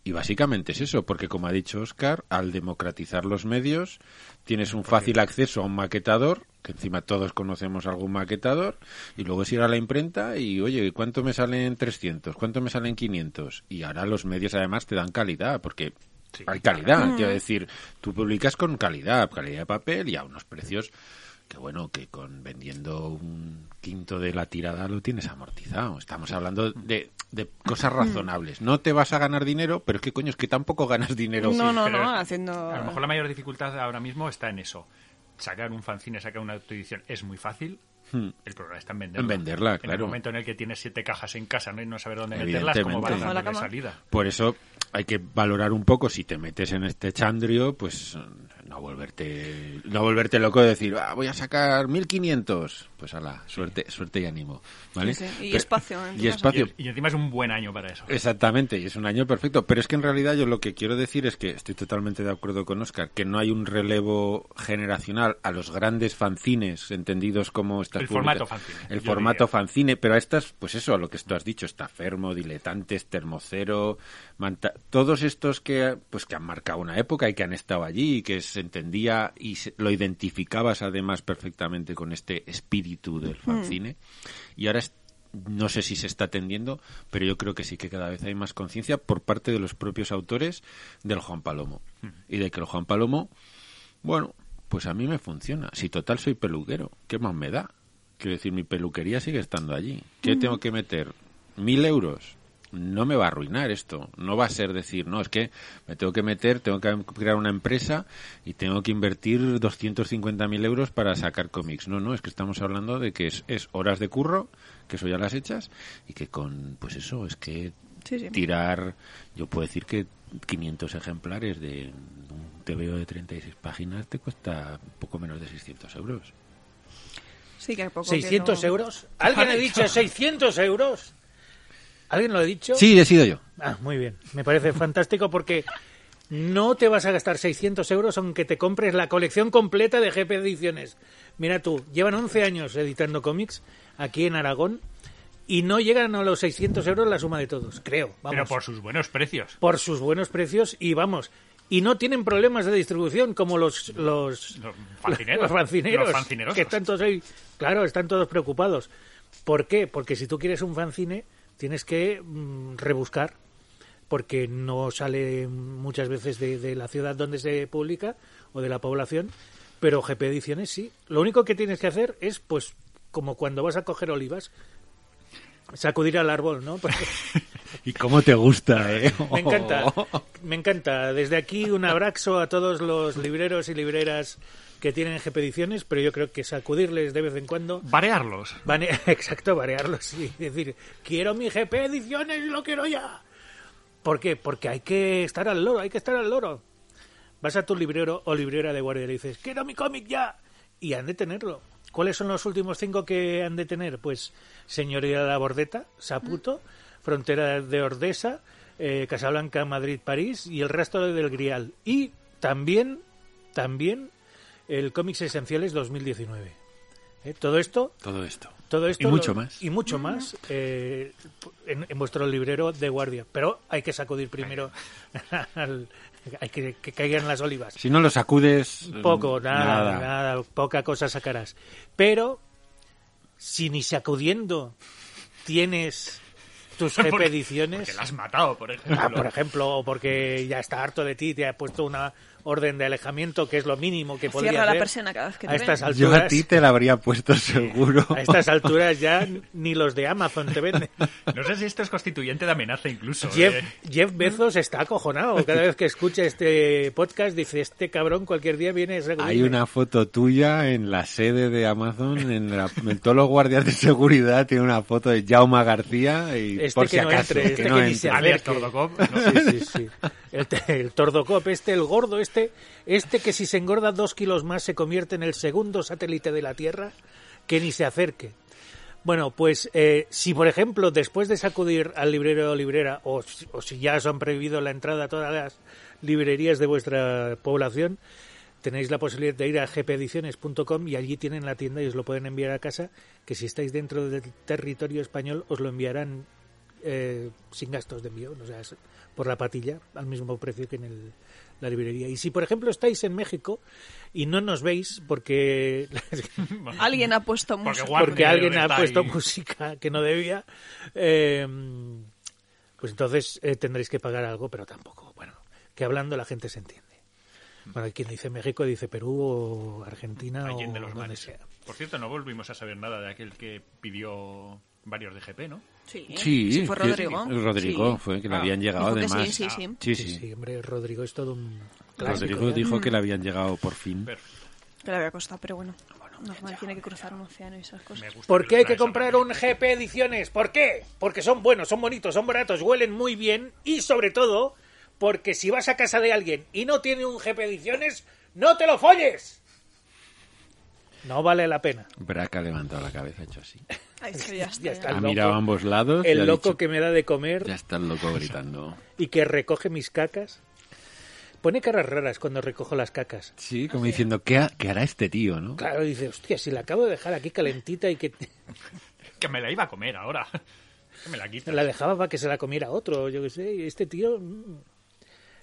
[SPEAKER 1] Y básicamente es eso, porque como ha dicho Oscar, al democratizar los medios, tienes un fácil acceso a un maquetador, que encima todos conocemos algún maquetador, y luego es ir a la imprenta y, oye, ¿cuánto me salen 300? ¿Cuánto me salen 500? Y ahora los medios además te dan calidad, porque hay calidad, quiero decir, tú publicas con calidad, calidad de papel y a unos precios que bueno, que con vendiendo un quinto de la tirada lo tienes amortizado. Estamos hablando de, de
[SPEAKER 4] Mm.
[SPEAKER 1] cosas razonables. No te vas a ganar dinero, pero es que coño, es que tampoco ganas dinero.
[SPEAKER 4] No, no,
[SPEAKER 5] pero
[SPEAKER 4] no,
[SPEAKER 5] es-
[SPEAKER 4] haciendo...
[SPEAKER 5] A lo mejor la mayor dificultad ahora mismo está en eso. Sacar un fanzine, sacar una autoedición es muy fácil.
[SPEAKER 3] Hmm.
[SPEAKER 5] El problema está en venderla.
[SPEAKER 1] En venderla,
[SPEAKER 5] En el
[SPEAKER 1] claro.
[SPEAKER 5] momento en el que tienes siete cajas en casa ¿no? y no saber dónde meterlas, cómo
[SPEAKER 1] Evidentemente.
[SPEAKER 5] van a
[SPEAKER 4] Bajo la
[SPEAKER 5] darle
[SPEAKER 4] cama.
[SPEAKER 5] salida.
[SPEAKER 1] Por eso hay que valorar un poco si te metes en este chandrio, pues no volverte no volverte loco de decir, "Ah, voy a sacar 1500. Pues ala, suerte, suerte y ánimo, ¿vale?
[SPEAKER 4] Sí, sí. Y
[SPEAKER 1] Pero-
[SPEAKER 4] espacio, en tu
[SPEAKER 1] Y
[SPEAKER 4] caso.
[SPEAKER 1] espacio,
[SPEAKER 5] Y, y encima es un buen año para eso.
[SPEAKER 1] Exactamente, y es un año perfecto. Pero es que en realidad yo lo que quiero decir es que estoy totalmente de acuerdo con Oscar, que no hay un relevo generacional a los grandes fanzines, entendidos como estas
[SPEAKER 5] El formato
[SPEAKER 1] publica-
[SPEAKER 5] fanzine,
[SPEAKER 1] El
[SPEAKER 5] yo
[SPEAKER 1] formato
[SPEAKER 5] diría.
[SPEAKER 1] fanzine, pero a estas, pues eso, a lo que tú has dicho, Estafermo, Diletantes, Termocero, Manta, todos estos que, pues, que han marcado una época y que han estado allí y que se entendía y se- lo identificabas además perfectamente con este espíritu del fanzine. Y ahora es- no sé si se está atendiendo, pero yo creo que sí que cada vez hay más conciencia por parte de los propios autores del Juan Palomo.
[SPEAKER 5] Hmm.
[SPEAKER 1] Y de que el Juan Palomo, bueno, pues a mí me funciona. Si total soy peluquero, ¿qué más me da? Quiero decir, mi peluquería sigue estando allí. ¿Qué tengo que meter? ¿Mil euros? No me va a arruinar esto. No va a ser decir, no, es que me tengo que meter, tengo que crear una empresa y tengo que invertir 250.000 euros para sacar cómics. No, no, es que estamos hablando de que es, es horas de curro, que eso ya las hechas, y que con, pues eso, es que
[SPEAKER 4] Sí, sí.
[SPEAKER 1] tirar, yo puedo decir que 500 ejemplares de un TVO de 36 páginas te cuesta poco menos de 600 euros.
[SPEAKER 4] Sí, que poco que
[SPEAKER 3] ¿600
[SPEAKER 4] no-
[SPEAKER 3] euros? ¿Alguien ha dicho 600 euros? ¿Alguien lo ha dicho?
[SPEAKER 1] Sí, he sido yo.
[SPEAKER 3] Ah, muy bien. Me parece fantástico porque no te vas a gastar 600 euros aunque te compres la colección completa de GP Ediciones. Mira tú, llevan 11 años editando cómics aquí en Aragón y no llegan a los 600 euros la suma de todos, creo. Vamos.
[SPEAKER 5] Pero por sus buenos precios.
[SPEAKER 3] por sus buenos precios y vamos. Y no tienen problemas de distribución como los los,
[SPEAKER 5] Los fancineros.
[SPEAKER 3] los fancineros,
[SPEAKER 5] Los fancineros.
[SPEAKER 3] que están todos ahí, claro, están todos preocupados. ¿Por qué? Porque si tú quieres un fancine tienes que mm, rebuscar porque no sale muchas veces de, de la ciudad donde se publica o de la población, pero GP Ediciones sí. Lo único que tienes que hacer es, pues, como cuando vas a coger olivas, sacudir al árbol, ¿no? Porque-
[SPEAKER 1] Y cómo te gusta, ¿eh?
[SPEAKER 3] Me encanta, me encanta. Desde aquí un abrazo a todos los libreros y libreras que tienen GPediciones, pero yo creo que sacudirles de vez en cuando.
[SPEAKER 5] Varearlos.
[SPEAKER 3] Van exacto, variarlos y decir, quiero mi GP ediciones, lo quiero ya. ¿Por qué? Porque hay que estar al loro, hay que estar al loro. Vas a tu librero o librera de guardia y le dices, quiero mi cómic ya. Y han de tenerlo. ¿Cuáles son los últimos cinco que han de tener? Pues Señoría de la Bordeta, Saputo, Frontera de Ordesa, eh, Casablanca, Madrid, París y el resto del Grial. Y también, también el Cómics Esenciales 2019. ¿Eh? Todo esto
[SPEAKER 1] Todo esto.
[SPEAKER 3] todo esto
[SPEAKER 1] Y mucho
[SPEAKER 3] lo-
[SPEAKER 1] más.
[SPEAKER 3] Y mucho más eh, en, en vuestro librero de guardia. Pero hay que sacudir primero. al- hay que que caigan las olivas.
[SPEAKER 1] Si no lo sacudes...
[SPEAKER 3] Poco,
[SPEAKER 1] Mm,
[SPEAKER 3] nada, nada, poca cosa sacarás. Pero si ni sacudiendo tienes tus
[SPEAKER 5] Que
[SPEAKER 3] expediciones,
[SPEAKER 5] la has matado, por ejemplo.
[SPEAKER 3] ah, por ejemplo, o porque ya está harto de ti, te ha puesto una orden de alejamiento que es lo mínimo que podría
[SPEAKER 4] Cierra la
[SPEAKER 3] hacer
[SPEAKER 4] persiana cada vez que te
[SPEAKER 3] a estas
[SPEAKER 4] ven.
[SPEAKER 3] alturas.
[SPEAKER 1] Yo a ti te la habría puesto seguro.
[SPEAKER 3] A estas alturas ya ni los de Amazon te venden.
[SPEAKER 5] No sé si esto es constituyente de amenaza incluso.
[SPEAKER 3] Jeff,
[SPEAKER 5] eh.
[SPEAKER 3] Jeff Bezos está acojonado. Cada vez que escucha este podcast dice, este cabrón cualquier día viene a sacudirme".
[SPEAKER 1] Hay una foto tuya en la sede de Amazon, en, la- en todos los guardias de seguridad tiene una foto de Jauma García y
[SPEAKER 3] Este
[SPEAKER 1] por
[SPEAKER 3] que
[SPEAKER 1] si
[SPEAKER 3] no
[SPEAKER 1] acaso,
[SPEAKER 3] entre, este
[SPEAKER 1] no
[SPEAKER 3] que ni se
[SPEAKER 1] entre.
[SPEAKER 5] A ver,
[SPEAKER 3] acerque.
[SPEAKER 5] Tordocop, ¿no?
[SPEAKER 3] Sí, sí, sí. El, te- el tordocop, este, el gordo, este, este que si se engorda dos kilos más se convierte en el segundo satélite de la Tierra, que ni se acerque. Bueno, pues eh, si por ejemplo después de sacudir al librero o librera, o, si- o si ya os han prohibido la entrada a todas las librerías de vuestra población, tenéis la posibilidad de ir a gpediciones.com y allí tienen la tienda y os lo pueden enviar a casa, que si estáis dentro del territorio español os lo enviarán eh, sin gastos de envío, o sea, es por la patilla, al mismo precio que en el- la librería. Y si por ejemplo estáis en México y no nos veis porque
[SPEAKER 4] Alguien ha puesto música.
[SPEAKER 5] guarda-
[SPEAKER 3] porque alguien ha
[SPEAKER 5] está
[SPEAKER 3] puesto
[SPEAKER 5] ahí.
[SPEAKER 3] música que no debía, eh, pues entonces eh, tendréis que pagar algo, pero tampoco. Bueno, que hablando la gente se entiende. Bueno, hay quien dice México, dice Perú o Argentina
[SPEAKER 5] Allende
[SPEAKER 3] o
[SPEAKER 5] los
[SPEAKER 3] donde
[SPEAKER 5] mares.
[SPEAKER 3] sea.
[SPEAKER 5] Por cierto, no volvimos a saber nada de aquel que pidió varios de GP, ¿no?
[SPEAKER 4] Sí,
[SPEAKER 1] Sí,
[SPEAKER 4] ¿Eh? fue
[SPEAKER 1] que-
[SPEAKER 4] Rodrigo.
[SPEAKER 1] Rodrigo
[SPEAKER 4] Sí.
[SPEAKER 1] fue que le
[SPEAKER 5] Ah,
[SPEAKER 1] habían llegado
[SPEAKER 4] dijo que sí,
[SPEAKER 1] además.
[SPEAKER 4] sí, sí.
[SPEAKER 1] Ah, sí,
[SPEAKER 3] Sí,
[SPEAKER 1] sí.
[SPEAKER 3] sí, hombre, Rodrigo es todo un clásico.
[SPEAKER 1] Rodrigo
[SPEAKER 3] ¿eh?
[SPEAKER 1] dijo que le
[SPEAKER 4] Mm.
[SPEAKER 1] habían llegado por fin.
[SPEAKER 5] Pero
[SPEAKER 4] Que le había costado, pero bueno. Normal, tiene que cruzar un océano y esas
[SPEAKER 5] me
[SPEAKER 4] cosas.
[SPEAKER 5] gusta
[SPEAKER 3] ¿Por qué hay que
[SPEAKER 5] esa
[SPEAKER 3] comprar
[SPEAKER 5] manera.
[SPEAKER 3] un GP Ediciones? ¿Por qué? Porque son buenos, son bonitos, son baratos, huelen muy bien y sobre todo porque si vas a casa de alguien y no tiene un GP Ediciones, no te lo folles. No vale la pena.
[SPEAKER 1] Braca ha levantado la cabeza, ha hecho así.
[SPEAKER 4] Ay, es que ya está.
[SPEAKER 3] Ya está.
[SPEAKER 1] Ha
[SPEAKER 3] El
[SPEAKER 1] mirado
[SPEAKER 3] loco-
[SPEAKER 1] a ambos lados. y ha
[SPEAKER 3] El loco
[SPEAKER 1] dicho,
[SPEAKER 3] que me da de
[SPEAKER 1] Ya
[SPEAKER 3] comer
[SPEAKER 1] está el loco gritando.
[SPEAKER 3] y que recoge mis cacas. Pone caras raras cuando recojo las cacas.
[SPEAKER 1] Sí, como diciendo, ¿qué, ha- qué hará este tío, no?
[SPEAKER 3] Claro, dice, hostia, si la acabo de dejar aquí calentita y que
[SPEAKER 5] Que me la iba a comer ahora. Que me la quita.
[SPEAKER 3] la dejaba para que se la comiera otro, yo qué sé, y este tío mm,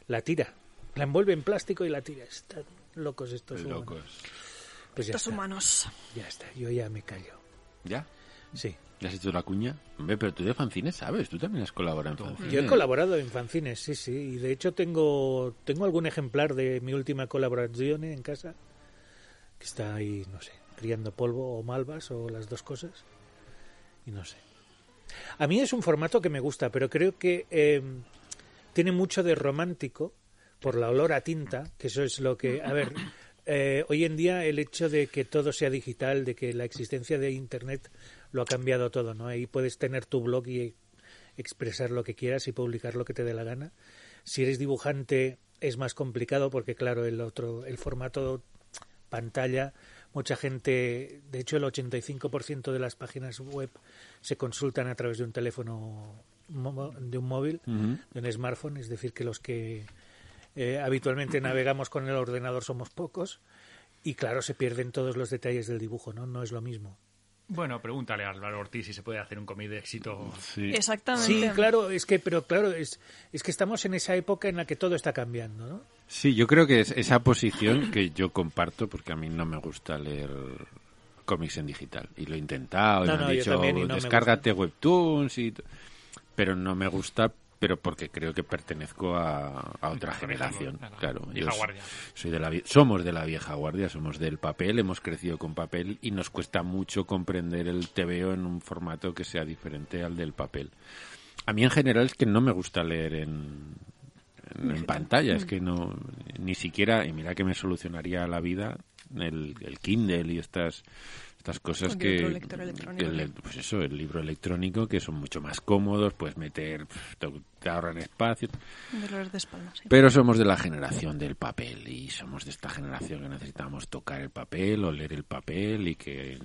[SPEAKER 3] la tira, la envuelve en plástico y la tira. Están locos estos humanos.
[SPEAKER 1] Locos.
[SPEAKER 3] Pues ya
[SPEAKER 4] Estos
[SPEAKER 3] está,
[SPEAKER 4] humanos.
[SPEAKER 3] ya está, yo ya me callo.
[SPEAKER 1] ¿Ya?
[SPEAKER 3] Sí,
[SPEAKER 1] ¿Ya has hecho la cuña? Hombre, pero tú de fanzines sabes, tú también has colaborado en fanzines.
[SPEAKER 3] yo he colaborado en fanzines, sí, sí, y de hecho tengo tengo algún ejemplar de mi última colaboración en casa que está ahí, no sé, criando polvo o malvas o las dos cosas y no sé. A mí es un formato que me gusta, pero creo que eh, tiene mucho de romántico por la olor a tinta, que eso es lo que... A ver, eh, hoy en día el hecho de que todo sea digital, de que la existencia de Internet lo ha cambiado todo, ¿no? Ahí puedes tener tu blog y expresar lo que quieras y publicar lo que te dé la gana. Si eres dibujante es más complicado porque, claro, el otro, el formato pantalla. Mucha gente, de hecho el 85% de las páginas web se consultan a través de un teléfono mo- de un móvil, de un smartphone, es decir, que los que eh, habitualmente navegamos con el ordenador somos pocos y claro, se pierden todos los detalles del dibujo, ¿no? No es lo mismo.
[SPEAKER 5] Bueno, pregúntale a Álvaro Ortiz si se puede hacer un cómic de éxito.
[SPEAKER 1] Sí.
[SPEAKER 4] Exactamente.
[SPEAKER 3] Sí, claro, es que pero claro, es es que estamos en esa época en la que todo está cambiando, ¿no?
[SPEAKER 1] Sí, yo creo que es esa posición que yo comparto porque a mí no me gusta leer cómics en digital. Y lo he intentado, y me
[SPEAKER 3] No,
[SPEAKER 1] han
[SPEAKER 3] no, yo
[SPEAKER 1] dicho,
[SPEAKER 3] también y no me
[SPEAKER 1] descárgate webtoons, y... t-". pero no me gusta pero porque creo que pertenezco a, a otra
[SPEAKER 5] La vieja
[SPEAKER 1] generación.
[SPEAKER 5] guardia, la
[SPEAKER 1] Claro,
[SPEAKER 5] vieja
[SPEAKER 1] yo so-
[SPEAKER 5] guardia.
[SPEAKER 1] soy de la vie- somos de la vieja guardia, somos del papel, hemos crecido con papel y nos cuesta mucho comprender el TVO en un formato que sea diferente al del papel. A mí en general es que no me gusta leer en, en, en pantalla,
[SPEAKER 4] Mm.
[SPEAKER 1] es que no, ni siquiera, y mira que me solucionaría la vida el, el Kindle y estas estas cosas
[SPEAKER 4] Cualquier
[SPEAKER 1] que
[SPEAKER 4] otro lector electrónico.
[SPEAKER 1] el le- pues eso el libro electrónico que son mucho más cómodos puedes meter pf, te, te ahorran espacio
[SPEAKER 4] Dolores de espalda, sí.
[SPEAKER 1] pero somos de la generación del papel y somos de esta generación que necesitamos tocar el papel o leer el papel y que en,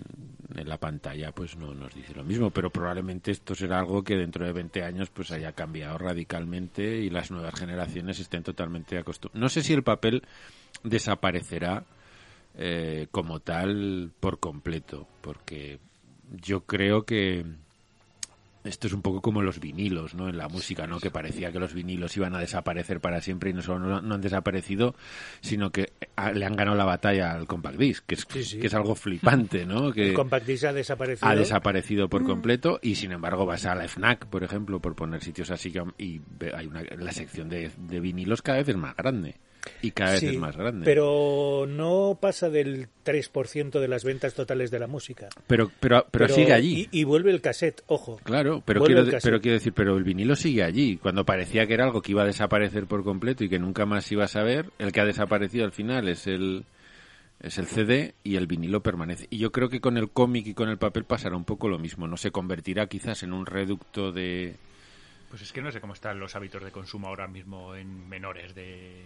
[SPEAKER 1] en la pantalla pues no nos dice lo mismo. Pero probablemente esto será algo que dentro de 20 años pues haya cambiado radicalmente y las nuevas generaciones estén totalmente acostumbradas. No sé si el papel desaparecerá eh, como tal por completo, porque yo creo que esto es un poco como los vinilos, ¿no? En la música, ¿no? Que parecía que los vinilos iban a desaparecer para siempre y no solo no, no han desaparecido, sino que ah, le han ganado la batalla al compact disc, que es,
[SPEAKER 3] Sí, sí.
[SPEAKER 1] que es algo flipante, ¿no? Que
[SPEAKER 3] El compact disc Mm. ha desaparecido.
[SPEAKER 1] ha desaparecido por completo y sin embargo vas a la FNAC, por ejemplo, por poner sitios así que- y ve- hay una, la sección de, de vinilos cada vez es más grande y cada vez
[SPEAKER 3] Sí,
[SPEAKER 1] es más grande.
[SPEAKER 3] Pero no pasa del 3% de las ventas totales de la música.
[SPEAKER 1] pero, pero, pero sigue allí.
[SPEAKER 3] Y, y vuelve el cassette, ojo.
[SPEAKER 1] Claro, pero
[SPEAKER 3] Vuelve
[SPEAKER 1] quiero,
[SPEAKER 3] el
[SPEAKER 1] de-
[SPEAKER 3] cassette.
[SPEAKER 1] pero quiero decir, pero el vinilo sigue allí. Cuando parecía que era algo que iba a desaparecer por completo y que nunca más ibas a ver, el que ha desaparecido al final es el es el CD y el vinilo permanece. Y yo creo que con el cómic y con el papel pasará un poco lo mismo. No se convertirá quizás en un reducto de
[SPEAKER 5] Pues es que no sé cómo están los hábitos de consumo ahora mismo en menores de,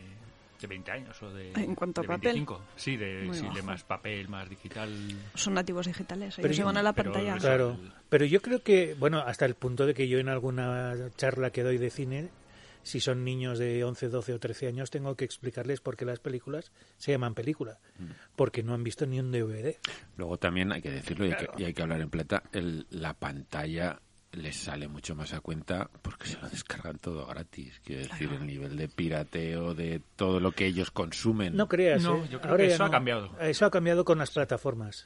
[SPEAKER 5] de 20 años o de.
[SPEAKER 4] En cuanto a
[SPEAKER 5] de
[SPEAKER 4] papel.
[SPEAKER 5] 25. Sí, de,
[SPEAKER 4] Muy
[SPEAKER 5] sí, de
[SPEAKER 4] bajo.
[SPEAKER 5] más papel, más digital.
[SPEAKER 4] Son nativos digitales,
[SPEAKER 3] Pero
[SPEAKER 4] ellos se
[SPEAKER 3] yo-
[SPEAKER 4] van a la
[SPEAKER 5] pero
[SPEAKER 4] pantalla.
[SPEAKER 5] eso-
[SPEAKER 3] Claro. Pero yo creo que, bueno, hasta el punto de que yo en alguna charla que doy de cine, si son niños de 11, 12 o 13 años, tengo que explicarles por qué las películas se llaman película.
[SPEAKER 1] Mm.
[SPEAKER 3] Porque no han visto ni un DVD.
[SPEAKER 1] Luego también hay que decirlo y hay que, y hay que hablar en plata, el- la pantalla les sale mucho más a cuenta porque se lo descargan todo gratis. Quiero decir, el nivel de pirateo, de todo lo que ellos consumen.
[SPEAKER 3] No creas.
[SPEAKER 5] No,
[SPEAKER 3] ¿eh?
[SPEAKER 5] yo creo
[SPEAKER 3] Ahora
[SPEAKER 5] que
[SPEAKER 3] ya
[SPEAKER 5] eso ha
[SPEAKER 3] no.
[SPEAKER 5] cambiado.
[SPEAKER 3] Eso ha cambiado con las plataformas.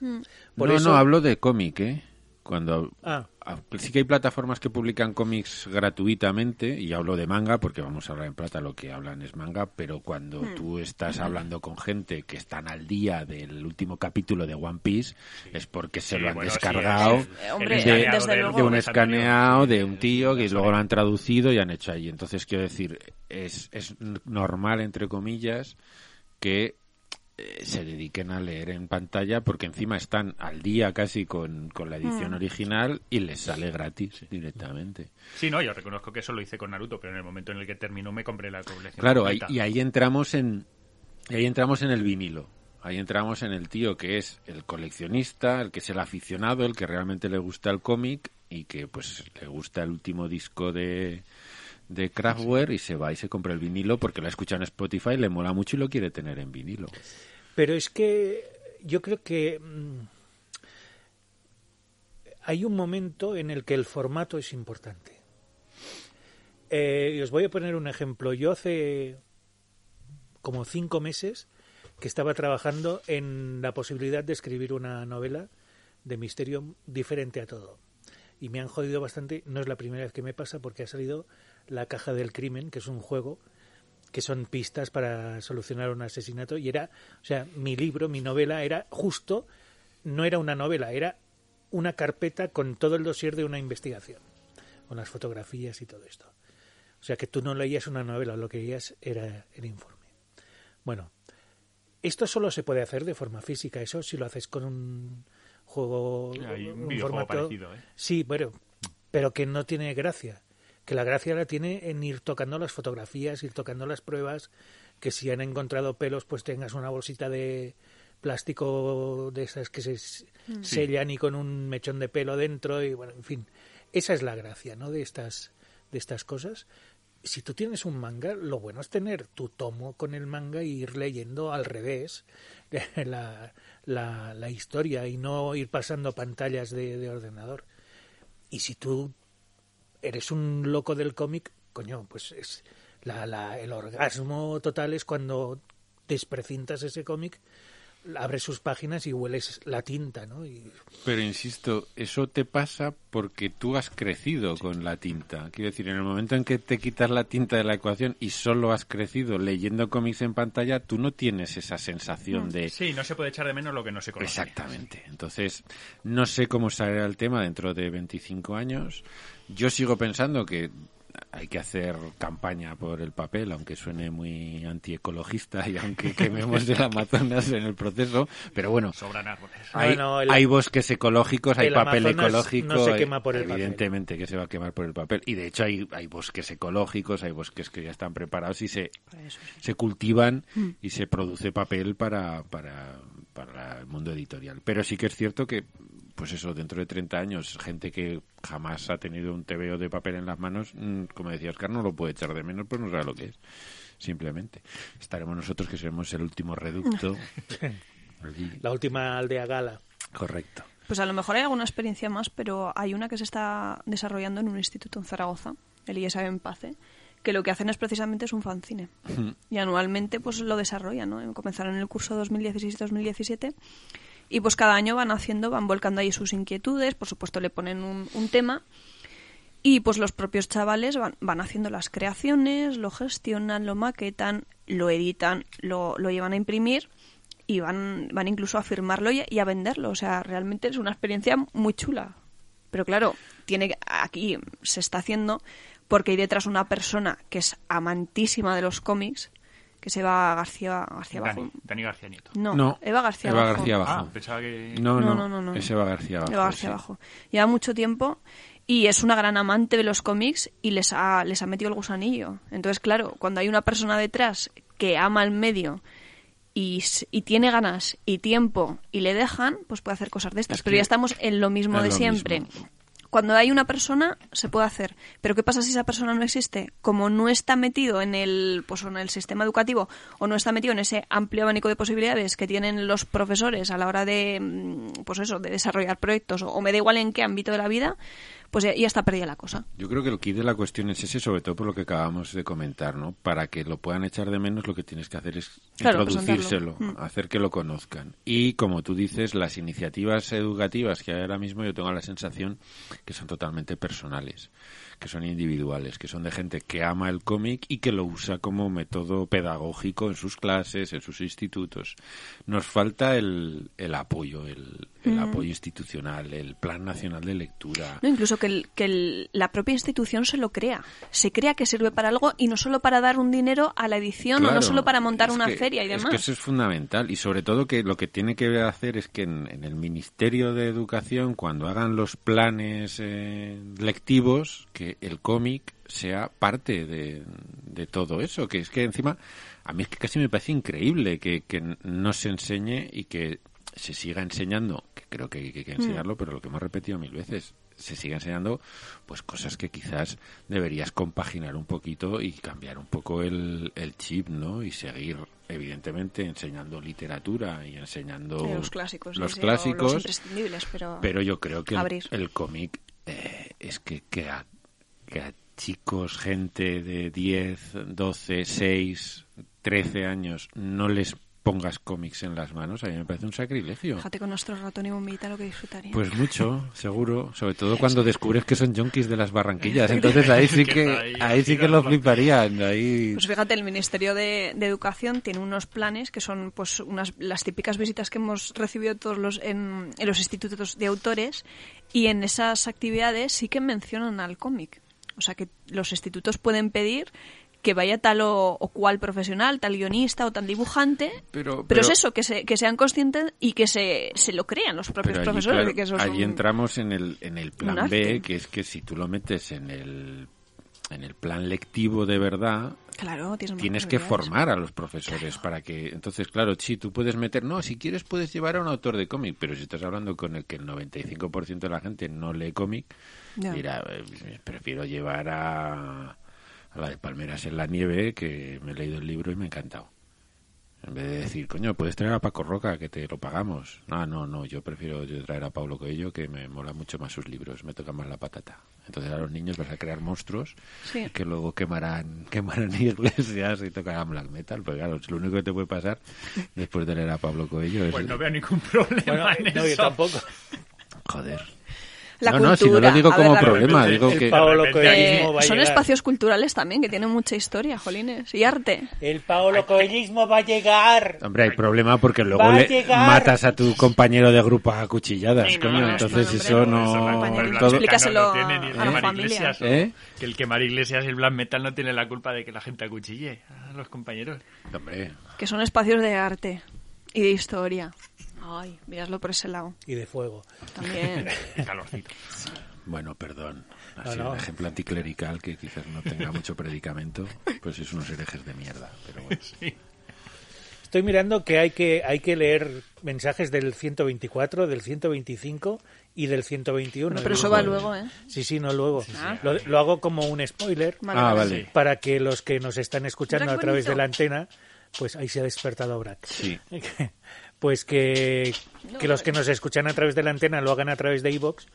[SPEAKER 3] Por
[SPEAKER 1] no,
[SPEAKER 3] eso,
[SPEAKER 1] no, hablo de cómic, ¿eh? Cuando...
[SPEAKER 3] Ah.
[SPEAKER 1] a- Sí que hay plataformas que publican cómics gratuitamente, y hablo de manga, porque vamos a hablar en plata, lo que hablan es manga, pero cuando tú estás hablando con gente que están al día del último capítulo de One Piece, es porque se
[SPEAKER 5] Sí,
[SPEAKER 1] lo han
[SPEAKER 5] bueno, sí,
[SPEAKER 1] descargado
[SPEAKER 5] es- es-
[SPEAKER 4] Eh, hombre,
[SPEAKER 5] el
[SPEAKER 1] de,
[SPEAKER 5] escaneado
[SPEAKER 4] desde
[SPEAKER 5] del-
[SPEAKER 4] luego.
[SPEAKER 1] de un
[SPEAKER 5] mes anterior.
[SPEAKER 1] escaneado de un tío que luego lo han traducido y han hecho ahí. Entonces, quiero decir, es, es normal, entre comillas, que eh, se dediquen a leer en pantalla porque encima están al día casi con, con la edición original y les sale gratis directamente.
[SPEAKER 5] Sí, no, yo reconozco que eso lo hice con Naruto, pero en el momento en el que terminó me compré la colección.
[SPEAKER 1] Claro, ahí-
[SPEAKER 5] completa.
[SPEAKER 1] y ahí entramos en y ahí entramos en el vinilo. Ahí entramos en el tío que es el coleccionista, el que es el aficionado, el que realmente le gusta el cómic y que pues le gusta el último disco de de Kraftwerk y se va y se compra el vinilo porque lo ha escuchado en Spotify, le mola mucho y lo quiere tener en vinilo.
[SPEAKER 3] Pero es que yo creo que mm, hay un momento en el que el formato es importante. Eh, y os voy a poner un ejemplo. Yo hace como cinco meses que estaba trabajando en la posibilidad de escribir una novela de misterio diferente a todo. Y me han jodido bastante. No es la primera vez que me pasa porque ha salido La Caja del Crimen, que es un juego que son pistas para solucionar un asesinato y era, o sea, mi libro, mi novela era justo, no era una novela, era una carpeta con todo el dossier de una investigación, con las fotografías y todo esto. O sea que tú no leías una novela, lo que leías era el informe. Bueno, esto solo se puede hacer de forma física, eso si lo haces con un juego,
[SPEAKER 5] Hay un
[SPEAKER 3] un
[SPEAKER 5] videojuego
[SPEAKER 3] formato-
[SPEAKER 5] parecido, ¿eh?
[SPEAKER 3] Sí, bueno, pero que no tiene gracia. Que la gracia la tiene en ir tocando las fotografías, ir tocando las pruebas, que si han encontrado pelos, pues tengas una bolsita de plástico de esas que se s- sellan y con un mechón de pelo dentro y bueno, en fin. Esa es la gracia, ¿no? De estas de estas cosas. Si tú tienes un manga, lo bueno es tener tu tomo con el manga y ir leyendo al revés la, la, la historia y no ir pasando pantallas de, de ordenador. Y si tú eres un loco del cómic, coño, pues es la, la- el orgasmo total es cuando desprecintas ese cómic abres sus páginas y hueles la tinta, ¿no? Y
[SPEAKER 1] Pero insisto, eso te pasa porque tú has crecido con la tinta. Quiero decir, en el momento en que te quitas la tinta de la ecuación y solo has crecido leyendo cómics en pantalla, tú no tienes esa sensación de...
[SPEAKER 5] Sí, no se puede echar de menos lo que no se conoce.
[SPEAKER 1] Exactamente. Entonces, no sé cómo saldrá el tema dentro de 25 años. Yo sigo pensando que hay que hacer campaña por el papel, aunque suene muy antiecologista y aunque quememos el Amazonas en el proceso. Pero bueno,
[SPEAKER 5] Sobran árboles.
[SPEAKER 1] hay,
[SPEAKER 3] Ah, no, el-
[SPEAKER 1] hay bosques ecológicos, hay
[SPEAKER 3] el
[SPEAKER 1] papel
[SPEAKER 3] Amazonas
[SPEAKER 1] ecológico.
[SPEAKER 3] no se
[SPEAKER 1] eh,
[SPEAKER 3] quema por el papel.
[SPEAKER 1] Evidentemente que se va a quemar por el papel. Y de hecho hay, hay bosques ecológicos, hay bosques que ya están preparados y se,
[SPEAKER 4] Para eso, sí. Mm.
[SPEAKER 1] se cultivan y se produce papel para, para, para el mundo editorial. Pero sí que es cierto que, pues eso, dentro de 30 años, gente que jamás ha tenido un TVO de papel en las manos, mm, como decía Oscar, no lo puede echar de menos, pues no sabe lo que es. Simplemente. Estaremos nosotros que seremos el último reducto. Allí.
[SPEAKER 3] la última aldea gala.
[SPEAKER 1] Correcto.
[SPEAKER 4] Pues a lo mejor hay alguna experiencia más, pero hay una que se está desarrollando en un instituto en Zaragoza, el IESA en Pace, que lo que hacen es precisamente es un fanzine. Y anualmente pues lo desarrollan, ¿no? Comenzaron el curso 2016-2017 y pues cada año van haciendo, van volcando ahí sus inquietudes, por supuesto le ponen un, un tema y pues los propios chavales van, van haciendo las creaciones, lo gestionan, lo maquetan, lo editan, lo, lo llevan a imprimir y van, van incluso a firmarlo y, y a venderlo. O sea, realmente es una experiencia muy chula. Pero claro, tiene que- aquí se está haciendo porque hay detrás una persona que es amantísima de los cómics, que se va García, García Bajo.
[SPEAKER 5] Dani, Dani García Nieto.
[SPEAKER 4] No,
[SPEAKER 1] No,
[SPEAKER 4] Eva García
[SPEAKER 1] Eva
[SPEAKER 4] Bajo.
[SPEAKER 1] García Bajo.
[SPEAKER 5] Ah, pensaba que...
[SPEAKER 1] No, no,
[SPEAKER 4] No, no, no, no.
[SPEAKER 1] Es Eva García Bajo.
[SPEAKER 4] Eva García
[SPEAKER 1] sí.
[SPEAKER 4] Bajo. Lleva mucho tiempo y es una gran amante de los cómics y les ha, les ha metido el gusanillo. Entonces, claro, cuando hay una persona detrás que ama el medio y, s- y tiene ganas y tiempo y le dejan, pues puede hacer cosas de estas.
[SPEAKER 1] Es
[SPEAKER 4] Pero
[SPEAKER 1] que
[SPEAKER 4] ya estamos en lo mismo
[SPEAKER 1] es
[SPEAKER 4] de
[SPEAKER 1] lo
[SPEAKER 4] siempre.
[SPEAKER 1] mismo.
[SPEAKER 4] Cuando hay una persona, se puede hacer. Pero ¿qué pasa si esa persona no existe? Como no está metido en el, pues, en el sistema educativo o no está metido en ese amplio abanico de posibilidades que tienen los profesores a la hora de, mm, pues eso, de desarrollar proyectos o, o me da igual en qué ámbito de la vida, pues ya, ya está perdida la cosa.
[SPEAKER 1] Yo creo que el kit de la cuestión es ese, sobre todo por lo que acabamos de comentar, ¿no? Para que lo puedan echar de menos, lo que tienes que hacer es
[SPEAKER 4] Claro,
[SPEAKER 1] introducírselo,
[SPEAKER 4] presentarlo. Mm.
[SPEAKER 1] hacer que lo conozcan. Y como tú dices, las iniciativas educativas que hay ahora mismo, yo tengo la sensación que son totalmente personales, que son individuales, que son de gente que ama el cómic y que lo usa como método pedagógico en sus clases, en sus institutos. Nos falta el, el apoyo, el, el apoyo institucional, el Plan Nacional de Lectura.
[SPEAKER 4] No, incluso que, el- que el- la propia institución se lo crea. Se crea que sirve para algo y no solo para dar un dinero a la edición o no
[SPEAKER 1] Claro,
[SPEAKER 4] solo para montar
[SPEAKER 1] es
[SPEAKER 4] una
[SPEAKER 1] que-
[SPEAKER 4] feria y
[SPEAKER 1] es
[SPEAKER 4] demás.
[SPEAKER 1] que eso es fundamental y sobre todo que lo que tiene que hacer es que en, en el Ministerio de Educación cuando hagan los planes eh, lectivos que el cómic sea parte de, de todo eso que es que encima a mí es que casi me parece increíble que, que no se enseñe y que se siga enseñando que creo que hay que-
[SPEAKER 4] Mm.
[SPEAKER 1] que enseñarlo pero lo que hemos repetido mil veces se sigue enseñando pues cosas que quizás deberías compaginar un poquito y cambiar un poco el, el chip, ¿no? Y seguir, evidentemente, enseñando literatura y enseñando
[SPEAKER 4] Eh, los clásicos,
[SPEAKER 1] los
[SPEAKER 4] sí, sí, o
[SPEAKER 1] clásicos,
[SPEAKER 4] los imprescindibles, pero,
[SPEAKER 1] pero yo creo que el,
[SPEAKER 4] Abrir.
[SPEAKER 1] el cómic eh, es que, que, a, que a chicos, gente de 10, 12, 6, 13 años no les pongas cómics en las manos, a mí me parece un sacrilegio.
[SPEAKER 4] fíjate con nuestro ratón y bombita lo que disfrutaría.
[SPEAKER 1] Pues mucho, seguro, sobre todo cuando descubres que son yonkis de las Barranquillas, entonces ahí sí
[SPEAKER 5] Que está
[SPEAKER 1] que
[SPEAKER 5] ahí
[SPEAKER 1] ahí sí que lo
[SPEAKER 5] girando.
[SPEAKER 1] fliparían, ahí
[SPEAKER 4] Pues fíjate, el Ministerio de, de Educación tiene unos planes que son pues unas las típicas visitas que hemos recibido todos los en, en los institutos de autores y en esas actividades sí que mencionan al cómic. O sea que los institutos pueden pedir que vaya tal o, o cual profesional, tal guionista o tal dibujante,
[SPEAKER 1] Pero-
[SPEAKER 4] es
[SPEAKER 1] pero-
[SPEAKER 4] eso, que, se- que sean conscientes y que se, se lo crean los propios
[SPEAKER 1] Pero allí,
[SPEAKER 4] profesores.
[SPEAKER 1] claro,
[SPEAKER 4] que eso es
[SPEAKER 1] allí
[SPEAKER 4] un-
[SPEAKER 1] entramos en el, en el
[SPEAKER 4] un
[SPEAKER 1] plan
[SPEAKER 4] arte.
[SPEAKER 1] B, que es que si tú lo metes en el, en el plan lectivo de verdad,
[SPEAKER 4] Claro, tienes, más
[SPEAKER 1] tienes que
[SPEAKER 4] posibilidades.
[SPEAKER 1] formar a los profesores para que... Entonces, claro, sí, tú puedes meter... No, si quieres puedes llevar a un autor de cómic, pero si estás hablando con el que el 95% de la gente no lee cómic,
[SPEAKER 4] Ya.
[SPEAKER 1] dirá, "Eh, prefiero llevar a, a la de Palmeras en la nieve, que me he leído el libro y me ha encantado. En vez de decir, coño, puedes traer a Paco Roca, que te lo pagamos. Ah, no, no, yo prefiero yo traer a Pablo Coello, que me mola mucho más sus libros, me toca más la patata. Entonces a los niños vas a crear monstruos
[SPEAKER 4] Sí.
[SPEAKER 1] que luego quemarán, quemarán iglesias y tocarán black metal. Porque claro, lo único que te puede pasar después de leer a Pablo Coello es...
[SPEAKER 5] Pues no veo ningún problema en
[SPEAKER 3] eh, no, yo
[SPEAKER 5] eso.
[SPEAKER 3] tampoco.
[SPEAKER 1] Joder.
[SPEAKER 4] La
[SPEAKER 1] no,
[SPEAKER 4] cultura.
[SPEAKER 1] no, si no lo digo
[SPEAKER 4] a ver,
[SPEAKER 1] como
[SPEAKER 4] la-
[SPEAKER 1] problema,
[SPEAKER 5] El-
[SPEAKER 1] digo
[SPEAKER 5] el
[SPEAKER 1] que...
[SPEAKER 3] Paolo
[SPEAKER 5] repente
[SPEAKER 3] Coellismo
[SPEAKER 4] Eh,
[SPEAKER 3] va a
[SPEAKER 4] son
[SPEAKER 3] llegar.
[SPEAKER 4] espacios culturales también que tienen mucha historia, jolines. Y arte.
[SPEAKER 3] El Paolo Coellismo va a llegar.
[SPEAKER 1] Hombre, hay problema porque luego
[SPEAKER 3] Va a
[SPEAKER 1] le
[SPEAKER 3] llegar.
[SPEAKER 1] matas a tu compañero de grupo a cuchilladas,
[SPEAKER 5] Sí, no,
[SPEAKER 1] coño.
[SPEAKER 5] no, no,
[SPEAKER 1] entonces
[SPEAKER 4] no,
[SPEAKER 1] eso
[SPEAKER 4] hombre,
[SPEAKER 5] Eso,
[SPEAKER 1] no...
[SPEAKER 4] compañero,
[SPEAKER 5] el
[SPEAKER 4] no
[SPEAKER 5] Black
[SPEAKER 1] todo-
[SPEAKER 5] Metal
[SPEAKER 4] Explícaselo
[SPEAKER 5] no tiene ni el
[SPEAKER 4] a la
[SPEAKER 5] quemar
[SPEAKER 4] familia.
[SPEAKER 5] iglesias, ¿no?
[SPEAKER 1] ¿Eh?
[SPEAKER 5] Que el quemar iglesias y el black metal no tiene la culpa de que la gente acuchille a los compañeros.
[SPEAKER 1] Hombre,
[SPEAKER 4] Que son espacios de arte y de historia. Ay, miradlo por ese lado.
[SPEAKER 3] Y de fuego.
[SPEAKER 4] También.
[SPEAKER 5] Calorcito.
[SPEAKER 1] bueno, perdón. Ha
[SPEAKER 3] No,
[SPEAKER 1] sido
[SPEAKER 3] no.
[SPEAKER 1] un ejemplo anticlerical que quizás no tenga mucho predicamento, pues es unos herejes de mierda. Pero bueno.
[SPEAKER 5] Sí.
[SPEAKER 3] Estoy mirando que hay que hay que leer mensajes del 124, del 125 y del 121.
[SPEAKER 4] Bueno, pero
[SPEAKER 3] Y
[SPEAKER 4] eso
[SPEAKER 3] digo,
[SPEAKER 4] va luego, ¿eh?
[SPEAKER 3] Sí, sí, no luego.
[SPEAKER 4] Ah.
[SPEAKER 3] Lo, lo hago como un spoiler
[SPEAKER 4] Vale,
[SPEAKER 1] ah,
[SPEAKER 4] vale,
[SPEAKER 1] vale.
[SPEAKER 3] para que los que nos están escuchando
[SPEAKER 4] Mira
[SPEAKER 3] a
[SPEAKER 4] qué
[SPEAKER 3] través
[SPEAKER 4] bonito.
[SPEAKER 3] de la antena, pues ahí se ha despertado Brack.
[SPEAKER 1] Sí.
[SPEAKER 3] Pues que,
[SPEAKER 4] No,
[SPEAKER 3] que los
[SPEAKER 4] no.
[SPEAKER 3] que nos escuchan a través de la antena lo hagan a través de iVoox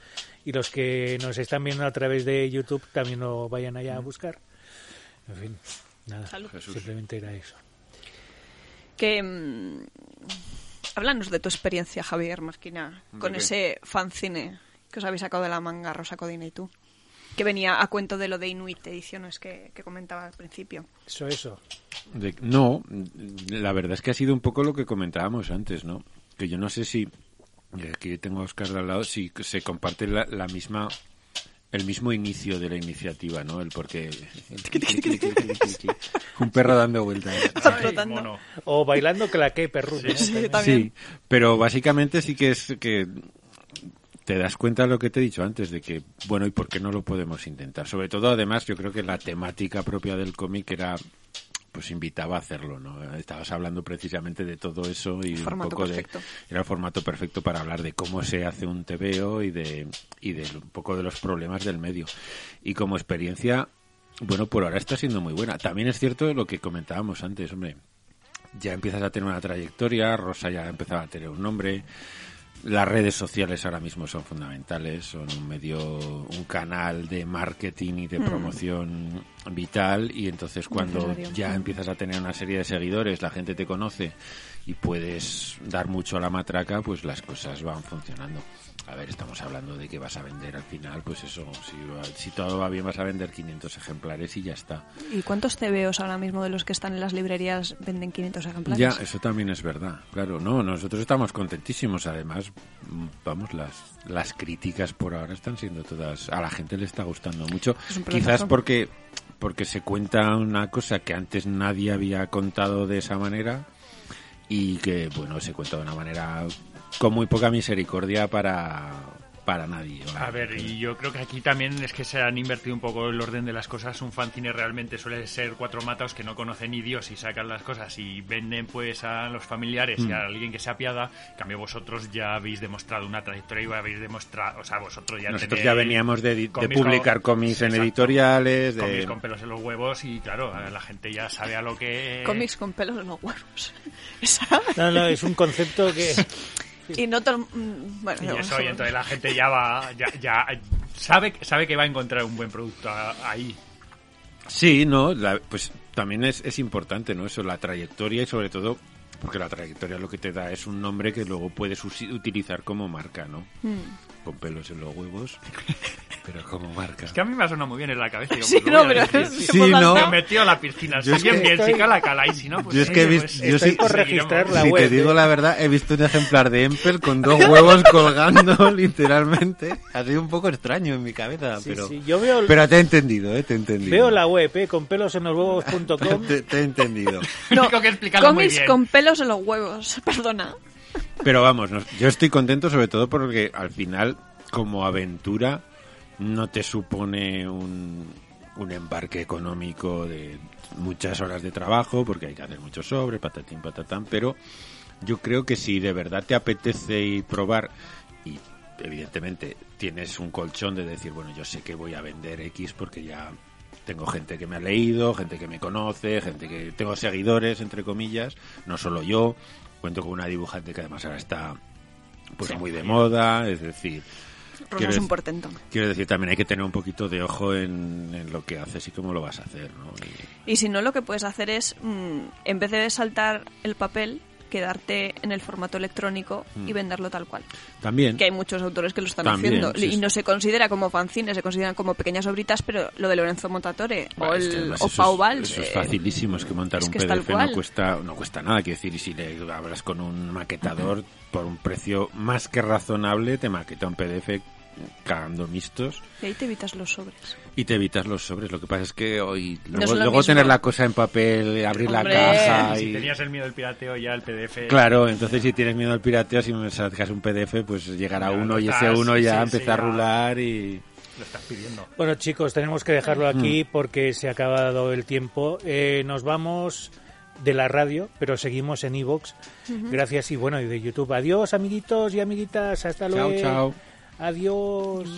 [SPEAKER 3] y los que nos están viendo a través de YouTube también lo vayan allá a buscar. En fin, nada,
[SPEAKER 4] Mm. Salud.
[SPEAKER 3] simplemente era eso.
[SPEAKER 4] Que. mm, háblanos de tu experiencia, Javier Marquina, con
[SPEAKER 1] qué?
[SPEAKER 4] ese fanzine que os habéis sacado de la manga, Rosa Codina y tú. Que venía a cuento de lo de Inuit Ediciones que, que comentaba al principio.
[SPEAKER 3] Eso, eso.
[SPEAKER 1] De- no, la verdad es que ha sido un poco lo que comentábamos antes, ¿no? Que yo no sé si, eh, aquí tengo a Oscar de al lado, si se comparte la, la misma, el mismo inicio de la iniciativa, ¿no? El porque... un perro dando vueltas.
[SPEAKER 4] Está
[SPEAKER 5] Ay,
[SPEAKER 4] flotando.
[SPEAKER 5] mono.
[SPEAKER 3] O bailando ¿eh? que la que perro. ¿no?
[SPEAKER 4] Sí,
[SPEAKER 1] Sí,
[SPEAKER 4] también.
[SPEAKER 1] pero básicamente sí que es que te das cuenta de lo que te he dicho antes, de que, bueno, ¿y por qué no lo podemos intentar? Sobre todo, además, yo creo que la temática propia del cómic era pues invitaba a hacerlo, ¿no? Estabas hablando precisamente de todo eso y un
[SPEAKER 4] Formato
[SPEAKER 1] poco
[SPEAKER 4] perfecto.
[SPEAKER 1] de era el formato perfecto para hablar de cómo se hace un TVO y de y de un poco de los problemas del medio. Y como experiencia, bueno, por ahora está siendo muy buena. También es cierto lo que comentábamos antes, hombre. Ya empiezas a tener una trayectoria, Rosa ya empezaba a tener un nombre. Las redes sociales ahora mismo son fundamentales, son un medio, un canal de marketing y de promoción vital y entonces cuando
[SPEAKER 4] Necesario.
[SPEAKER 1] ya empiezas a tener una serie de seguidores, la gente te conoce y puedes dar mucho a la matraca, pues las cosas van funcionando. A ver, estamos hablando de que vas a vender al final, pues eso, si, va- si todo va bien vas a vender 500 ejemplares y ya está.
[SPEAKER 4] ¿Y cuántos TVOs ahora mismo de los que están en las librerías venden 500 ejemplares?
[SPEAKER 1] Ya, eso también es verdad. Claro, no, nosotros estamos contentísimos. Además, mm, vamos, las, las críticas por ahora están siendo todas. A la gente le está gustando mucho.
[SPEAKER 4] Es un pelotazo.
[SPEAKER 1] Quizás porque, porque se cuenta una cosa que antes nadie había contado de esa manera y que, bueno, se cuenta de una manera con muy poca misericordia para, para nadie.
[SPEAKER 5] A ver, y yo creo que aquí también es que se han invertido un poco el orden de las cosas. Un fanzine realmente suele ser cuatro matas que no conocen ni Dios y sacan las cosas y venden pues a los familiares y a
[SPEAKER 1] Mm.
[SPEAKER 5] alguien que se apiada. En cambio, vosotros ya habéis demostrado una trayectoria y habéis demostrado, o sea, vosotros ya
[SPEAKER 1] Nosotros
[SPEAKER 5] tenéis
[SPEAKER 1] ya veníamos de, edi- de
[SPEAKER 5] cómics
[SPEAKER 1] publicar
[SPEAKER 5] con-
[SPEAKER 1] cómics en
[SPEAKER 5] Exacto.
[SPEAKER 1] editoriales, de...
[SPEAKER 5] Cómics con pelos en los huevos y claro, a la gente ya sabe a lo que...
[SPEAKER 4] Cómics con pelos en los huevos. Esa-
[SPEAKER 3] No, no, es un concepto que...
[SPEAKER 4] Y no todo... mm, Bueno,
[SPEAKER 5] Y
[SPEAKER 4] no,
[SPEAKER 5] eso,
[SPEAKER 4] eso-
[SPEAKER 5] y entonces la gente ya va, ya, ya sabe, sabe que va a encontrar un buen producto a- ahí.
[SPEAKER 1] Sí, no, la- pues también es, es importante, ¿no? Eso, la trayectoria y sobre todo, porque la trayectoria lo que te da es un nombre que luego puedes usi- utilizar como marca, ¿no? Con pelos en los huevos, pero como marca.
[SPEAKER 5] Es que a mí me ha sonado muy bien en la cabeza. y digo,
[SPEAKER 4] Sí,
[SPEAKER 5] pues lo
[SPEAKER 4] no,
[SPEAKER 5] voy a
[SPEAKER 4] pero...
[SPEAKER 5] decir.
[SPEAKER 1] Sí,
[SPEAKER 4] por las
[SPEAKER 1] no.
[SPEAKER 5] Me
[SPEAKER 4] tablas.
[SPEAKER 5] metió a la piscina.
[SPEAKER 1] Yo
[SPEAKER 5] Si
[SPEAKER 1] es
[SPEAKER 5] bien,
[SPEAKER 1] que
[SPEAKER 5] bien,
[SPEAKER 3] estoy-
[SPEAKER 5] sí que la caláis, si no, pues.
[SPEAKER 1] Yo es que he
[SPEAKER 5] oye,
[SPEAKER 1] visto- yo Estoy sí-
[SPEAKER 3] por
[SPEAKER 5] seguiremos.
[SPEAKER 3] registrar la
[SPEAKER 1] si
[SPEAKER 3] web,
[SPEAKER 1] te digo
[SPEAKER 3] ¿eh?
[SPEAKER 1] la verdad, he visto un ejemplar de Empel con dos huevos colgando literalmente. Ha sido un poco extraño en mi cabeza,
[SPEAKER 3] Sí,
[SPEAKER 1] pero...
[SPEAKER 3] sí, yo veo,
[SPEAKER 1] Pero te he entendido, ¿eh? Te he entendido.
[SPEAKER 3] veo la web, eh, con pelos en los huevos.com.
[SPEAKER 1] Te- te he entendido.
[SPEAKER 4] No,
[SPEAKER 5] Tengo que explicarlo muy
[SPEAKER 4] cómics
[SPEAKER 5] bien.
[SPEAKER 4] con pelos en los huevos, perdona.
[SPEAKER 1] Pero vamos, no- yo estoy contento sobre todo porque al final, como aventura, no te supone un, un embarque económico de muchas horas de trabajo, porque hay que hacer muchos sobres, patatín, patatán, pero yo creo que si de verdad te apetece y probar y evidentemente tienes un colchón de decir, bueno, yo sé que voy a vender X porque ya Tengo gente que me ha leído, gente que me conoce, gente que tengo seguidores, entre comillas, no solo yo. Cuento con una dibujante que además ahora está pues muy de moda, es decir,
[SPEAKER 4] Roma
[SPEAKER 1] Quiero
[SPEAKER 4] es un
[SPEAKER 1] decir-
[SPEAKER 4] portento.
[SPEAKER 1] quiero decir también hay que tener un poquito de ojo en, en lo que haces y cómo lo vas a hacer, ¿no? Y-
[SPEAKER 4] Y si no, lo que puedes hacer es, mm, en vez de saltar el papel, quedarte en el formato electrónico y venderlo tal cual.
[SPEAKER 1] también
[SPEAKER 4] Que hay muchos autores que lo están
[SPEAKER 1] Mm. También,
[SPEAKER 4] haciendo.
[SPEAKER 1] sí,
[SPEAKER 4] y
[SPEAKER 1] sí.
[SPEAKER 4] no se considera como fanzines, se consideran como pequeñas obritas, pero lo de Lorenzo Montatore
[SPEAKER 1] Bah,
[SPEAKER 4] o,
[SPEAKER 1] es
[SPEAKER 4] el,
[SPEAKER 1] que además
[SPEAKER 4] o
[SPEAKER 1] eso es-
[SPEAKER 4] Pau Valls.
[SPEAKER 1] Eso es
[SPEAKER 4] eh,
[SPEAKER 1] facilísimo, es que montar
[SPEAKER 4] es
[SPEAKER 1] un
[SPEAKER 4] que es tal
[SPEAKER 1] PDF no
[SPEAKER 4] cual.
[SPEAKER 1] cuesta, no cuesta nada. Quiero decir, y si le hablas con un maquetador por un precio más que razonable, te maqueta un PDF cagando mistos
[SPEAKER 4] y ahí te evitas los sobres.
[SPEAKER 1] y te evitas los sobres. Lo que pasa es que hoy,
[SPEAKER 4] es
[SPEAKER 1] luego,
[SPEAKER 4] lo
[SPEAKER 1] luego
[SPEAKER 4] mismo.
[SPEAKER 1] tener la cosa en papel, abrir
[SPEAKER 4] Hombre.
[SPEAKER 1] la caja
[SPEAKER 5] Si
[SPEAKER 1] y-
[SPEAKER 5] tenías el miedo del pirateo, ya el PDF.
[SPEAKER 1] Claro, entonces si tienes miedo al pirateo, si me sacas un PDF, pues llegará
[SPEAKER 5] Ya lo
[SPEAKER 1] uno y ese
[SPEAKER 5] estás-
[SPEAKER 1] uno ya
[SPEAKER 5] sí, sí,
[SPEAKER 1] empieza a
[SPEAKER 5] ya.
[SPEAKER 1] rular y...
[SPEAKER 5] Lo estás pidiendo.
[SPEAKER 3] Bueno, chicos, tenemos que dejarlo
[SPEAKER 1] Mm.
[SPEAKER 3] aquí porque se ha acabado el tiempo. Eh, nos vamos de la radio, pero seguimos en Evox. Gracias y bueno, y de YouTube. Adiós, amiguitos y amiguitas. Hasta
[SPEAKER 1] Chao,
[SPEAKER 3] luego.
[SPEAKER 1] chao.
[SPEAKER 3] Adiós.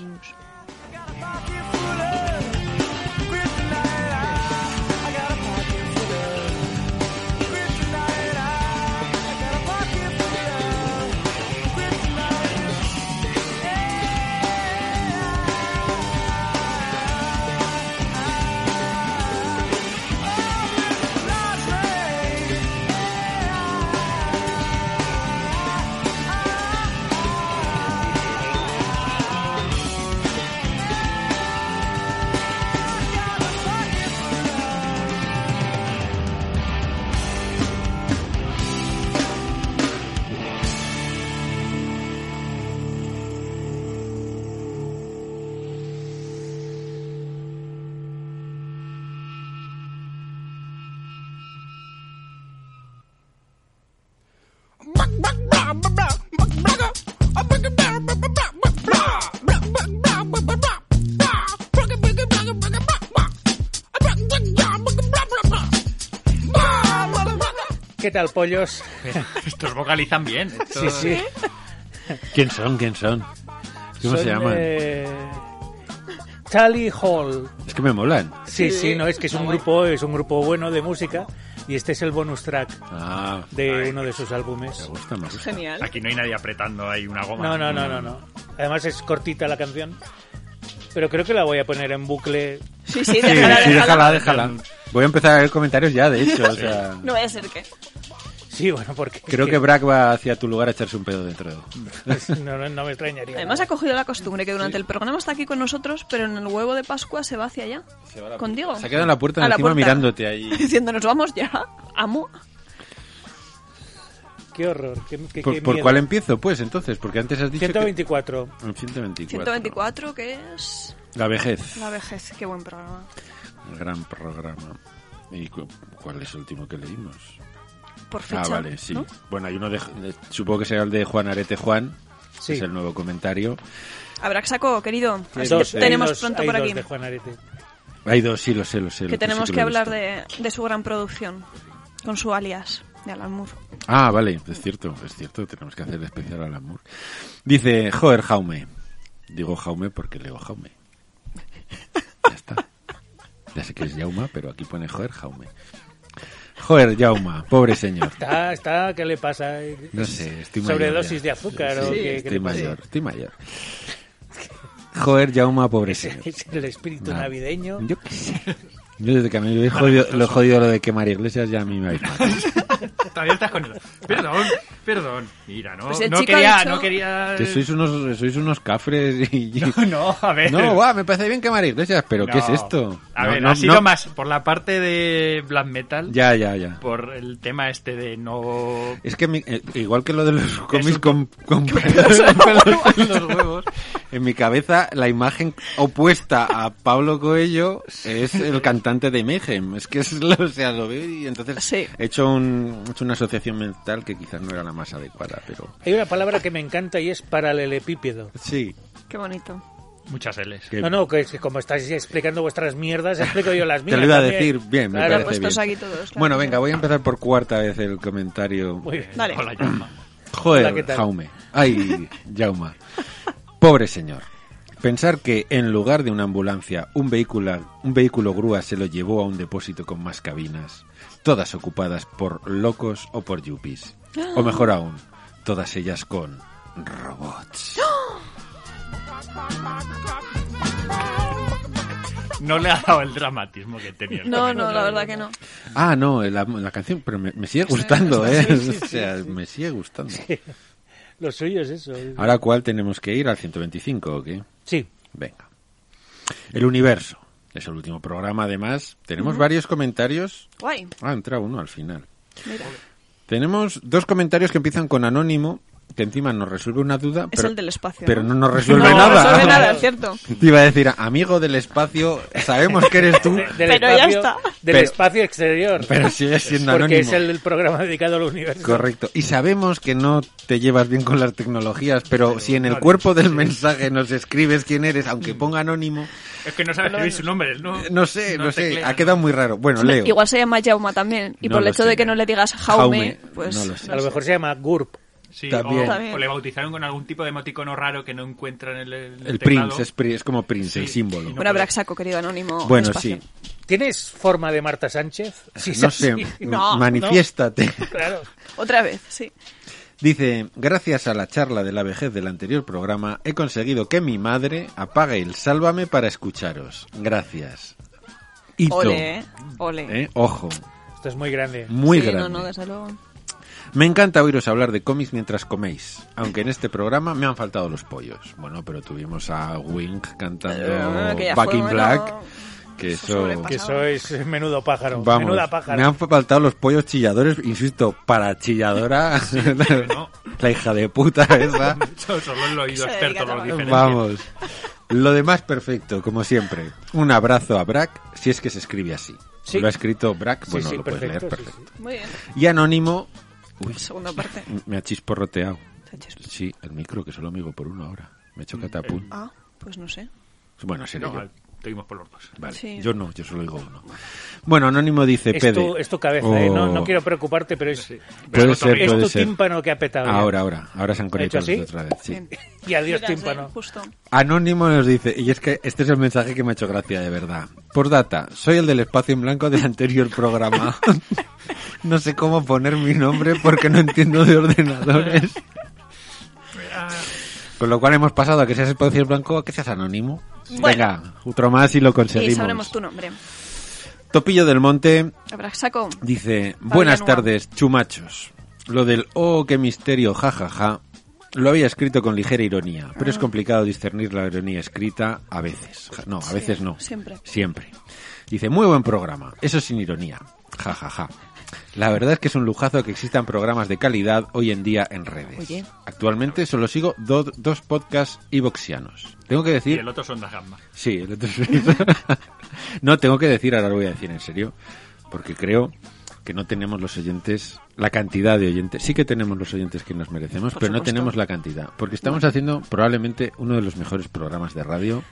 [SPEAKER 3] ¿Qué tal, pollos?
[SPEAKER 5] Estos vocalizan bien. estos-
[SPEAKER 3] Sí, sí.
[SPEAKER 1] ¿Quién son? ¿Quién son? ¿Cómo
[SPEAKER 3] Son,
[SPEAKER 1] se llaman?
[SPEAKER 3] eh, Tally Hall.
[SPEAKER 1] Es que me molan.
[SPEAKER 3] Sí, sí, no, es que es un grupo, es un grupo bueno de música y este es el bonus track
[SPEAKER 1] Ah,
[SPEAKER 3] de uno de sus
[SPEAKER 1] me
[SPEAKER 3] álbumes.
[SPEAKER 1] gusta, me gusta.
[SPEAKER 4] Genial.
[SPEAKER 5] Aquí no hay nadie apretando ahí una goma.
[SPEAKER 3] No, no, no, no, no. Además es cortita la canción, pero creo que la voy a poner en bucle.
[SPEAKER 4] Sí, sí,
[SPEAKER 1] Sí,
[SPEAKER 4] déjala,
[SPEAKER 1] sí,
[SPEAKER 4] déjala.
[SPEAKER 1] déjala, déjala. Voy a empezar a ver comentarios ya, de hecho. O sea,
[SPEAKER 4] No vaya a ser que.
[SPEAKER 3] Sí, bueno, porque
[SPEAKER 1] creo que Brack va hacia tu lugar a echarse un pedo dentro.
[SPEAKER 3] no, no, no me extrañaría.
[SPEAKER 4] Además ha cogido la costumbre que durante el programa está aquí con nosotros, pero en el huevo de Pascua se va hacia allá. con Diego.
[SPEAKER 1] Se ha quedado en la puerta
[SPEAKER 4] A la
[SPEAKER 1] encima
[SPEAKER 4] puerta.
[SPEAKER 1] mirándote ahí.
[SPEAKER 4] Diciendo, nos vamos ya, amo.
[SPEAKER 3] Qué horror. Qué, qué-
[SPEAKER 1] ¿Por,
[SPEAKER 3] qué
[SPEAKER 1] por
[SPEAKER 3] miedo.
[SPEAKER 1] cuál empiezo? Pues entonces, porque antes has dicho. que-
[SPEAKER 3] 124.
[SPEAKER 1] En 124.
[SPEAKER 4] 124, que es
[SPEAKER 1] La vejez.
[SPEAKER 4] la vejez. Qué buen programa.
[SPEAKER 1] Gran programa. ¿Y cu- cuál es el último que leímos?
[SPEAKER 4] Por fecha.
[SPEAKER 1] ah, vale, sí.
[SPEAKER 4] ¿no?
[SPEAKER 1] Bueno, hay uno de, de- Supongo que será el de Juan Arete Juan. que
[SPEAKER 3] Sí.
[SPEAKER 1] Es el nuevo comentario.
[SPEAKER 4] Habrá saco, querido.
[SPEAKER 1] Hay
[SPEAKER 4] Así
[SPEAKER 3] Dos,
[SPEAKER 4] que tenemos
[SPEAKER 3] hay dos-
[SPEAKER 4] pronto
[SPEAKER 3] hay
[SPEAKER 4] por
[SPEAKER 3] dos
[SPEAKER 4] aquí.
[SPEAKER 3] de Juan Arete.
[SPEAKER 1] Hay dos, sí, lo sé, lo sé. lo
[SPEAKER 4] Que
[SPEAKER 1] sé
[SPEAKER 4] tenemos
[SPEAKER 1] lo
[SPEAKER 4] que,
[SPEAKER 1] he
[SPEAKER 4] hablar
[SPEAKER 1] visto.
[SPEAKER 4] de, de su gran producción. Con su alias, de Alan Moore.
[SPEAKER 1] Ah, vale, es cierto, es cierto, tenemos que hacer el especial al amor. Dice, joder, Jaume. Digo Jaume porque leo Jaume. Ya está. Ya sé que es Jauma, pero aquí pone joder, Jaume. Joder, Jauma, pobre señor.
[SPEAKER 3] Está, está, ¿qué le pasa?
[SPEAKER 1] No sé, estoy mayor. ya.
[SPEAKER 3] Sobredosis de azúcar
[SPEAKER 1] Sí,
[SPEAKER 3] o
[SPEAKER 1] sí,
[SPEAKER 3] qué- qué
[SPEAKER 1] estoy
[SPEAKER 3] le pasa?
[SPEAKER 1] mayor, estoy mayor. Joder, Jauma, pobre señor.
[SPEAKER 3] Es el espíritu
[SPEAKER 1] Nada.
[SPEAKER 3] navideño.
[SPEAKER 1] Yo qué sé. Yo desde que me habéis jodido, lo he jodido lo de que María Iglesias ya a mí me habéis matado.
[SPEAKER 5] Todavía estás con el- Perdón, perdón. Mira, no,
[SPEAKER 4] Pues el
[SPEAKER 5] no
[SPEAKER 4] chico
[SPEAKER 5] quería,
[SPEAKER 4] ha dicho-
[SPEAKER 5] no quería.
[SPEAKER 1] Que sois unos, sois unos cafres y...
[SPEAKER 5] No, no, a ver.
[SPEAKER 1] No, guau, me parece bien que María Iglesias, pero ¿qué es
[SPEAKER 5] No.
[SPEAKER 1] esto?
[SPEAKER 5] A
[SPEAKER 1] No,
[SPEAKER 5] ver,
[SPEAKER 1] no,
[SPEAKER 5] ha sido
[SPEAKER 1] no.
[SPEAKER 5] más por la parte de black metal,
[SPEAKER 1] Ya, ya, ya.
[SPEAKER 5] por el tema este de no
[SPEAKER 1] Es que mi- eh, igual que lo de los cómics
[SPEAKER 5] un-
[SPEAKER 1] con, con pelos en los huevos, en mi cabeza la imagen opuesta a Pablo Coello es el cantante de Mayhem. Es que es lo, o sea, lo veo y entonces
[SPEAKER 4] Sí.
[SPEAKER 1] he, hecho un, he hecho una asociación mental que quizás no era la más adecuada, pero...
[SPEAKER 3] Hay una palabra que me encanta y es paralelepípedo.
[SPEAKER 1] Sí,
[SPEAKER 4] Qué bonito.
[SPEAKER 5] muchas L's.
[SPEAKER 1] que
[SPEAKER 3] No, no, que, es que como estáis explicando vuestras mierdas, explico yo las
[SPEAKER 1] te
[SPEAKER 3] mías.
[SPEAKER 1] lo iba a
[SPEAKER 3] también.
[SPEAKER 1] decir bien, me parece
[SPEAKER 3] Claro,
[SPEAKER 4] pues
[SPEAKER 1] bien.
[SPEAKER 4] todos aquí todos, claro.
[SPEAKER 1] Bueno, venga, voy a empezar por cuarta vez el comentario.
[SPEAKER 3] Muy bien.
[SPEAKER 4] Dale.
[SPEAKER 5] Hola, llama.
[SPEAKER 3] Hola, ¿qué
[SPEAKER 1] Joder,
[SPEAKER 3] tal?
[SPEAKER 1] Jaume. Ay, Jauma. Pobre señor. Pensar que en lugar de una ambulancia, un vehículo, un vehículo grúa se lo llevó a un depósito con más cabinas, todas ocupadas por locos o por yuppies. O mejor aún, todas ellas con robots.
[SPEAKER 5] No le ha dado el dramatismo que tenía. el
[SPEAKER 4] No,
[SPEAKER 5] comentario.
[SPEAKER 4] no, la verdad que no.
[SPEAKER 1] Ah, no, la, la canción, pero me, me sigue gustando, ¿eh? O sea, me sigue gustando.
[SPEAKER 3] Lo suyo es eso.
[SPEAKER 1] Ahora, ¿cuál tenemos que ir? ¿Al 125 o qué?
[SPEAKER 3] Sí,
[SPEAKER 1] Venga. El universo. Es el último programa, además. Tenemos varios comentarios.
[SPEAKER 4] Guay.
[SPEAKER 1] Ah, entra uno al final.
[SPEAKER 4] Mira.
[SPEAKER 1] Tenemos dos comentarios que empiezan con anónimo, que encima nos resuelve una duda.
[SPEAKER 4] Es
[SPEAKER 1] pero,
[SPEAKER 4] el del espacio.
[SPEAKER 1] Pero no nos resuelve
[SPEAKER 4] No,
[SPEAKER 1] nada.
[SPEAKER 4] No resuelve nada, es cierto.
[SPEAKER 1] Te iba a decir, amigo del espacio, sabemos que eres tú,
[SPEAKER 3] del
[SPEAKER 4] Pero ya
[SPEAKER 3] espacio,
[SPEAKER 4] está.
[SPEAKER 3] Del
[SPEAKER 1] Pero-
[SPEAKER 3] espacio exterior.
[SPEAKER 1] pero sigues siendo
[SPEAKER 3] porque
[SPEAKER 1] anónimo.
[SPEAKER 3] es el, el programa dedicado al universo.
[SPEAKER 1] Correcto. Y sabemos que no te llevas bien con las tecnologías, pero si en el cuerpo del mensaje nos escribes quién eres, aunque
[SPEAKER 3] Mm.
[SPEAKER 1] ponga anónimo,
[SPEAKER 5] Es que no sabe escribir su nombre, ¿no?
[SPEAKER 1] no sé, no, sé,
[SPEAKER 5] teclea.
[SPEAKER 1] ha quedado muy raro. Bueno, leo.
[SPEAKER 4] Igual se llama Jauma también. Y
[SPEAKER 1] No
[SPEAKER 4] por el
[SPEAKER 1] lo
[SPEAKER 4] hecho
[SPEAKER 1] sé.
[SPEAKER 4] de que no le digas Jaume,
[SPEAKER 1] Jaume,
[SPEAKER 4] pues.
[SPEAKER 1] no lo sé.
[SPEAKER 3] A lo mejor se llama GURP.
[SPEAKER 5] Sí,
[SPEAKER 1] También.
[SPEAKER 5] o-
[SPEAKER 4] También.
[SPEAKER 5] O, le bautizaron con algún tipo de emoticono raro que no encuentran en el, en el
[SPEAKER 1] El
[SPEAKER 5] teclado.
[SPEAKER 1] Prince es, pri- es como Prince, el
[SPEAKER 5] Sí,
[SPEAKER 1] símbolo.
[SPEAKER 5] y no-
[SPEAKER 4] Bueno, Braxaco, querido anónimo.
[SPEAKER 1] bueno,
[SPEAKER 4] del espacio.
[SPEAKER 1] sí.
[SPEAKER 3] ¿Tienes forma de Marta Sánchez? Sí,
[SPEAKER 1] Ah, No sé,
[SPEAKER 4] No,
[SPEAKER 1] manifiéstate.
[SPEAKER 3] Claro.
[SPEAKER 4] Otra vez, sí.
[SPEAKER 1] Dice, gracias a la charla de la vejez del anterior programa, he conseguido que mi madre apague el sálvame para escucharos. Gracias. Hito.
[SPEAKER 4] Ole, eh, ole.
[SPEAKER 1] ¿Eh? Ojo,
[SPEAKER 3] Esto es muy grande.
[SPEAKER 1] muy
[SPEAKER 4] Sí,
[SPEAKER 1] grande.
[SPEAKER 4] No, no, desde luego.
[SPEAKER 1] Me encanta oíros hablar de cómics mientras coméis, aunque en este programa me han faltado los pollos. Bueno, pero tuvimos a Wing cantando
[SPEAKER 4] Eh, que ya
[SPEAKER 1] Back
[SPEAKER 4] fue,
[SPEAKER 1] in
[SPEAKER 4] bueno,
[SPEAKER 1] Black, que
[SPEAKER 4] eso
[SPEAKER 1] eso...
[SPEAKER 4] sobrepasa.
[SPEAKER 3] Que sois eh, menudo pájaro.
[SPEAKER 1] Vamos,
[SPEAKER 3] Menuda
[SPEAKER 1] me
[SPEAKER 3] pájaro.
[SPEAKER 1] han faltado los pollos chilladores, insisto, para chilladora,
[SPEAKER 5] no.
[SPEAKER 1] la hija de puta esa.
[SPEAKER 5] Eso Solo el oído
[SPEAKER 4] Se
[SPEAKER 5] experto
[SPEAKER 4] dedica a
[SPEAKER 5] lo
[SPEAKER 4] trabajar.
[SPEAKER 5] diferencia.
[SPEAKER 1] Vamos. Lo demás perfecto, como siempre. Un abrazo a Brack, si es que se escribe así.
[SPEAKER 3] Sí.
[SPEAKER 1] Lo ha escrito Brack,
[SPEAKER 3] Sí,
[SPEAKER 1] bueno,
[SPEAKER 3] sí,
[SPEAKER 1] lo puedes
[SPEAKER 3] perfecto,
[SPEAKER 1] leer
[SPEAKER 3] sí,
[SPEAKER 1] perfecto.
[SPEAKER 4] Muy bien.
[SPEAKER 1] Y Anónimo, uy,
[SPEAKER 4] Segunda parte.
[SPEAKER 1] me ha chisporroteado.
[SPEAKER 4] Sánchez.
[SPEAKER 1] Sí, el micro, que solo me oigo por uno ahora. Me he
[SPEAKER 3] Mm,
[SPEAKER 1] hecho catapún.
[SPEAKER 3] eh,
[SPEAKER 4] Ah, pues no sé.
[SPEAKER 1] Bueno, seré
[SPEAKER 5] No,
[SPEAKER 1] yo.
[SPEAKER 5] tuvimos por los dos.
[SPEAKER 1] Vale,
[SPEAKER 4] Sí.
[SPEAKER 1] yo no, yo solo oigo uno. Bueno, Anónimo dice,
[SPEAKER 3] Es tu,
[SPEAKER 1] Pede.
[SPEAKER 3] es tu cabeza, ¿eh? no, no
[SPEAKER 1] Oh.
[SPEAKER 3] quiero preocuparte, pero es,
[SPEAKER 1] Puede
[SPEAKER 5] Pero
[SPEAKER 1] ser,
[SPEAKER 5] también-
[SPEAKER 3] es
[SPEAKER 1] puede
[SPEAKER 3] tu
[SPEAKER 1] ser.
[SPEAKER 3] tímpano que ha petado. ya.
[SPEAKER 1] Ahora, ahora, ahora se han conectado
[SPEAKER 3] así?
[SPEAKER 1] los otra vez. sí.
[SPEAKER 4] Bien.
[SPEAKER 3] Y adiós,
[SPEAKER 4] Fíjate,
[SPEAKER 3] tímpano.
[SPEAKER 4] Justo.
[SPEAKER 1] Anónimo nos dice, y es que este es el mensaje que me ha hecho gracia de verdad. Por data, soy el del espacio en blanco del anterior programa. no sé cómo poner mi nombre porque no entiendo de ordenadores. Con lo cual hemos pasado a que seas espacio en blanco a que seas anónimo.
[SPEAKER 4] Bueno.
[SPEAKER 1] Venga, otro más y lo
[SPEAKER 4] Y
[SPEAKER 1] conseguimos.
[SPEAKER 4] sabremos tu nombre.
[SPEAKER 1] Topillo del Monte
[SPEAKER 4] Braxaco.
[SPEAKER 1] Dice, buenas
[SPEAKER 4] Villanueva.
[SPEAKER 1] tardes, chumachos. Lo del oh, qué misterio, jajaja, lo había escrito con ligera ironía, pero
[SPEAKER 4] Ah.
[SPEAKER 1] es complicado discernir la ironía escrita a veces. Ja- No, a veces no.
[SPEAKER 4] siempre.
[SPEAKER 1] Siempre. Dice, muy buen programa, eso sin ironía, jajaja. La verdad es que es un lujazo que existan programas de calidad hoy en día en redes.
[SPEAKER 4] Oye.
[SPEAKER 1] Actualmente solo sigo do- dos podcasts iboxianos. Tengo que
[SPEAKER 5] Y
[SPEAKER 1] decir
[SPEAKER 5] el otro son las gambas.
[SPEAKER 1] Sí, el otro no, tengo que decir, ahora lo voy a decir en serio, porque creo que no tenemos los oyentes, la cantidad de oyentes. Sí que tenemos los oyentes que nos merecemos,
[SPEAKER 4] Por
[SPEAKER 1] pero no
[SPEAKER 4] supuesto.
[SPEAKER 1] tenemos la cantidad. Porque estamos haciendo probablemente uno de los mejores programas de radio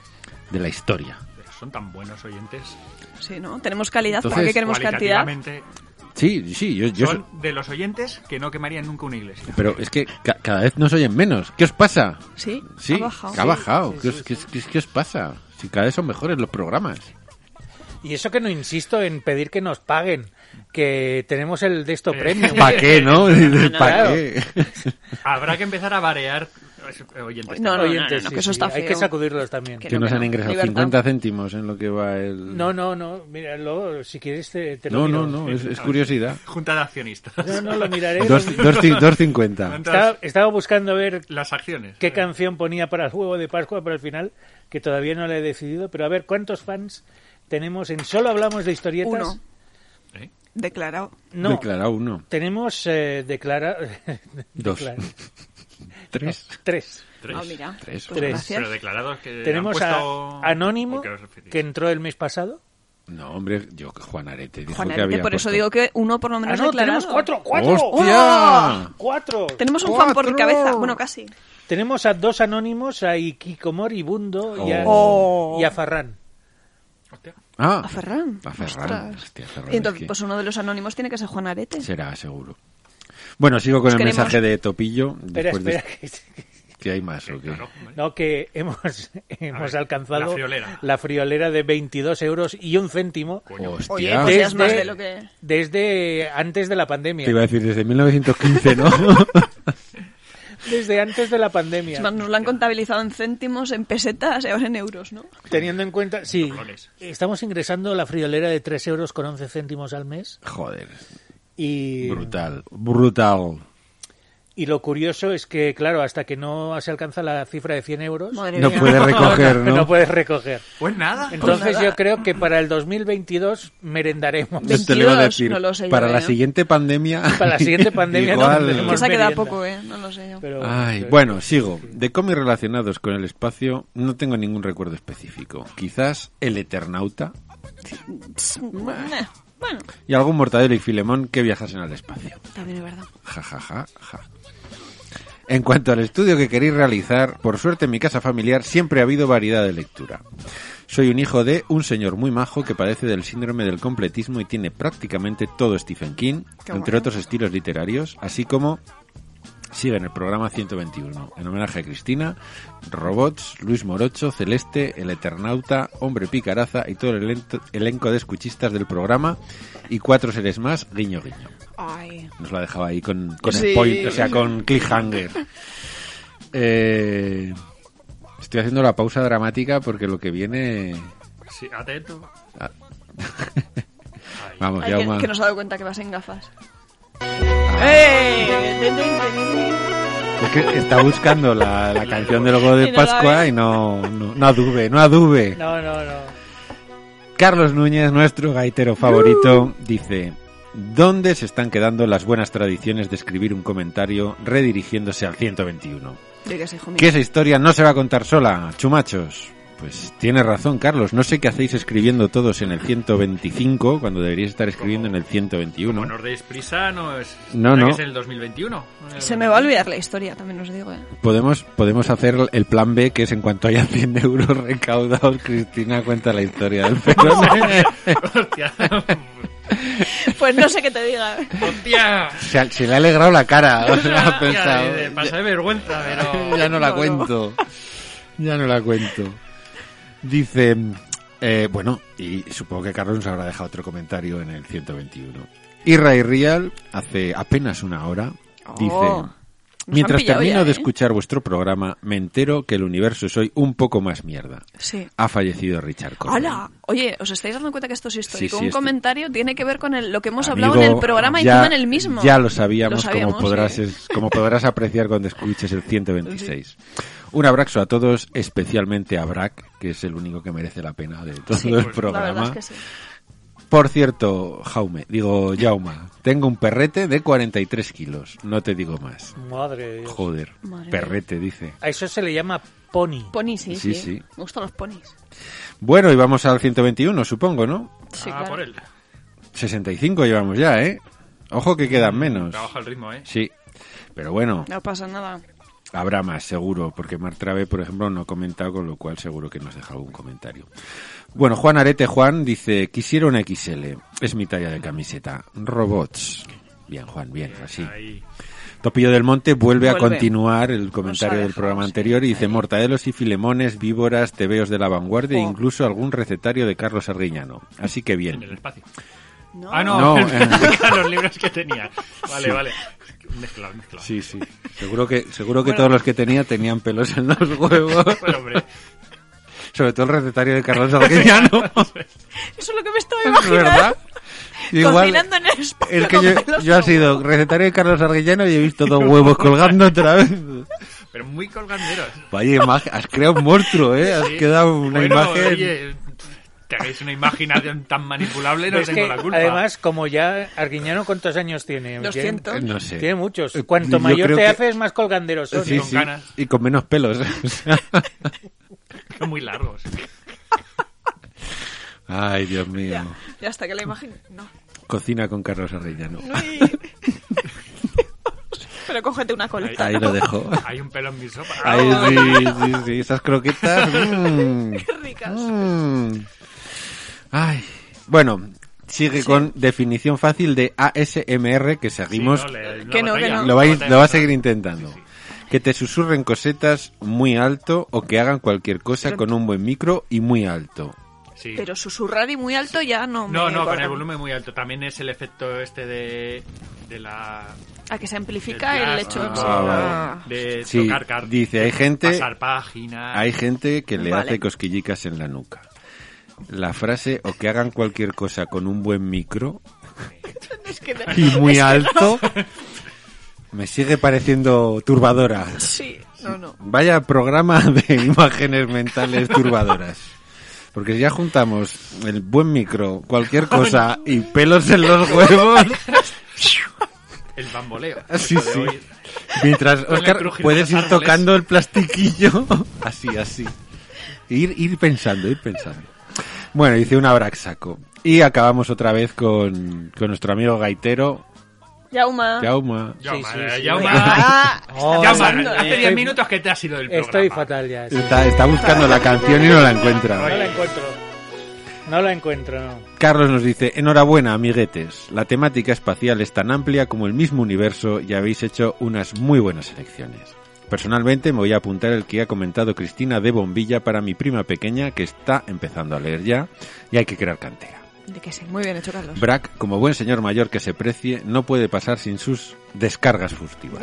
[SPEAKER 1] de la historia.
[SPEAKER 5] Son tan buenos oyentes.
[SPEAKER 4] Sí, ¿no? Tenemos calidad, ¿para
[SPEAKER 1] Entonces,
[SPEAKER 4] qué queremos cantidad?
[SPEAKER 5] Cualitativamente,
[SPEAKER 1] Sí, sí, yo... yo
[SPEAKER 5] Son de los oyentes que no quemarían nunca una iglesia.
[SPEAKER 1] pero es que ca- cada vez nos oyen menos. ¿Qué os pasa?
[SPEAKER 4] Sí,
[SPEAKER 1] Sí,
[SPEAKER 4] ha bajado.
[SPEAKER 1] que ha bajado. ¿Qué, os, qué os- qué os- qué os pasa? Si cada vez son mejores los programas.
[SPEAKER 3] Y eso que no insisto en pedir que nos paguen, que tenemos el de esto premium.
[SPEAKER 1] ¿Para qué, no? ¿Para
[SPEAKER 3] claro.
[SPEAKER 1] qué?
[SPEAKER 5] Habrá que empezar a varear eh, oyentes.
[SPEAKER 4] No, no, no, no,
[SPEAKER 3] Oyentes,
[SPEAKER 4] no,
[SPEAKER 3] sí,
[SPEAKER 4] que
[SPEAKER 3] sí,
[SPEAKER 4] eso está
[SPEAKER 3] Hay
[SPEAKER 4] feo.
[SPEAKER 3] que sacudirlos también.
[SPEAKER 4] Que
[SPEAKER 1] que nos han ingresado
[SPEAKER 4] Libertad.
[SPEAKER 1] 50 céntimos en lo que va el...
[SPEAKER 3] No, no, no, míralo, si quieres te, te lo
[SPEAKER 1] no, no,
[SPEAKER 3] miro.
[SPEAKER 1] no, es, es curiosidad.
[SPEAKER 5] Junta de accionistas.
[SPEAKER 3] No, no, lo miraré.
[SPEAKER 1] Dos- dos ci- 2.50.
[SPEAKER 3] Estaba, estaba buscando ver
[SPEAKER 5] Las acciones.
[SPEAKER 3] qué canción ponía para el juego de Pascua, pero al final, que todavía no la he decidido, pero a ver cuántos fans tenemos en Solo Hablamos de Historietas.
[SPEAKER 4] Uno.
[SPEAKER 5] ¿Eh?
[SPEAKER 4] Declarado.
[SPEAKER 3] No,
[SPEAKER 1] Declarado uno,
[SPEAKER 3] tenemos eh, declara...
[SPEAKER 1] Dos.
[SPEAKER 3] declara-
[SPEAKER 1] tres.
[SPEAKER 3] Tres.
[SPEAKER 5] Tres.
[SPEAKER 4] Ah, mira.
[SPEAKER 1] Tres.
[SPEAKER 4] Pues
[SPEAKER 3] Tres.
[SPEAKER 4] gracias.
[SPEAKER 5] Pero declarados que.
[SPEAKER 3] Tenemos
[SPEAKER 5] Eh, han
[SPEAKER 3] a
[SPEAKER 5] puesto-
[SPEAKER 3] Anónimo,
[SPEAKER 5] ¿O qué os referís?
[SPEAKER 3] que entró el mes pasado.
[SPEAKER 1] No, hombre, yo que Juan Arete dijo
[SPEAKER 4] Juan
[SPEAKER 1] que
[SPEAKER 4] Arete,
[SPEAKER 1] había
[SPEAKER 4] por eso
[SPEAKER 1] puesto-
[SPEAKER 4] digo que uno por lo
[SPEAKER 3] Ah,
[SPEAKER 4] menos
[SPEAKER 3] no,
[SPEAKER 4] declarado.
[SPEAKER 3] tenemos cuatro, cuatro.
[SPEAKER 1] ¡Hostia!
[SPEAKER 3] ¡Cuatro!
[SPEAKER 4] Tenemos un fan por
[SPEAKER 1] ¡Cuatro!
[SPEAKER 4] cabeza. Bueno, casi.
[SPEAKER 3] Tenemos a dos anónimos, a Ikiko Moribundo y, a,
[SPEAKER 4] Oh.
[SPEAKER 3] y a Farran.
[SPEAKER 5] Hostia.
[SPEAKER 1] Ah,
[SPEAKER 4] A Ferran.
[SPEAKER 1] A Ferran.
[SPEAKER 4] Ostras.
[SPEAKER 1] Hostia, Ferran,
[SPEAKER 4] Y entonces,
[SPEAKER 1] es que
[SPEAKER 4] pues uno de los anónimos tiene que ser Juan Arete.
[SPEAKER 1] Será seguro. Bueno, sigo con
[SPEAKER 4] Os
[SPEAKER 1] el
[SPEAKER 4] queremos.
[SPEAKER 1] mensaje de Topillo.
[SPEAKER 3] Espera,
[SPEAKER 1] después de-
[SPEAKER 3] espera. que-
[SPEAKER 1] ¿Qué hay más? o qué?
[SPEAKER 5] Claro, hombre.
[SPEAKER 3] No, que hemos, hemos
[SPEAKER 5] ver,
[SPEAKER 3] alcanzado
[SPEAKER 5] la friolera.
[SPEAKER 3] la friolera de 22 euros y un céntimo
[SPEAKER 5] Coño.
[SPEAKER 1] Hostia.
[SPEAKER 4] Oye, pues ya es más
[SPEAKER 3] Desde-
[SPEAKER 4] de lo que...
[SPEAKER 3] desde antes de
[SPEAKER 1] Te
[SPEAKER 3] la
[SPEAKER 1] iba a
[SPEAKER 3] pandemia.
[SPEAKER 1] decir desde 1915, ¿no?
[SPEAKER 3] Desde antes de la pandemia.
[SPEAKER 4] Es más, nos lo han contabilizado en céntimos, en pesetas y ahora en euros, ¿no?
[SPEAKER 3] Teniendo en cuenta, sí,
[SPEAKER 5] Colores.
[SPEAKER 3] estamos ingresando la friolera de 3 euros con 11 céntimos al mes
[SPEAKER 1] Joder,
[SPEAKER 3] y,
[SPEAKER 1] brutal, brutal.
[SPEAKER 3] y lo curioso es que, claro, hasta que no se alcanza la cifra de 100 euros,
[SPEAKER 4] Madre
[SPEAKER 1] No
[SPEAKER 4] mía.
[SPEAKER 1] puede recoger,
[SPEAKER 3] no,
[SPEAKER 1] ¿no?
[SPEAKER 3] puedes recoger.
[SPEAKER 5] Pues nada.
[SPEAKER 3] Entonces
[SPEAKER 4] nada.
[SPEAKER 3] yo creo que para el 2022 merendaremos.
[SPEAKER 1] Yo te lo iba a
[SPEAKER 4] 22,
[SPEAKER 1] decir.
[SPEAKER 4] no lo sé yo,
[SPEAKER 1] para la
[SPEAKER 4] ¿eh?
[SPEAKER 1] siguiente pandemia.
[SPEAKER 3] Para la siguiente pandemia no
[SPEAKER 1] igual-
[SPEAKER 3] tendremos
[SPEAKER 4] Que se ha quedado
[SPEAKER 3] merienda.
[SPEAKER 4] poco, ¿eh? No lo sé yo.
[SPEAKER 3] Pero,
[SPEAKER 1] Ay,
[SPEAKER 3] pero-
[SPEAKER 1] bueno, sigo. De cómics relacionados con el espacio no tengo ningún recuerdo específico. Quizás El Eternauta
[SPEAKER 4] Nah, eh, Bueno,
[SPEAKER 1] y algún Mortadelo y Filemón que viajasen al espacio.
[SPEAKER 4] también es verdad.
[SPEAKER 1] Ja, ja, ja, ja. En cuanto al estudio que queréis realizar, por suerte en mi casa familiar siempre ha habido variedad de lectura. Soy un hijo de un señor muy majo que padece del síndrome del completismo y tiene prácticamente todo Stephen King,
[SPEAKER 4] Qué
[SPEAKER 1] entre
[SPEAKER 4] bueno.
[SPEAKER 1] otros estilos literarios, así como sigue en el programa 121, en homenaje a Cristina, Robots, Luis Morocho, Celeste, El Eternauta, Hombre Picaraza y todo el elento- elenco de escuchistas del programa y cuatro seres más, guiño guiño
[SPEAKER 4] Ay,
[SPEAKER 1] nos la dejaba ahí con, con
[SPEAKER 4] Sí.
[SPEAKER 1] spoil- o sea, con cliffhanger. Eh, estoy haciendo la pausa dramática porque lo que viene...
[SPEAKER 5] Sí, atento.
[SPEAKER 1] Vamos,
[SPEAKER 4] ay,
[SPEAKER 1] ya Ah.
[SPEAKER 4] que, que nos ha dado cuenta que vas en gafas.
[SPEAKER 3] ¡Eh!
[SPEAKER 1] Es que está buscando la, la canción del logo
[SPEAKER 4] Y
[SPEAKER 1] de
[SPEAKER 4] no la
[SPEAKER 1] Pascua
[SPEAKER 4] ve.
[SPEAKER 1] y no, no, no aduve, no aduve.
[SPEAKER 3] No, no, no.
[SPEAKER 1] Carlos Núñez, nuestro gaitero favorito, dice... ¿Dónde se están quedando las buenas tradiciones de escribir un comentario redirigiéndose al 121?
[SPEAKER 4] Yo que sé, hijo mío.
[SPEAKER 1] Que esa historia no se va a contar sola, chumachos. Pues tiene razón, Carlos. No sé qué hacéis escribiendo todos en el 125 cuando deberíais estar escribiendo en el
[SPEAKER 5] No
[SPEAKER 1] 121.
[SPEAKER 5] nos deis prisa, no es.
[SPEAKER 1] No,
[SPEAKER 5] será
[SPEAKER 1] no.
[SPEAKER 5] que Es el 2021.
[SPEAKER 4] Se me va a olvidar la historia, también os digo, ¿eh?
[SPEAKER 1] Podemos, podemos hacer el plan B, que es en cuanto haya 100 euros recaudados, Cristina cuenta la historia del fenómeno.
[SPEAKER 5] Hostia.
[SPEAKER 4] Pues no sé qué te diga.
[SPEAKER 5] Hostia.
[SPEAKER 1] se, ha- se le ha alegrado la cara. o sea, ha pensado,
[SPEAKER 5] Hostia, Pasé
[SPEAKER 1] ya,
[SPEAKER 5] vergüenza, pero.
[SPEAKER 1] ya no la
[SPEAKER 4] No, no.
[SPEAKER 1] cuento. Ya no la cuento. Dice, eh, bueno, y supongo que Carlos nos habrá dejado otro comentario en el 121. Irra y Real, hace apenas una hora, dice...
[SPEAKER 4] Oh, nos han
[SPEAKER 1] Mientras
[SPEAKER 4] pillado
[SPEAKER 1] termino
[SPEAKER 4] ya,
[SPEAKER 1] de
[SPEAKER 4] ¿eh?
[SPEAKER 1] escuchar vuestro programa, me entero que el universo soy un poco más mierda.
[SPEAKER 4] Sí.
[SPEAKER 1] Ha fallecido Richard Corben.
[SPEAKER 4] ¡Hala! Oye, ¿os estáis dando cuenta que esto es
[SPEAKER 1] Sí,
[SPEAKER 4] histórico?
[SPEAKER 1] sí,
[SPEAKER 4] un
[SPEAKER 1] esto-
[SPEAKER 4] comentario tiene que ver con el- lo que hemos hablado
[SPEAKER 1] Amigo,
[SPEAKER 4] en el programa y
[SPEAKER 1] ya-
[SPEAKER 4] encima en el mismo.
[SPEAKER 1] Ya lo sabíamos,
[SPEAKER 4] Lo sabíamos,
[SPEAKER 1] como, podrás,
[SPEAKER 4] sí.
[SPEAKER 1] es- como podrás apreciar cuando escuches el 126. Un abrazo a todos, especialmente a Brack, que es el único que merece la pena de todo
[SPEAKER 4] Sí,
[SPEAKER 1] el
[SPEAKER 4] La
[SPEAKER 1] programa.
[SPEAKER 4] verdad es que sí.
[SPEAKER 1] Por cierto, Jaume, digo Jauma, tengo un perrete de 43 kilos, no te digo más.
[SPEAKER 3] Madre de Dios.
[SPEAKER 1] Joder,
[SPEAKER 4] Madre
[SPEAKER 1] perrete, dice.
[SPEAKER 3] A eso se le llama pony.
[SPEAKER 5] Pues
[SPEAKER 4] Ponis, sí,
[SPEAKER 1] Sí,
[SPEAKER 4] sí,
[SPEAKER 1] sí.
[SPEAKER 4] Me gustan los ponis.
[SPEAKER 1] Bueno, y vamos al 121, supongo, ¿no?
[SPEAKER 4] Sí,
[SPEAKER 5] Ah,
[SPEAKER 4] claro.
[SPEAKER 5] por él.
[SPEAKER 1] 65 llevamos ya, ¿eh? Ojo que quedan menos.
[SPEAKER 5] Trabaja el ritmo, ¿eh?
[SPEAKER 1] Sí. Pero bueno,
[SPEAKER 4] No pasa nada.
[SPEAKER 5] Ah,
[SPEAKER 1] Habrá más, seguro, porque Martrave, por ejemplo, no ha comentado, con lo cual seguro que nos deja algún comentario. Bueno, Juan Arete Juan dice, quisiera una XL, es mi talla de camiseta. Robots. Bien, Juan, bien, así.
[SPEAKER 5] Ahí.
[SPEAKER 1] Topillo del Monte vuelve, a
[SPEAKER 4] Vuelve.
[SPEAKER 1] continuar el comentario
[SPEAKER 4] ha
[SPEAKER 1] del
[SPEAKER 4] dejado,
[SPEAKER 1] programa
[SPEAKER 4] sí,
[SPEAKER 1] anterior y dice,
[SPEAKER 4] ahí.
[SPEAKER 1] mortadelos y filemones, víboras, tebeos de la vanguardia e
[SPEAKER 4] Oh.
[SPEAKER 1] incluso algún recetario de Carlos Arriñano. Así que
[SPEAKER 5] En el
[SPEAKER 1] bien.
[SPEAKER 5] espacio.
[SPEAKER 4] No.
[SPEAKER 5] Ah, no,
[SPEAKER 1] No, eh.
[SPEAKER 5] los libros que tenía. Vale, vale. Mezclado, mezclado.
[SPEAKER 1] Sí, sí. Seguro que, seguro que
[SPEAKER 4] Bueno.
[SPEAKER 1] todos los que tenía tenían pelos en los huevos.
[SPEAKER 5] Bueno, hombre.
[SPEAKER 1] Sobre todo el recetario de Carlos Arguiñano.
[SPEAKER 4] Eso es lo que me estaba
[SPEAKER 1] Es
[SPEAKER 4] imaginando.
[SPEAKER 1] verdad. Igual,
[SPEAKER 4] Cocinando en el espacio.
[SPEAKER 1] es que
[SPEAKER 4] con
[SPEAKER 1] yo,
[SPEAKER 4] pelos
[SPEAKER 1] yo ha
[SPEAKER 4] como-
[SPEAKER 1] sido recetario de Carlos Arguiñano y he visto dos huevos colgando otra vez.
[SPEAKER 5] Pero muy colganderos.
[SPEAKER 1] Vaya imagen, has creado un monstruo, ¿eh? Has
[SPEAKER 5] Sí.
[SPEAKER 1] quedado una
[SPEAKER 5] Bueno,
[SPEAKER 1] imagen.
[SPEAKER 5] Oye, que hagáis una imaginación tan manipulable, no
[SPEAKER 3] Pero es
[SPEAKER 5] tengo
[SPEAKER 3] que,
[SPEAKER 5] la culpa.
[SPEAKER 3] Además, como ya Arguiñano, ¿cuántos años tiene?
[SPEAKER 4] 200.
[SPEAKER 1] Eh, No sé.
[SPEAKER 3] Tiene muchos.
[SPEAKER 1] Eh,
[SPEAKER 3] Cuanto
[SPEAKER 1] yo
[SPEAKER 3] mayor
[SPEAKER 1] creo
[SPEAKER 3] te
[SPEAKER 1] que-
[SPEAKER 3] haces, más colganderos son.
[SPEAKER 1] Sí,
[SPEAKER 5] con
[SPEAKER 1] sí.
[SPEAKER 5] ganas.
[SPEAKER 1] Y con menos pelos. O sea,
[SPEAKER 5] Son muy largos.
[SPEAKER 1] Ay, Dios mío.
[SPEAKER 4] Ya, ya hasta que la imagen. No.
[SPEAKER 1] Cocina con Carlos Arguiñano.
[SPEAKER 4] Uy. Pero cógete una coleta.
[SPEAKER 1] Ahí lo dejo.
[SPEAKER 5] Hay un pelo en mi sopa. Ah,
[SPEAKER 1] Ahí sí, sí, sí. Esas croquetas. mm.
[SPEAKER 4] Qué ricas.
[SPEAKER 1] Mm. Ay. Bueno, sigue con definición fácil de ASMR que seguimos.
[SPEAKER 5] Sí, no, le-
[SPEAKER 4] Que no,
[SPEAKER 5] batalla.
[SPEAKER 4] que no.
[SPEAKER 1] Lo, vais-
[SPEAKER 5] Batalla.
[SPEAKER 1] lo va a seguir intentando. que te susurren cosetas muy alto o que hagan cualquier cosa
[SPEAKER 4] Pero-
[SPEAKER 1] con un buen micro y muy alto.
[SPEAKER 5] Sí.
[SPEAKER 4] Pero susurrar y muy alto ya no.
[SPEAKER 5] no,
[SPEAKER 4] me
[SPEAKER 5] no, con
[SPEAKER 4] cuadra.
[SPEAKER 5] el volumen muy alto. También es el efecto este de, de la...
[SPEAKER 4] A que se amplifica
[SPEAKER 5] del
[SPEAKER 4] el
[SPEAKER 5] plástico,
[SPEAKER 4] hecho.
[SPEAKER 1] ah,
[SPEAKER 4] sí,
[SPEAKER 1] vale.
[SPEAKER 4] ah.
[SPEAKER 5] de
[SPEAKER 1] Sí,
[SPEAKER 5] tocar cartas,
[SPEAKER 1] dice, hay gente-
[SPEAKER 5] pasar páginas.
[SPEAKER 1] Hay gente que le
[SPEAKER 4] Vale.
[SPEAKER 1] hace cosquillicas en la nuca. La frase o que hagan cualquier cosa con un buen micro
[SPEAKER 4] Es que me-
[SPEAKER 1] y muy alto me sigue pareciendo turbadora.
[SPEAKER 4] Sí, no, no.
[SPEAKER 1] Vaya programa de imágenes mentales turbadoras. Porque si ya juntamos el buen micro, cualquier cosa y pelos en los huevos,
[SPEAKER 5] El bamboleo.
[SPEAKER 1] Sí,
[SPEAKER 5] Eso de
[SPEAKER 1] sí.
[SPEAKER 5] oír.
[SPEAKER 1] mientras
[SPEAKER 5] Con el
[SPEAKER 1] Oscar
[SPEAKER 5] crujir de
[SPEAKER 1] puedes
[SPEAKER 5] los
[SPEAKER 1] ir
[SPEAKER 5] árboles.
[SPEAKER 1] tocando el plastiquillo, así, así. Ir, ir pensando, ir pensando. Bueno, hice un abraxaco. Y acabamos otra vez con, con nuestro amigo gaitero,
[SPEAKER 5] Ah.
[SPEAKER 4] Yauma.
[SPEAKER 1] Jauma.
[SPEAKER 5] Yauma,
[SPEAKER 3] Sí, sí, sí.
[SPEAKER 5] Yauma,
[SPEAKER 4] Ah,
[SPEAKER 3] Oh,
[SPEAKER 5] Yauma,
[SPEAKER 4] pasando,
[SPEAKER 5] hace
[SPEAKER 4] eh.
[SPEAKER 5] 10 minutos que te has ido del programa.
[SPEAKER 3] Estoy fatal ya. sí.
[SPEAKER 1] Está, está buscando la canción y no la encuentra.
[SPEAKER 3] No la encuentro. No la encuentro, no.
[SPEAKER 1] Carlos nos dice, enhorabuena amiguetes, la temática espacial es tan amplia como el mismo universo y habéis hecho unas muy buenas elecciones. Personalmente me voy a apuntar el que ha comentado Cristina de Bombilla para mi prima pequeña que está empezando a leer ya y hay que crear cantera.
[SPEAKER 4] De que sí, muy bien hecho, Carlos.
[SPEAKER 1] Brack, como buen señor mayor que se precie, no puede pasar sin sus descargas furtivas.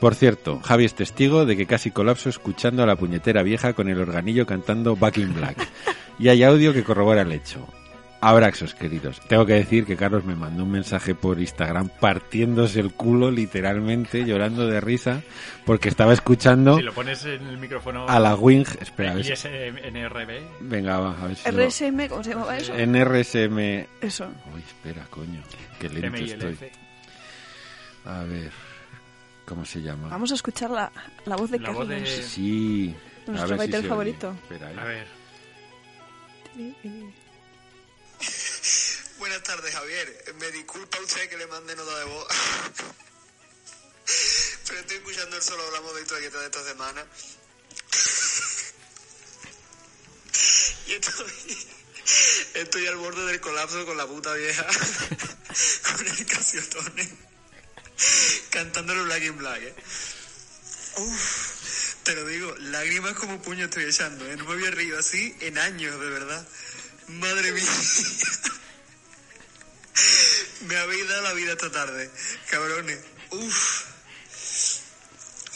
[SPEAKER 1] Por cierto, Javi es testigo de que casi colapso escuchando a la puñetera vieja con el organillo cantando Back in Black. Y hay audio que corrobora el hecho. Abraxos, queridos. Tengo que decir que Carlos me mandó un mensaje por Instagram partiéndose el culo, literalmente, llorando de risa, porque estaba escuchando
[SPEAKER 5] Si lo pones en el micrófono
[SPEAKER 1] a la Wing. Espera, a ver si-
[SPEAKER 5] y es NRB,
[SPEAKER 1] Venga, va, a ver si lo-
[SPEAKER 4] RSM, ¿cómo se llamaba eso?
[SPEAKER 1] Eh, NRSM.
[SPEAKER 4] Eso.
[SPEAKER 1] Uy, espera, coño. Qué lento estoy.
[SPEAKER 5] MILF.
[SPEAKER 1] A ver. ¿Cómo se llama?
[SPEAKER 4] Vamos a escuchar la, la voz de
[SPEAKER 5] La voz
[SPEAKER 4] Carlos.
[SPEAKER 5] de-
[SPEAKER 1] Sí.
[SPEAKER 4] Nuestro
[SPEAKER 1] a ver si
[SPEAKER 4] baiter
[SPEAKER 1] se oye.
[SPEAKER 4] favorito.
[SPEAKER 1] Espera,
[SPEAKER 5] A
[SPEAKER 1] eh.
[SPEAKER 5] ver,
[SPEAKER 6] Buenas tardes, Javier. Me disculpa usted que le mande nota de voz. Pero estoy escuchando el solo hablamos de historieta de esta semana. Y estoy, estoy al borde del colapso con la puta vieja. Con el casiotone. Cantando el Black in Black. ¿eh? Uf, te lo digo, lágrimas como puño estoy echando. ¿eh? No me había reído así en años, de verdad. Madre mía. Me habéis dado la vida esta tarde, cabrones. Uf.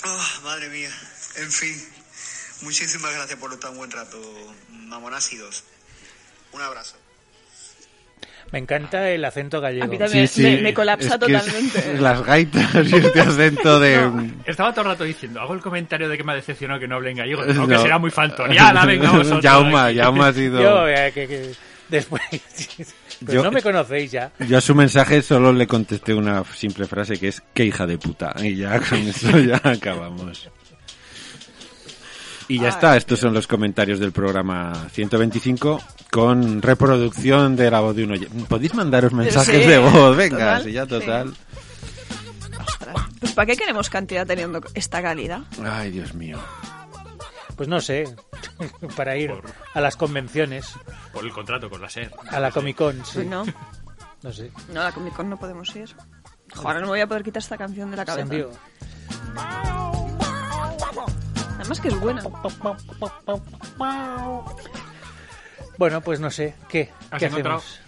[SPEAKER 6] Ah, madre mía. En fin. Muchísimas gracias por tan buen rato, mamonácidos. Un abrazo.
[SPEAKER 3] Me encanta el acento gallego.
[SPEAKER 4] A mí también. Me- me- me colapsa
[SPEAKER 1] Es que es-
[SPEAKER 4] totalmente.
[SPEAKER 1] las gaitas y este acento de...
[SPEAKER 5] estaba todo el rato diciendo, hago el comentario de que me ha decepcionado que no hablen gallego, no, que
[SPEAKER 1] no.
[SPEAKER 5] será muy fantorial, venga vosotros.
[SPEAKER 1] Yauma, Yauma ha sido...
[SPEAKER 3] Yo, eh, que, que- después. pues
[SPEAKER 1] Yo-
[SPEAKER 3] no me conocéis ya.
[SPEAKER 1] Yo a su mensaje solo le contesté una simple frase que es que hija de puta. Y ya con eso ya acabamos. Y ya está, estos son los comentarios del programa 125 con reproducción de la voz de un oyente. Podéis mandaros mensajes
[SPEAKER 4] Sí,
[SPEAKER 1] de voz, venga,
[SPEAKER 4] total,
[SPEAKER 1] si ya
[SPEAKER 4] sí.
[SPEAKER 1] total.
[SPEAKER 4] Pues ¿para qué queremos cantidad teniendo esta calidad?
[SPEAKER 1] Ay, Dios mío.
[SPEAKER 3] Pues no sé. Para ir a las convenciones,
[SPEAKER 5] Por el contrato con la SER.
[SPEAKER 3] a la Comic Con, sí.
[SPEAKER 4] Pues no,
[SPEAKER 3] No sé.
[SPEAKER 4] no, a la Comic Con no podemos ir. Jo, ahora no me voy a poder quitar esta canción de la
[SPEAKER 3] Se
[SPEAKER 4] cabeza.
[SPEAKER 3] envió.
[SPEAKER 4] Además que es buena.
[SPEAKER 3] Bueno, pues no sé. ¿Qué?
[SPEAKER 5] ¿Has
[SPEAKER 3] ¿Qué
[SPEAKER 5] encontrado?
[SPEAKER 3] hacemos?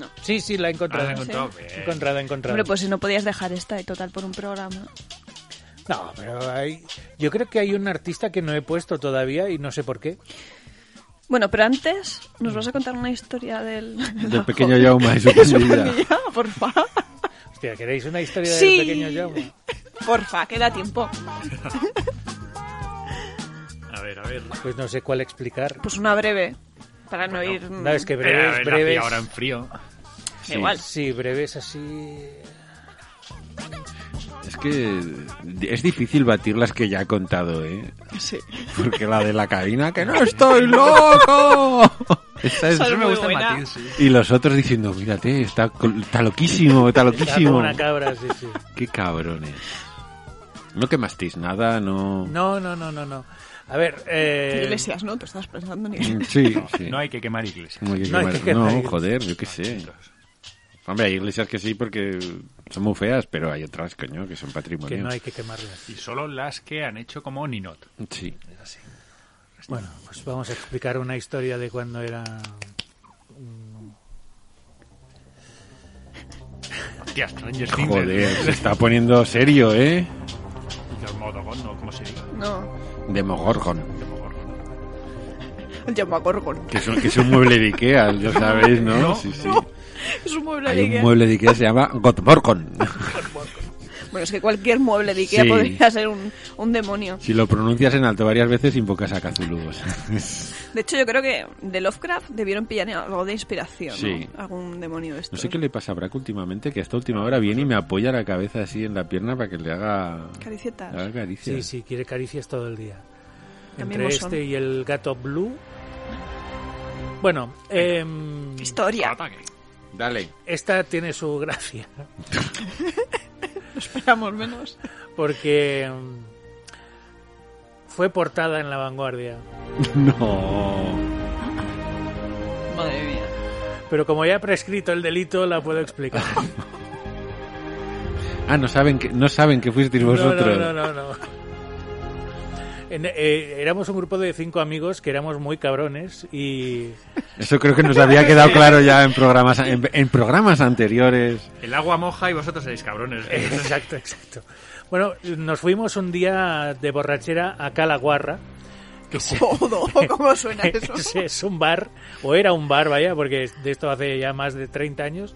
[SPEAKER 4] No.
[SPEAKER 3] Sí, sí, la he
[SPEAKER 5] Ah,
[SPEAKER 3] encontrado.
[SPEAKER 5] la he encontrado,
[SPEAKER 3] He
[SPEAKER 5] bien.
[SPEAKER 3] encontrado, he encontrado.
[SPEAKER 4] Hombre, pues si no podías dejar esta de total por un programa.
[SPEAKER 3] No, pero hay... yo creo que hay un artista que no he puesto todavía y no sé por qué.
[SPEAKER 4] Bueno, pero antes nos vas a contar una historia del...
[SPEAKER 1] Del pequeño Yauma y su
[SPEAKER 4] Eso,
[SPEAKER 1] pandilla.
[SPEAKER 4] pandilla, porfa.
[SPEAKER 3] Hostia, ¿queréis una historia
[SPEAKER 4] Sí.
[SPEAKER 3] del pequeño Jaume?
[SPEAKER 4] Porfa, que da tiempo.
[SPEAKER 5] A ver, a ver.
[SPEAKER 3] Pues no sé cuál explicar.
[SPEAKER 4] Pues una breve, para no ir...
[SPEAKER 3] No, es que
[SPEAKER 5] Eh, Mm. a
[SPEAKER 3] breves,
[SPEAKER 5] ver,
[SPEAKER 3] breves.
[SPEAKER 5] ahora en frío.
[SPEAKER 4] Da Igual.
[SPEAKER 3] Sí, breves así.
[SPEAKER 1] Es que es difícil batir las que ya ha contado, ¿eh?
[SPEAKER 4] Sí.
[SPEAKER 1] Porque la de la cabina, que no estoy loco. Esa es-
[SPEAKER 4] Son
[SPEAKER 5] Eso me
[SPEAKER 4] muy
[SPEAKER 5] gusta
[SPEAKER 4] buena.
[SPEAKER 5] en Matiz, sí.
[SPEAKER 1] Y los otros diciendo, mírate, está, col- está loquísimo, está
[SPEAKER 3] Está como
[SPEAKER 1] loquísimo.
[SPEAKER 3] una cabra, sí, sí.
[SPEAKER 1] Qué cabrones. No quemasteis nada, no...
[SPEAKER 3] No, no, no, no, no. A ver, eh,
[SPEAKER 4] Iglesias, ¿no? Tú estás pensando en
[SPEAKER 1] Sí,
[SPEAKER 4] Iglesias.
[SPEAKER 1] sí.
[SPEAKER 5] No hay que quemar iglesias.
[SPEAKER 1] No hay que
[SPEAKER 3] no hay
[SPEAKER 1] quemar-
[SPEAKER 3] que quemar
[SPEAKER 1] no,
[SPEAKER 3] iglesias.
[SPEAKER 1] joder, yo qué sé. Hombre, hay iglesias que sí porque son muy feas, pero hay otras, coño, que son patrimonio.
[SPEAKER 3] que no hay que quemarlas.
[SPEAKER 5] Y solo las que han hecho como Ninot.
[SPEAKER 1] Sí.
[SPEAKER 3] Bueno, pues vamos a explicar una historia de cuando era...
[SPEAKER 5] Hostia, Stranger Things.
[SPEAKER 1] Joder, se está poniendo serio, ¿eh?
[SPEAKER 5] Los Modogon, ¿no? ¿Cómo se diga?
[SPEAKER 4] No,
[SPEAKER 1] Demogorgon.
[SPEAKER 5] Demogorgon.
[SPEAKER 4] ya me acuerdo.
[SPEAKER 1] Que es, un, que es un mueble de Ikea, ya sabéis, ¿no? sí, sí.
[SPEAKER 4] Es un mueble de
[SPEAKER 1] Hay un
[SPEAKER 4] Ikea.
[SPEAKER 1] mueble de Ikea que se llama Gotmorgon.
[SPEAKER 4] Bueno, es que cualquier mueble de Ikea
[SPEAKER 1] Sí.
[SPEAKER 4] podría ser un, un demonio.
[SPEAKER 1] Si lo pronuncias en alto varias veces, invocas a Cthulhu. o sea, es-
[SPEAKER 4] De hecho, yo creo que de Lovecraft debieron pillar algo de inspiración. ¿no?
[SPEAKER 1] Sí.
[SPEAKER 4] Algún demonio de esto.
[SPEAKER 1] No sé qué le pasa a Brack últimamente, que hasta última hora viene y me apoya la cabeza así en la pierna para que le haga, le
[SPEAKER 4] Caricietas.
[SPEAKER 1] haga caricias.
[SPEAKER 3] Sí, sí, quiere caricias todo el día. Entre
[SPEAKER 4] Cambiemos son.
[SPEAKER 3] este y el gato blue. Bueno, em,
[SPEAKER 4] Historia.
[SPEAKER 5] Ataque.
[SPEAKER 1] Dale.
[SPEAKER 3] esta tiene su gracia.
[SPEAKER 4] Esperamos menos.
[SPEAKER 3] porque mm, fue portada en la vanguardia.
[SPEAKER 1] No.
[SPEAKER 4] Madre mía.
[SPEAKER 3] Pero como ya ha prescrito el delito, la puedo explicar.
[SPEAKER 1] Ah, no saben que, no saben que fuisteis
[SPEAKER 3] No,
[SPEAKER 1] vosotros.
[SPEAKER 3] No, no, no, no. En- eh, éramos un grupo de cinco amigos que éramos muy cabrones y
[SPEAKER 1] Eso creo que nos había quedado claro ya en programas, en, en programas anteriores.
[SPEAKER 5] El agua moja y vosotros seréis cabrones.
[SPEAKER 4] Eh.
[SPEAKER 3] Exacto, exacto. Bueno, nos fuimos un día de borrachera a Calaguarra. Que se-
[SPEAKER 4] Todo, ¿cómo suena eso?
[SPEAKER 3] es, es un bar, o era un bar, vaya, porque es- de esto hace ya más de 30 años,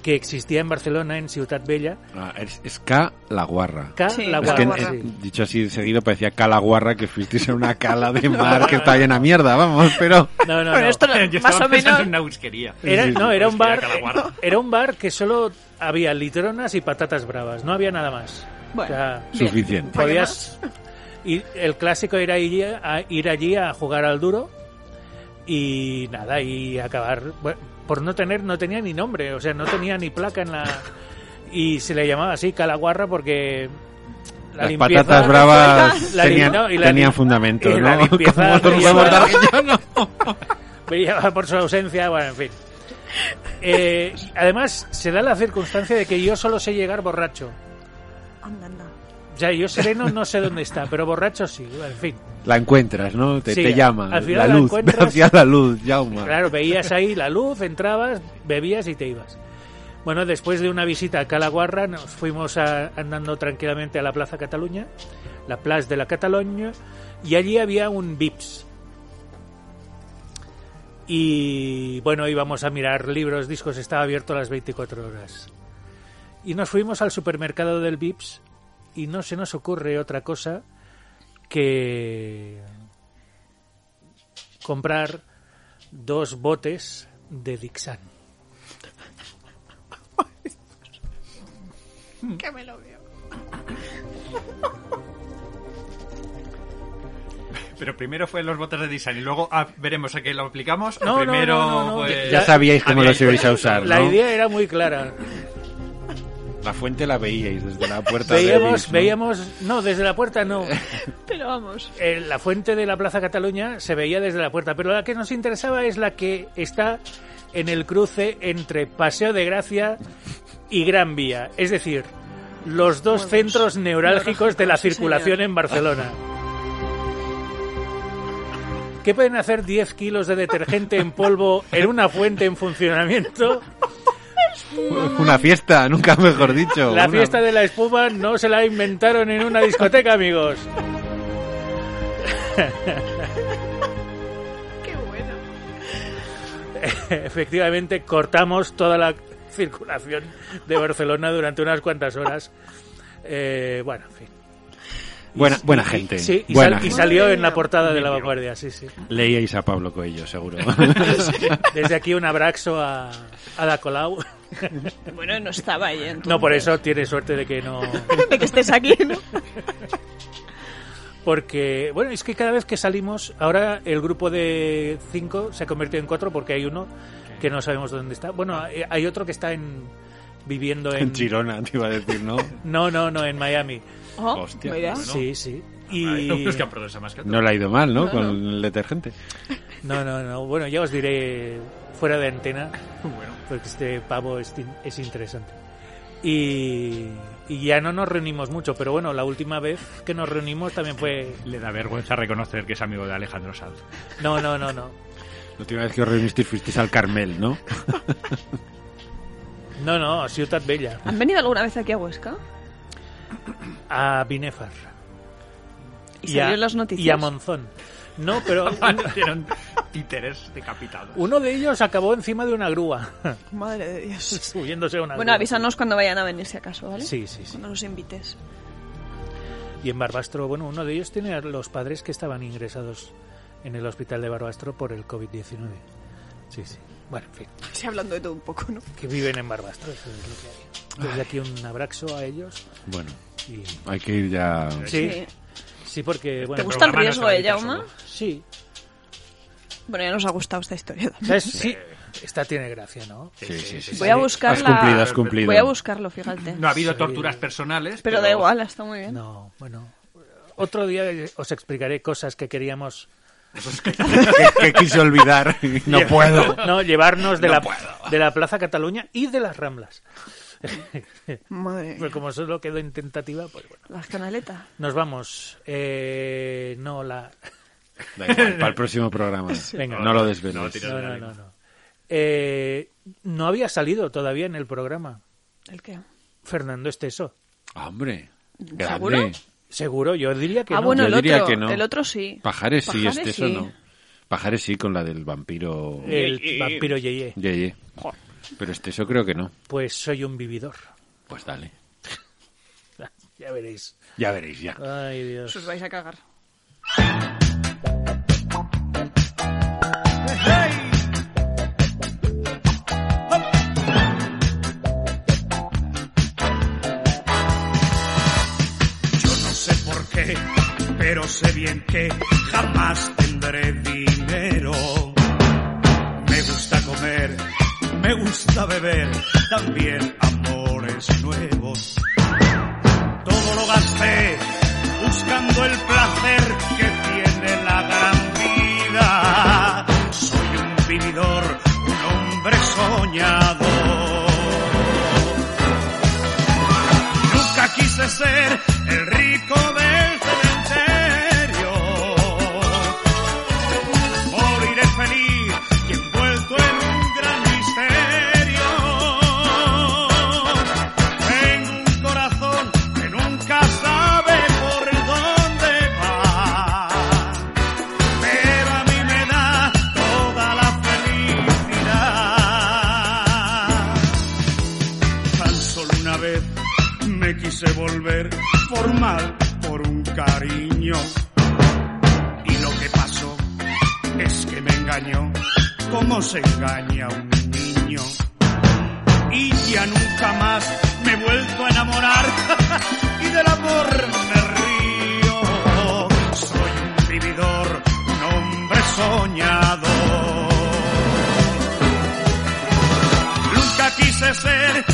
[SPEAKER 3] que existía en Barcelona, en Ciutat Bella.
[SPEAKER 1] Ah, es, es K la guarra.
[SPEAKER 3] Ca
[SPEAKER 4] Sí,
[SPEAKER 3] la
[SPEAKER 1] Es que,
[SPEAKER 3] Guarra,
[SPEAKER 1] eh,
[SPEAKER 3] sí.
[SPEAKER 1] dicho así seguido, parecía calaguarra que fuisteis en una cala de mar que está llena de mierda, vamos, pero...
[SPEAKER 3] No, no,
[SPEAKER 4] Bueno,
[SPEAKER 3] no.
[SPEAKER 4] esto
[SPEAKER 5] Yo
[SPEAKER 4] más
[SPEAKER 5] estaba
[SPEAKER 4] o
[SPEAKER 5] pensando
[SPEAKER 4] menos.
[SPEAKER 5] en una busquería.
[SPEAKER 3] Era, no, era un bar,
[SPEAKER 5] Hostia, Calaguarra.
[SPEAKER 3] era un bar que solo había litronas y patatas bravas, no había nada más.
[SPEAKER 4] Bueno.
[SPEAKER 3] O sea,
[SPEAKER 4] Bien.
[SPEAKER 1] Suficiente.
[SPEAKER 4] ¿Para qué
[SPEAKER 3] podías y el clásico era ir a, ir allí a jugar al duro y nada y acabar bueno, por no tener no tenía ni nombre, o sea, no tenía ni placa en la y se le llamaba así Calaguarra porque la
[SPEAKER 1] Las
[SPEAKER 3] limpieza-
[SPEAKER 1] patatas bravas
[SPEAKER 3] la lim-
[SPEAKER 1] tenían,
[SPEAKER 3] no, y la
[SPEAKER 1] tenían
[SPEAKER 3] lim-
[SPEAKER 1] fundamento,
[SPEAKER 3] y la
[SPEAKER 1] ¿no? Como
[SPEAKER 3] limpieza
[SPEAKER 1] los
[SPEAKER 3] tenía-
[SPEAKER 1] huevos de Arguiñano.
[SPEAKER 3] brillaba por su ausencia, bueno, en fin. Eh, además, se da la circunstancia de que yo solo sé llegar borracho.
[SPEAKER 4] Anda, anda.
[SPEAKER 3] O sea, yo sereno no sé dónde está, pero borracho sí, bueno, en fin.
[SPEAKER 1] La encuentras, ¿no? Te,
[SPEAKER 3] Sí,
[SPEAKER 1] te llama.
[SPEAKER 3] al final
[SPEAKER 1] la
[SPEAKER 3] la
[SPEAKER 1] luz,
[SPEAKER 3] encuentras.
[SPEAKER 1] hacia la luz, Jauma.
[SPEAKER 3] Claro, veías ahí la luz, entrabas, bebías y te ibas. Bueno, después de una visita a Calaguarra, nos fuimos a- andando tranquilamente a la Plaza Cataluña, la Plaza de la Cataluña, y allí había un VIPS. Y bueno, íbamos a mirar libros, discos, estaba abierto las 24 horas. Y nos fuimos al supermercado del VIPS y no se nos ocurre otra cosa que comprar dos botes de Dixan.
[SPEAKER 4] Que me lo veo.
[SPEAKER 5] Pero primero fue los botes de Disney y luego ah, veremos a qué lo aplicamos.
[SPEAKER 3] No,
[SPEAKER 5] o
[SPEAKER 3] no,
[SPEAKER 5] primero
[SPEAKER 3] no, no, no.
[SPEAKER 5] fue-
[SPEAKER 1] Ya sabíais cómo
[SPEAKER 5] Había-
[SPEAKER 1] los ibais a usar, ¿no?
[SPEAKER 3] La idea era muy clara.
[SPEAKER 1] La fuente la veíais desde la puerta de
[SPEAKER 3] Veíamos, veíamos, no, desde la puerta no.
[SPEAKER 4] Pero vamos.
[SPEAKER 3] Eh, La fuente de la Plaza Cataluña se veía desde la puerta, pero la que nos interesaba es la que está en el cruce entre Paseo de Gracia y Gran Vía, es decir, los dos
[SPEAKER 4] Bueno,
[SPEAKER 3] centros neurálgicos de la
[SPEAKER 4] sí,
[SPEAKER 3] circulación
[SPEAKER 4] señor.
[SPEAKER 3] en Barcelona. ¿Qué pueden hacer 10 kilos de detergente en polvo en una fuente en funcionamiento?
[SPEAKER 1] Una fiesta, nunca mejor dicho.
[SPEAKER 3] La
[SPEAKER 1] una-
[SPEAKER 3] fiesta de la espuma no se la inventaron en una discoteca, amigos.
[SPEAKER 4] Qué bueno.
[SPEAKER 3] Efectivamente, cortamos toda la circulación de Barcelona durante unas cuantas horas. Eh, bueno, en fin.
[SPEAKER 1] Buena,
[SPEAKER 3] Y-
[SPEAKER 1] buena
[SPEAKER 3] y-
[SPEAKER 1] gente.
[SPEAKER 3] Sí, y,
[SPEAKER 1] buena
[SPEAKER 3] sal- y
[SPEAKER 1] gente.
[SPEAKER 3] salió en la portada de la vanguardia, sí, sí.
[SPEAKER 1] Leíais a Pablo Coello, seguro.
[SPEAKER 3] Desde aquí un abrazo a, a la Colau.
[SPEAKER 4] Bueno, no estaba ahí entonces.
[SPEAKER 3] No, por eso tiene suerte de que no...
[SPEAKER 4] De que estés aquí, ¿no?
[SPEAKER 3] Porque, bueno, es que cada vez que salimos, ahora el grupo de cinco se ha convertido en cuatro porque hay uno que no sabemos dónde está. Bueno, eh, hay otro que está en viviendo en...
[SPEAKER 1] en Chirona, te iba a decir, ¿no?
[SPEAKER 3] No, no, no, en Miami.
[SPEAKER 4] Oh,
[SPEAKER 1] Hostia.
[SPEAKER 4] mira.
[SPEAKER 5] Bueno.
[SPEAKER 3] Sí, sí.
[SPEAKER 5] Ay,
[SPEAKER 3] Y...
[SPEAKER 5] no, es que han perdido esa máscara.
[SPEAKER 1] No le ha ido mal, ¿no? Con el detergente.
[SPEAKER 3] No, no, no. Bueno, ya os diré fuera de antena,
[SPEAKER 5] Bueno,
[SPEAKER 3] porque este pavo es, tin- es interesante. Y, y ya no nos reunimos mucho, pero bueno, la última vez que nos reunimos también fue...
[SPEAKER 5] le da vergüenza reconocer que es amigo de Alejandro Sanz.
[SPEAKER 3] No, no, no, no.
[SPEAKER 1] La última vez que os reunisteis fuisteis al Carmel, ¿no?
[SPEAKER 3] No, no, a Ciutat Bella,
[SPEAKER 4] ¿Han venido alguna vez aquí a Huesca?
[SPEAKER 3] a Binefar.
[SPEAKER 4] Y salió en las noticias.
[SPEAKER 3] Y a Monzón. No, pero
[SPEAKER 5] Aparecieron títeres decapitados.
[SPEAKER 3] uno de ellos acabó encima de una grúa,
[SPEAKER 4] Madre de Dios.
[SPEAKER 3] subiéndose a una
[SPEAKER 4] Bueno,
[SPEAKER 3] grúa.
[SPEAKER 4] avísanos cuando vayan a venir, si acaso, ¿vale?
[SPEAKER 3] Sí, sí, sí.
[SPEAKER 4] Cuando nos invites.
[SPEAKER 3] Y en Barbastro, bueno, uno de ellos tiene a los padres que estaban ingresados en el hospital de Barbastro por el COVID-19. Sí, sí. Bueno, en fin,
[SPEAKER 4] Sí, hablando de todo un poco, ¿no?
[SPEAKER 3] que viven en Barbastro, eso es lo que hay. Desde aquí un abrazo a ellos.
[SPEAKER 1] Bueno,
[SPEAKER 3] Y...
[SPEAKER 1] hay que ir ya.
[SPEAKER 3] Sí, sí, porque,
[SPEAKER 4] ¿Te
[SPEAKER 3] bueno,
[SPEAKER 4] gusta el
[SPEAKER 5] programa no
[SPEAKER 4] riesgo,
[SPEAKER 5] se
[SPEAKER 4] eh,
[SPEAKER 5] dedica
[SPEAKER 4] Jaume?
[SPEAKER 5] solo.
[SPEAKER 3] sí.
[SPEAKER 4] Bueno, ya nos ha gustado esta historia también.
[SPEAKER 3] ¿Sabes? Sí, esta tiene gracia, ¿no?
[SPEAKER 1] Sí, sí, sí.
[SPEAKER 4] Voy a buscar
[SPEAKER 1] Has
[SPEAKER 4] la-
[SPEAKER 1] cumplido, has cumplido.
[SPEAKER 4] Voy a buscarlo, fíjate.
[SPEAKER 5] No ha habido torturas personales.
[SPEAKER 4] pero da igual, está muy bien.
[SPEAKER 3] No, bueno. Otro día os explicaré cosas que queríamos
[SPEAKER 1] que quise olvidar. No puedo.
[SPEAKER 3] no llevarnos de,
[SPEAKER 1] No
[SPEAKER 3] la,
[SPEAKER 1] puedo.
[SPEAKER 3] de la Plaza Cataluña y de las Ramblas.
[SPEAKER 4] Madre
[SPEAKER 3] Pero como solo quedó en tentativa, pues bueno.
[SPEAKER 4] Las canaletas.
[SPEAKER 3] Nos vamos. Eh, no, la...
[SPEAKER 1] Da igual, para el próximo programa.
[SPEAKER 3] Venga.
[SPEAKER 1] no lo desveles.
[SPEAKER 5] No, tira-
[SPEAKER 3] No, no, no. No. Eh, no había salido todavía en el programa
[SPEAKER 4] ¿El qué?
[SPEAKER 3] Fernando Esteso.
[SPEAKER 1] Ah, Hombre, grande.
[SPEAKER 4] ¿Seguro?
[SPEAKER 3] Seguro, yo diría que
[SPEAKER 4] Ah,
[SPEAKER 3] no.
[SPEAKER 4] bueno,
[SPEAKER 1] Yo
[SPEAKER 4] el
[SPEAKER 1] diría
[SPEAKER 4] otro.
[SPEAKER 1] que no.
[SPEAKER 4] El otro sí.
[SPEAKER 1] Pajares sí,
[SPEAKER 4] Pajares
[SPEAKER 1] este eso
[SPEAKER 4] sí.
[SPEAKER 1] no. Pajares sí con la del vampiro.
[SPEAKER 3] El vampiro Yeye.
[SPEAKER 1] Ye, ye. Pero este eso creo que no.
[SPEAKER 3] Pues soy un vividor.
[SPEAKER 1] Pues dale.
[SPEAKER 3] Ya veréis.
[SPEAKER 1] Ya veréis, ya.
[SPEAKER 3] Ay,
[SPEAKER 4] Os
[SPEAKER 3] Dios.
[SPEAKER 4] os vais a cagar.
[SPEAKER 7] Yo no sé por qué, pero sé bien que jamás tendré dinero. Me gusta comer, me gusta beber, también amores nuevos. Todo lo gasté buscando el placer que tiene la gran vida. Soy un vividor, un hombre soñador. Nunca quise ser el rico del cementerio. Moriré feliz y envuelto en un gran misterio. Tengo un corazón que nunca sabe por dónde va. Pero a mí me da toda la felicidad. Tan solo una vez me quise volver formal por un cariño. Y lo que pasó es que me engañó como se engaña un niño. Y ya nunca más me he vuelto a enamorar y del amor me río. Soy un vividor, un hombre soñador. Nunca quise ser